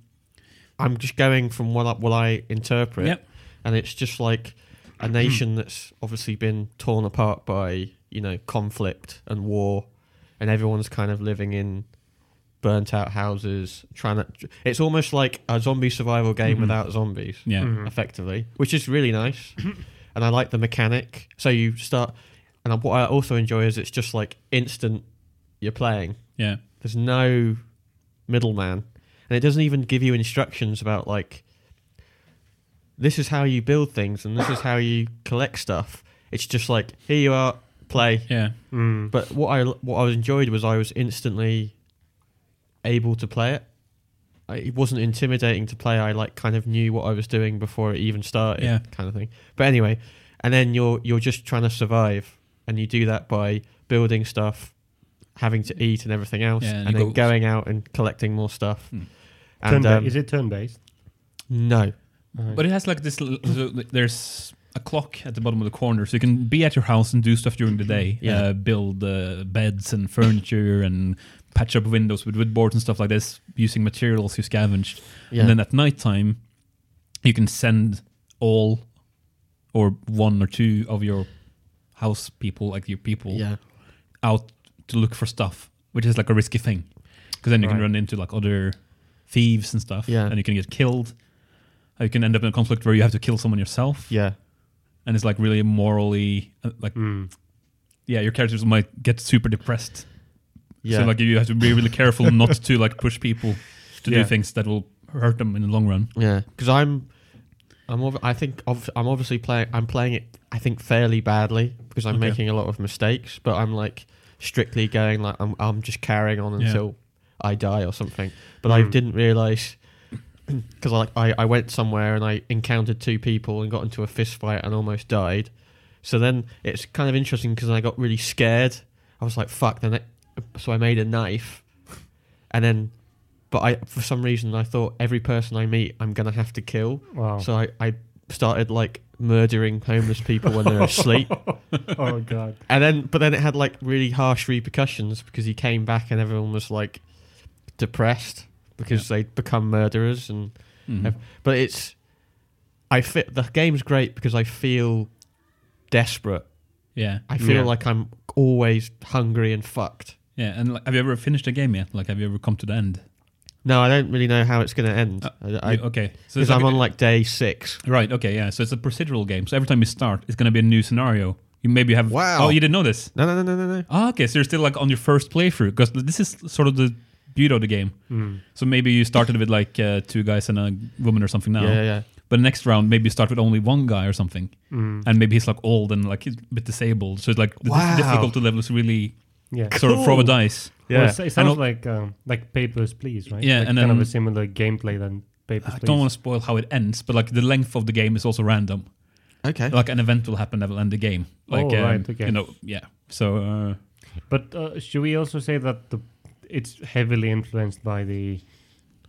I'm just going from what I, what I interpret, Yep. and it's just like a nation that's obviously been torn apart by you know conflict and war, and everyone's kind of living in burnt out houses, trying to. It's almost like a zombie survival game Mhm. without zombies Yeah. Mhm. effectively, which is really nice. and I like the mechanic. So you start, and what I also enjoy is it's just like instant you're playing. Yeah. There's no middleman, and it doesn't even give you instructions about like this is how you build things and this is how you collect stuff. It's just like here you are, play. Yeah. Mm. But what I what I enjoyed was I was instantly able to play it. I, it wasn't intimidating to play. I like kind of knew what I was doing before it even started, Yeah. kind of thing. But anyway, and then you're you're just trying to survive, and you do that by building stuff, having to eat and everything else, Yeah, and and you then go- going out and collecting more stuff. Hmm. And Turn-ba- um, is it turn based? no, Uh, But it has like this. l- So th- there's a clock at the bottom of the corner, so you can be at your house and do stuff during the day. Yeah. Uh, build uh, beds and furniture and patch up windows with wood boards and stuff like this, using materials you scavenged. yeah, And then at nighttime, you can send all or one or two of your house people, like your people, yeah, out to look for stuff, which is like a risky thing because then you can Right. run into like other thieves and stuff, Yeah. and you can get killed. Or You can end up in a conflict where you have to kill someone yourself, yeah, and it's like really morally, uh, like Mm. yeah, your characters might get super depressed. yeah. So like you have to be really careful not (laughs) to like push people to Yeah. do things that will hurt them in the long run. Yeah, because I'm, I'm. ob- I think ob- I'm obviously playing. I'm playing it. I think fairly badly because I'm Okay. making a lot of mistakes. But I'm like strictly going like I'm. I'm just carrying on Yeah. until I die or something. But I Hmm. didn't realize (clears throat) because like I, I went somewhere and I encountered two people and got into a fist fight and almost died. So then it's kind of interesting because I got really scared. I was like, "Fuck!" Then, it, so I made a knife, and then, but I for some reason I thought every person I meet I'm gonna have to kill. (laughs) Wow. So I, I started like murdering homeless people when they're asleep, oh god. and then but then it had like really harsh repercussions because he came back and everyone was like depressed because they'd become murderers and Mhm. Ev- but it's I fit the game's great because I feel desperate. Yeah, I feel Yeah. like I'm always hungry and fucked. yeah. And like, have you ever finished a game yet? Like, have you ever come to the end? No, I don't really know how it's going to end. Uh, I, I, You- okay, so because it's I'm like- on like day six. Right. Okay. Yeah. So it's a procedural game. So every time you start, it's going to be a new scenario. You maybe have. Wow. Oh, you didn't know this. No, no, no, no, no, no. Ah, okay. So you're still like on your first playthrough because this is sort of the beauty of the game. Hmm. Mm. So maybe you started with like uh, two guys and a woman or something now. Yeah, yeah, yeah. But next round, maybe you start with only one guy or something, Mm. and maybe he's like old and like he's a bit disabled. So it's like the Hmm. Wow. difficulty level is really Yeah. sort of throw a Cool. dice. Well, it's- it sounds al- like um, like Papers Please, right? Yeah, Like and kind of then- a similar gameplay than Papers I Please. don't want to spoil how it ends, but like the length of the game is also random. Okay. Like an event will happen that will end the game. Like Oh, right, um, okay. you know, yeah. So uh, But uh, should we also say that the it's heavily influenced by the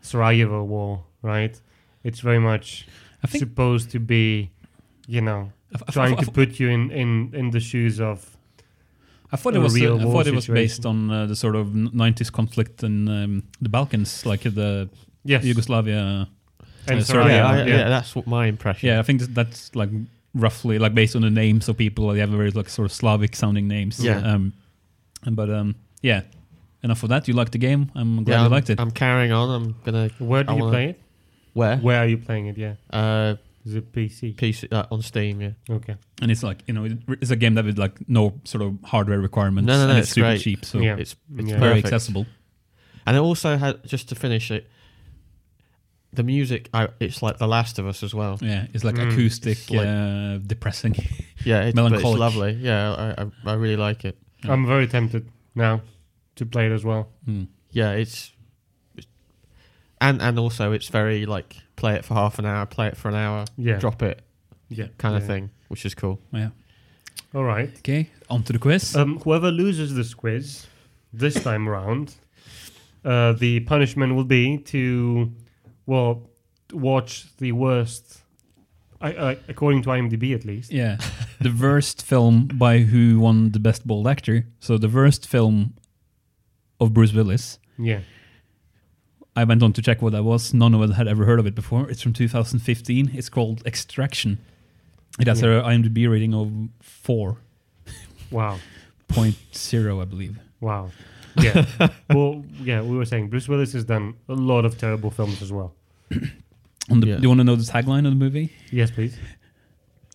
Sarajevo War, right? It's very much I think supposed to be you know, I- I- trying I- to put you in in in the shoes of I thought it a was uh, real I war thought it was situation. based on uh, the sort of n- 90s conflict in um, the Balkans, like the yes, Yugoslavia. and uh, Serbia, Serbia, I- yeah. yeah, that's what my impression. Yeah, I think that's, that's like roughly like based on the names of people. They have very like sort of Slavic sounding names. Yeah. Um, and- but um, yeah. Enough of that. You liked the game. I'm glad Yeah, you I'm, liked it. I'm carrying on. I'm gonna Where do I you wanna- play it? where Where are you playing it? Yeah, uh is it PC? PC uh, on Steam. Yeah, Okay, and it's like you know, it- it's a game that with like no sort of hardware requirements. No, no, no, and it's, it's super great. cheap, so Yeah. it's it's Yeah. very perfect. accessible. And it also had just to finish it, the music. I, it's like The Last of Us as well. Yeah, it's like Mm. acoustic, It's like- uh, depressing. (laughs) Yeah, it's, but it's Melancholic. lovely. Yeah, I, I I really like it. Yeah. I'm very tempted now to play it as well. Mm. Yeah, it's, it's and and also it's very like play it for half an hour, play it for an hour, Yeah, drop it yeah, kind yeah. of thing, which is (laughs) cool. Yeah. All right. Okay, on to the quiz. Uh. Um, whoever loses this quiz this time round, uh, the punishment will be to, well, watch the worst, I, I, according to IMDb at least. Yeah. (laughs) the worst film by who won the best bold actor. So the worst film of Bruce Willis. Yeah. I went on to check what that was. None of us had ever heard of it before. It's from 2015. It's called Extraction. It has Yeah. a IMDb rating of 4.0, Wow. I believe. Wow. Yeah. well, yeah, we were saying Bruce Willis has done a lot of terrible films as well. On the, Yeah. Do you want to know the tagline of the movie? Yes, please.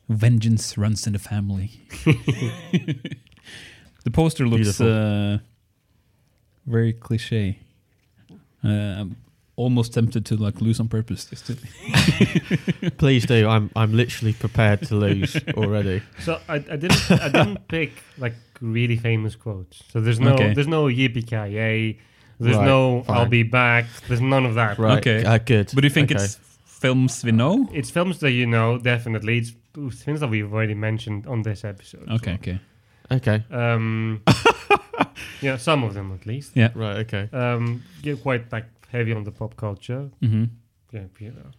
Vengeance runs in the family. the poster looks Beautiful. uh, very cliche. Uh, I'm almost tempted to like lose on purpose. Just to, Please do. I'm I'm literally prepared (laughs) to lose already. So I, I didn't (laughs) I didn't pick like really famous quotes. So there's no Okay. there's no yippee there's Right, no I'll fine. be back. There's none of that. Right. Okay. Uh, good. but do you think Okay. it's films we know? It's films that you know definitely. It's things that we've already mentioned on this episode. as Okay, okay. okay? well. Um, (laughs) yeah, some of them at least. Right. Okay. Um, you're quite like heavy on the pop culture. hmm Yeah, you know.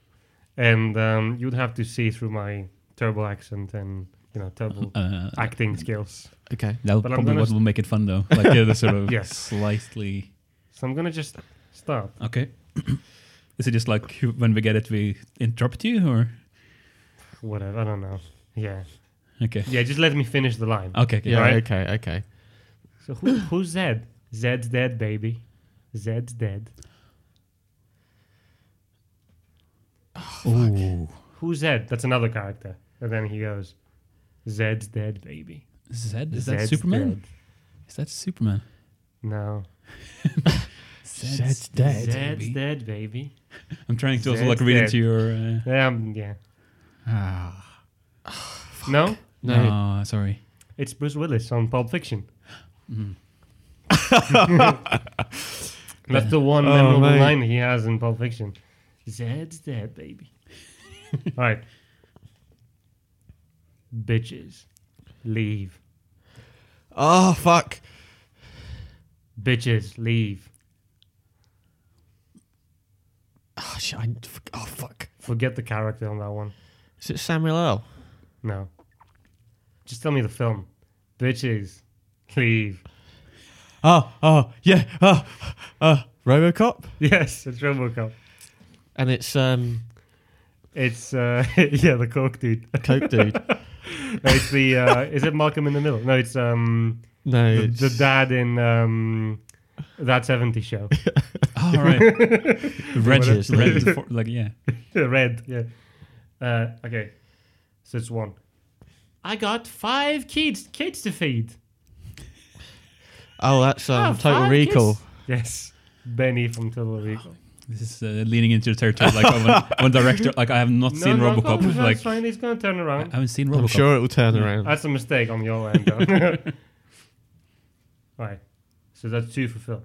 And um, you'd have to see through my terrible accent and you know terrible (laughs) Uh, acting skills. Okay. that'll But I'm probably gonna what will make it fun though. Like yeah, the sort of Yes. slightly. So I'm gonna just start. Okay. (clears throat) Is it just like you- when we get it, we interrupt you or? Whatever. I don't know. Yeah. Okay. Yeah. Just let me finish the line. Okay, okay. Yeah. Right. Okay. Okay. So who, who's Zed? Zed's dead, baby. Zed's dead. Ooh. Who's Zed? That's another character. And then he goes, Zed's dead, baby. Zed? Is that Zed's Superman? dead. Is that Superman? No. Zed's dead. Zed's baby. dead, baby. I'm trying to also Zed's like read dead. into your. Uh, Um, yeah. ah, No? No. no, sorry. It's Bruce Willis on Pulp Fiction. Mm. That's the one (laughs) Oh, memorable mate. line he has in Pulp Fiction. Zed's dead, baby. (laughs) All right. Bitches. Leave. Oh fuck. Bitches, leave. Oh shit. I, oh fuck. Forget the character on that one. Is it Samuel L? No. Just tell me the film. Bitches, leave. (laughs) Oh. Oh. Yeah. Oh. Oh. RoboCop. Yes, it's RoboCop. And it's um It's uh, (laughs) yeah, the coke dude. (laughs) Coke (laughs) dude. It's the uh, is it Malcolm in the Middle? No, it's um No. the, it's- the dad in um that (laughs) seventy show. Oh, (laughs) right. red, What is red, for, like yeah. Red, yeah. Uh, okay, so it's one. I got five kids kids to feed. Oh, that's um, Ah, Oh, Total five Recall. kids. Yes, Benny from Total Recall. This is uh, leaning into the territory like of (laughs) one, one director. Like I have not (laughs) seen no, RoboCop. No, like uh, that's fine. He's gonna turn I around. haven't seen RoboCop. I'm sure it will turn around. That's a mistake on your end. though. (laughs) right. So that's two for Phil.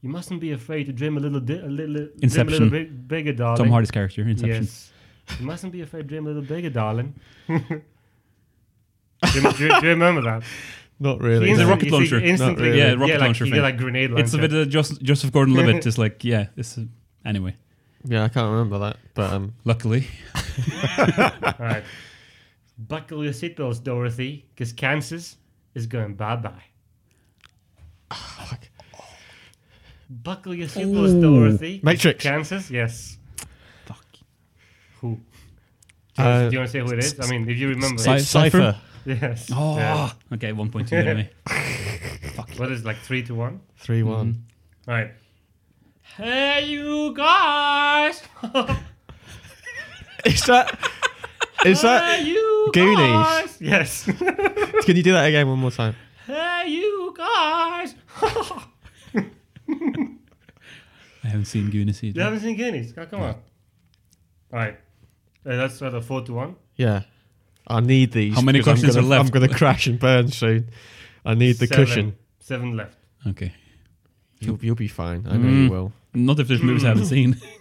You mustn't be afraid to dream a little, di- a little, dream a Inception. little bit bigger, darling. Tom Hardy's character. in Inception. Yes. you mustn't be afraid to dream a little bigger, darling. do, you, do you- do you remember that? Not He really. The instant- no. rocket you see launcher. Instantly, Not really. Yeah, rocket like, launcher He thing. did like grenade launcher. It's a bit of Joseph, Joseph (laughs) Gordon-Levitt. is like yeah. It's uh, anyway. Yeah, I can't remember that. But um, Luckily, All right. Buckle your seatbelts, Dorothy, because Kansas is going bye bye. Buckle your seatbelts, Ah, Ooh. Dorothy. Matrix. Kansas, yes. Fuck. Who? Do you, Uh, want to say who it is? I mean, if you remember. Cy- it's Cypher. yes. Oh, Yeah. okay, 1.2 (laughs) anyway. What is it, like three to one? 3 1. All right. Hey, you guys. (laughs) Mm-hmm. Is that. Is hey, that. you Goonies? guys. Uh, Yes. (laughs) Can you do that again one more time? (laughs) hey, you guys. (laughs) I haven't seen Goonies you either. haven't seen Goonies? Oh, come on. All right. Uh, that's rather four to one. Yeah. I need these. How many because I'm questions gonna- are left? I'm going to crash and burn soon. I need the Seven- cushion. Seven left. Okay. You'll, you'll be fine. I know Mm. you will. Not if there's movies I haven't Hmm. seen. (laughs)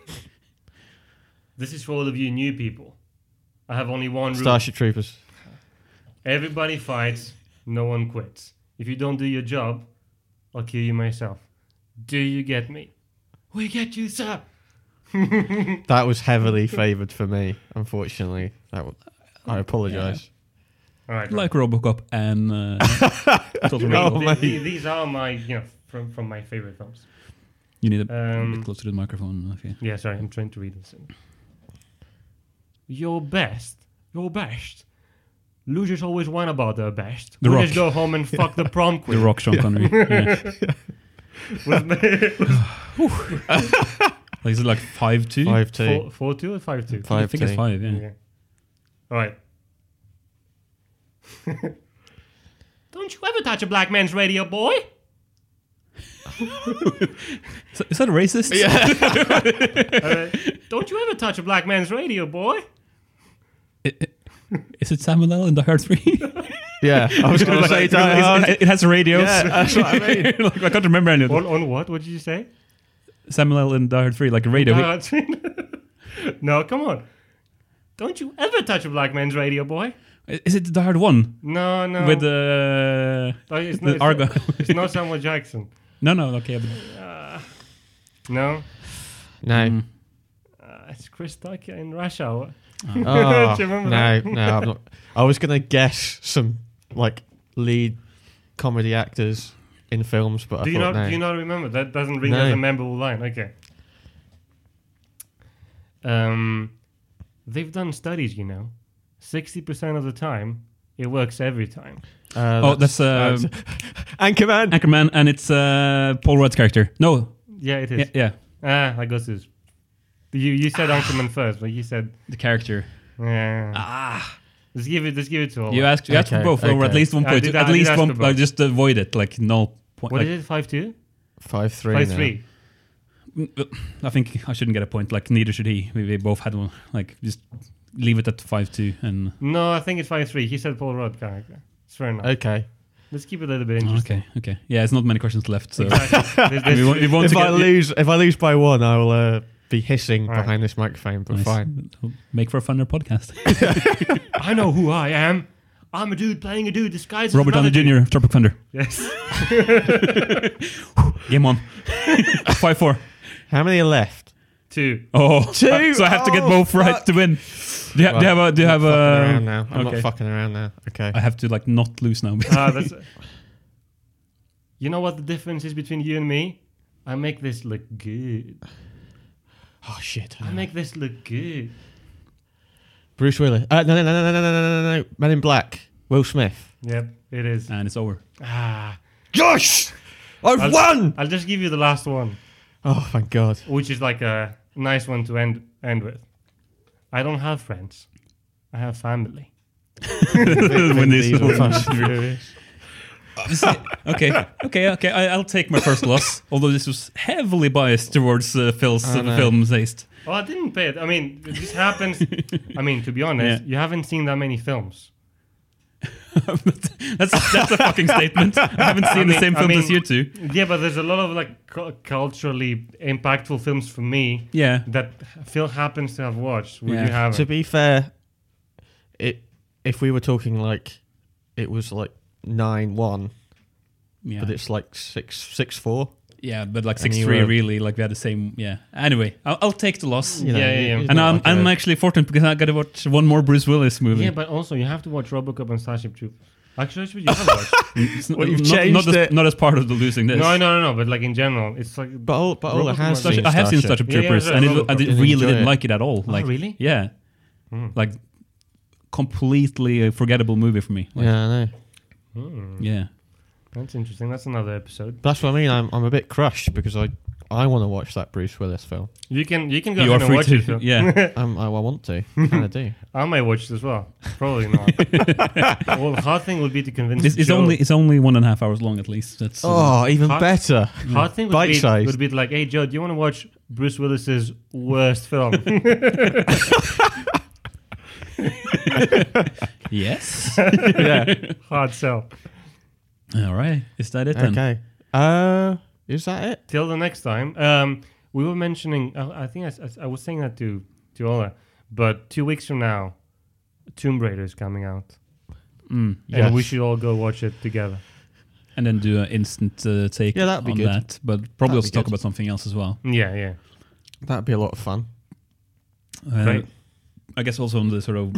This is for all of you new people. I have only one rule. Starship Troopers. Everybody fights, no one quits. If you don't do your job, I'll kill you myself. Do you get me? We get you, sir. That was (laughs) heavily favoured for me, unfortunately. That w- I apologise. All right. like Robocop and (laughs) uh, Total Right. Recall. Oh, The- mate. the- these are my, you know, from, from my favorite films. You need a Um, bit closer to the microphone. Okay. Yeah, sorry, I'm trying to read this. in. Your best, your best. Losers always whine about their best. The Winners Rock. go home and fuck the (laughs) prom The queen. Rock, Sean Connery. Yeah. Like, is it like 5'2"? 5 2. Four, four two or five two? I Five think it's two. 5, yeah. Okay. All right. (laughs) Don't you ever touch a black man's radio, boy? Is, is that racist? Yeah. Uh, don't you ever touch a black man's radio, boy? Is it Samuel L. in Die Hard 3? (laughs) Yeah, I was going to say Die Hard. It, it has radios. (laughs) Yeah, (laughs) that's what I mean. like, I can't remember any of them. On, on what? What did you say? Samuel L. in Die Hard 3, like a radio. Uh, (laughs) no, come on. Don't you ever touch a black man's radio, boy? Is it Die Hard 1? No, no. With the... Oh, (laughs) it's the Argo. It's not Samuel Jackson. no, no, okay. But No, (laughs) No. uh, it's Chris Tucker in Rush Hour. Oh, Do you remember no, no, I'm not. I was going to guess some like lead comedy actors in films, but I Do you thought not? no. Do you not remember? That doesn't ring No. as a memorable line. Okay. Um, they've done studies, you know. Sixty percent of the time, it works every time. Uh, Oh, that's, um, (laughs) Anchorman. Anchorman, and it's uh, Paul Rudd's character. No, Yeah, it yeah, is. yeah, Ah, I got this. You (sighs) you said Anchorman first, but you said the character. yeah. Ah, Let's give it. Let's give it to all. you asked, you asked for Okay, both, or okay. at least one Oh, I point. did- I at did least ask for one, like, both. just avoid it. Like no point. What like, is it? Five two? Five three. Five now. three. I think I shouldn't get a point. Like neither should he. We, we both had one. Like just leave it at five two. And No, I think it's five three. He said Paul Rudd character. It's fair Uh, enough. Okay. Let's keep it a little bit interesting. okay, okay, yeah. It's not many questions left. So Exactly. (laughs) There's- we there's- want, we want If to I get, lose, if I lose by one, I will uh, be hissing All right. behind this microphone. But Nice. fine. make for a funner podcast. (laughs) I know who I am. I'm a dude playing a dude disguised as Robert another Downey Jr. of Tropic Thunder. dude. Yes. (laughs) Game on. (laughs) five four. How many are left? Two. Oh, (laughs) Two? so I have to get Oh, both right fuck. to win. Do you, ha- do you have a? Do you I'm have not fucking a? around now. I'm uh, okay. not fucking around now. Okay. I have to like not lose now. Ah, that's. you know what the difference is between you and me? I make this look good. Oh shit. I make this look good. Bruce Willis. Uh, no, no, no, no, no, no, no, no, no. Men in Black. Will Smith. Yep, it (laughs) is. and it's over. Ah, Josh, I've I'll- won. I'll just give you the last one, Oh, thank God. which is like a nice one to end end with. I don't have friends. I (laughs) have family. When this- Diesel, Fast and Furious. (laughs) okay, okay, okay. I, I'll take my first loss. Although this was heavily biased towards uh, Phil's I uh, know. film taste. Oh, I didn't pay it. I mean, this happens. I mean, to be honest, Yeah. you haven't seen that many films. (laughs) that's that's a fucking statement. (laughs) I haven't seen the mean- same I film as mean- you two. Yeah, but there's a lot of like cu- culturally impactful films for me Yeah, that Phil happens to have watched. Would Yeah. you have? to be fair, it if we were talking like it was like nine one, yeah. but it's like six six four. yeah, but like six you three were- really like we had the same. Yeah. Anyway, I'll, I'll take the loss. You know, Yeah, yeah, you- yeah. you're And not I'm, like I'm a- actually fortunate because I got to watch one more Bruce Willis movie. Yeah, but also you have to watch RoboCop and Starship Troopers. Actually, should you (laughs) have watched? It's n- Well, you've not, not, changed as, it. not as part of the losing this. no, no, no, no. But like in general, it's like But all, but all Robocop I have was Starship- seen I have seen Starship Yeah, yeah, Troopers, yeah, and it, Robocop. I did- Did you really enjoy didn't it? like it at all. Like, really? Yeah, like completely a forgettable movie for me. Like, Yeah, I know. yeah. that's interesting. That's another episode. That's what I mean. I'm, I'm a bit crushed because I, I want to watch that Bruce Willis film. You can you can go You ahead are and free watch to. it. Phil. (laughs) (laughs) Yeah, Um, I, I want to. and I do. I might watch it as well. Probably not. well, the hard thing would be to convince. it's, it's Joe. only it's only one and a half hours long at least. That's uh, Oh, even Hot- better. hard thing would be, Bite-sized. would be like, hey Joe, do you want to watch Bruce Willis's worst film? yes. yeah. hard sell. all right, is that it then? Okay. Uh, is that it? Till the next time. Um, we were mentioning. uh, I, I think I, s- I s- I was saying that to to Ola, but two weeks from now, Tomb Raider is coming out, Mm. Yes. and we should all go watch it together. And then do an instant uh, take Yeah, that'd be on good. that, but probably That'd also be talk good. about something else as well. Yeah, yeah. That'd be a lot of fun. Uh, Right. I guess also on the sort of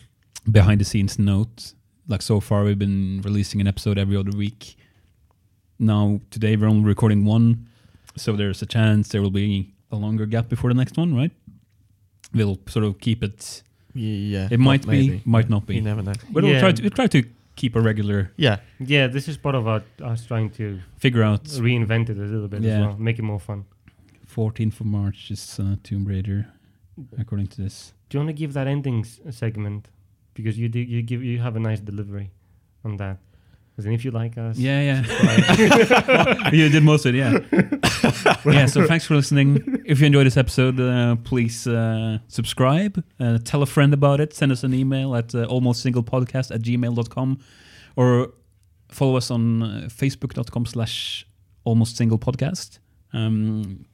(coughs) behind the scenes note, like so far we've been releasing an episode every other week. Now today we're only recording one, so there's a chance there will be a longer gap before the next one, right? We'll sort of keep it. Yeah. It might be, might not You be. never know. But we'll Yeah. try to we'll try to keep a regular. Yeah. Yeah, this is part of our, us trying to Figure out. reinvent it a little bit Yeah. as well, make it more fun. 14th of March is uh, Tomb Raider, according to this. Do you want to give that ending s- uh, segment because you do, you give you have a nice delivery on that. As in, if you like us, Yeah, yeah. you did most of it, yeah. (laughs) yeah, so thanks for listening. If you enjoyed this episode, uh, please uh, subscribe, uh, tell a friend about it, send us an email at uh, almostsinglepodcast at gmail.com or follow us on uh, facebook.com slash almostsinglepodcast. Um,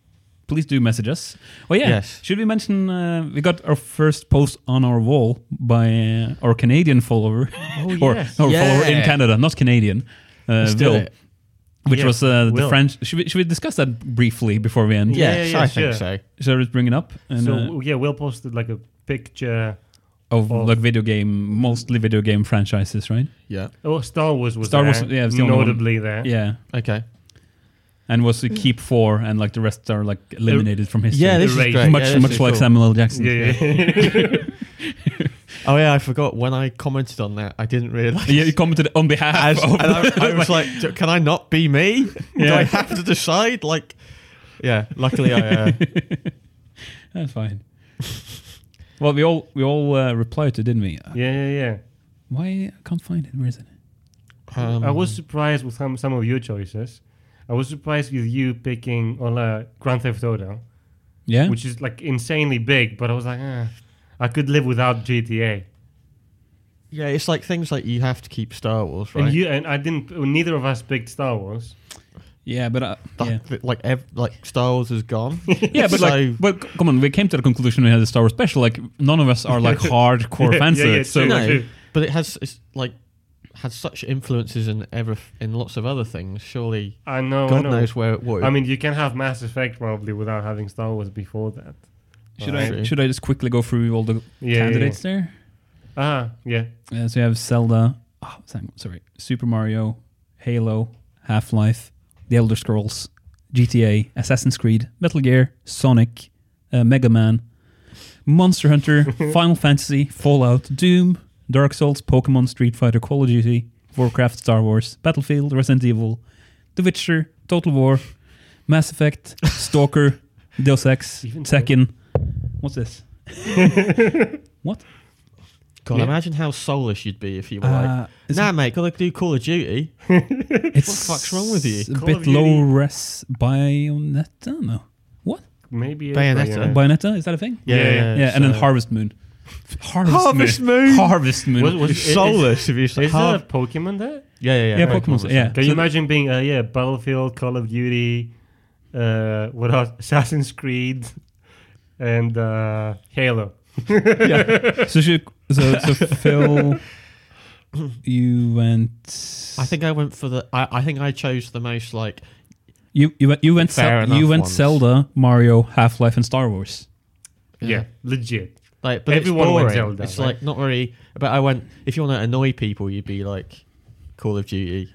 please do message us. Oh, yeah. Yes. Should we mention uh, we got our first post on our wall by uh, our Canadian follower Oh, (laughs) or, yes. or follower in Yeah. Canada, not Canadian. Uh, Let's do Will, it. which Yeah, was uh, the Will. French. Should we, should we discuss that briefly before we end? Yeah, Yes, yeah, I sure. think so. Should (laughs) I just bring it up? And, so uh, w- yeah, Will posted like a picture. of of- like video game, mostly video game franchises, right? Yeah. Oh, Star Wars was Star there, Wars, yeah, it was the only one. notably there. Yeah, Okay. and was the keep four, and like the rest are like eliminated from history. Yeah, this Erased. is great. much Yeah, this much is like cool. Samuel L. Jackson. (laughs) Yeah, yeah. Oh yeah, I forgot when I commented on that. I didn't realize. Yeah, you commented on behalf As, of. (laughs) and I, I was like, "Do- can I not be me? Do Yeah. I have to decide? Like, yeah. Luckily, (laughs) I. Uh, That's fine. well, we all we all uh, replied to, didn't we? Uh, (laughs) yeah, yeah, yeah. Why I can't find it? Where is it? um, I was surprised with some some of your choices. I was surprised with you picking on uh, Grand Theft Auto, Yeah, which is like insanely big. But I was like, eh, I could live without GTA. Yeah, it's like things like you have to keep Star Wars, right? And you and I didn't. Neither of us picked Star Wars. yeah, but uh, That- yeah. that, like ev- like Star Wars is gone. (laughs) Yeah, but So- like, but c- come on, we came to the conclusion we had a Star Wars special. Like, none of us are like hardcore fans (laughs) yeah, of yeah, it. So, true. like, no, too. but it has it's like has such influences in ever in lots of other things. Surely, I know. Oh, I God know. knows where it would. I mean, you can have Mass Effect probably without having Star Wars before that. should I True. should I just quickly go through all the Yeah, candidates Ah, yeah. there? Uh, so you have Zelda. Oh, sang- sorry, Super Mario, Halo, Half Life, The Elder Scrolls, GTA, Assassin's Creed, Metal Gear, Sonic, uh, Mega Man, Monster Hunter, Final Fantasy, Fallout, Doom, Dark Souls, Pokemon, Street Fighter, Call of Duty, Warcraft, Star Wars, Battlefield, Resident Evil, The Witcher, Total War, Mass Effect, Stalker, Deus Ex, Even so. Tekken. What's this? what? God, Yeah. imagine how soulless you'd be if you were Uh, like, is Nah, mate, gotta do Call of Duty. It's the fuck's wrong with you? A Call bit of Duty. low res Bayonetta? No. What? Maybe. Bayonetta. Yeah. Bayonetta? Is that a thing? Yeah, yeah, yeah. Yeah, and then so- Harvest Moon. Harvest, Harvest Moon. Moon. Harvest Moon. Was- (laughs) was- You're is- soulless if you Is say there a Har- Pokemon there? Yeah, yeah, yeah. yeah, Pokemon's- Pokemon's- yeah. Can you So- (laughs) imagine being, uh, yeah, Battlefield, Call of Duty, uh, what else? (laughs) Assassin's Creed, and uh, (laughs) Halo. so, should, so, (laughs) so Phil, you went. I think I went for the. I, I think I chose the most like You you went you went Fair Zel- enough you went ones. Zelda, Mario, Half Life, and Star Wars. Yeah, legit. Like, but Everyone it's went boring. Zelda, it's right? like not really. But I went. If you want to annoy people, you'd be like Call of Duty,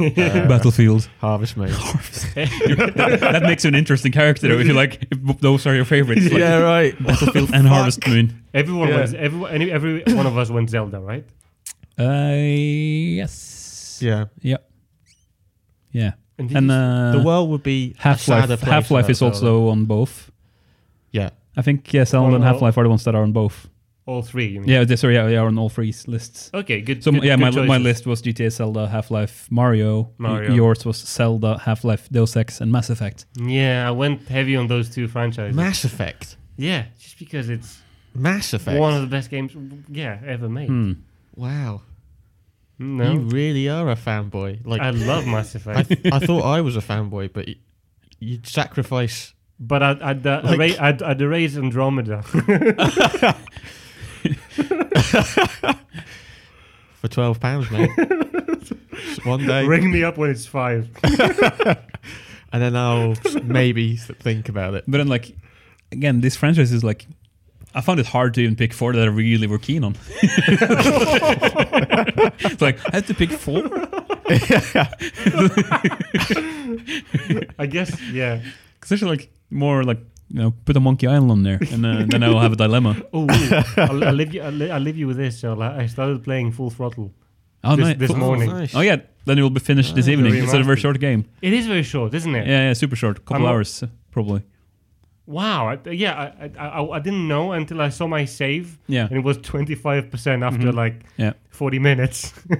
uh, (laughs) Battlefield. Harvest (laughs) Moon. that, that makes you an interesting character though, if you like if those are your favorites. Like yeah, right. Battlefield and Harvest Moon. Everyone Yeah. went. Every, any, every one of us went Zelda, right? Uh, yes. (laughs) Yeah, Yeah. Yeah. And And, did you- uh, the world would be Half Life. Half Life is also on both. yeah. I think yeah, Zelda On and all- Half Life are the ones that are on both. All three. You mean. Yeah, they- sorry, yeah, they are on all three s- lists. Okay. Good. So m- good- yeah, good my, my choices. list was GTA, Zelda, Half Life, Mario. Y- Mario. yours was Zelda, Half Life, Deus Ex, and Mass Effect. Yeah, I went heavy on those two franchises. Mass Effect. yeah, just because it's Mass Effect. one of the best games, yeah, ever made. wow, No, you really are a fanboy. Like (laughs) I love Mass I, Effect, th- I thought I was a fanboy, but y- you'd sacrifice. but I'd I'd, uh, Like- erase, I'd, I'd erase Andromeda. (laughs) For twelve pounds, (laughs) mate. Just One day, Ring me up when it's five. and then I'll maybe th- think about it. But then like again, this franchise is like I found it hard to even pick four that I really were keen on. (laughs) it's like I had to pick (laughs) four. (laughs) I guess, yeah. Because there's like more like you know, put a monkey island on there, and uh, then I'll have a dilemma. Oh, I'll, I'll leave you. I'll, li- I'll leave you with this. So like, I started playing Full Throttle. Oh, This- no, this oh, morning. nice. Oh yeah, then it will be finished this evening very instead of a much. short game. It is very short, isn't Yeah, it? yeah, super short, couple I'm- hours uh, probably. Wow. I, yeah, I, I, I, I didn't know until I saw my save, Yeah, and it was twenty five percent after like Yeah. forty minutes. (laughs)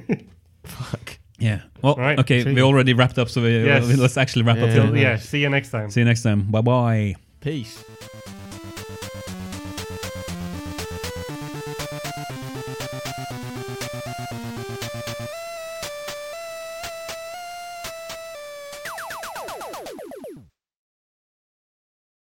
Fuck. yeah. Well, Right. okay, See we you. already wrapped up, so we, uh, Yes. let's actually wrap up. Yeah. here. Till- yeah. See you next time. See you next time. Bye bye. Peace.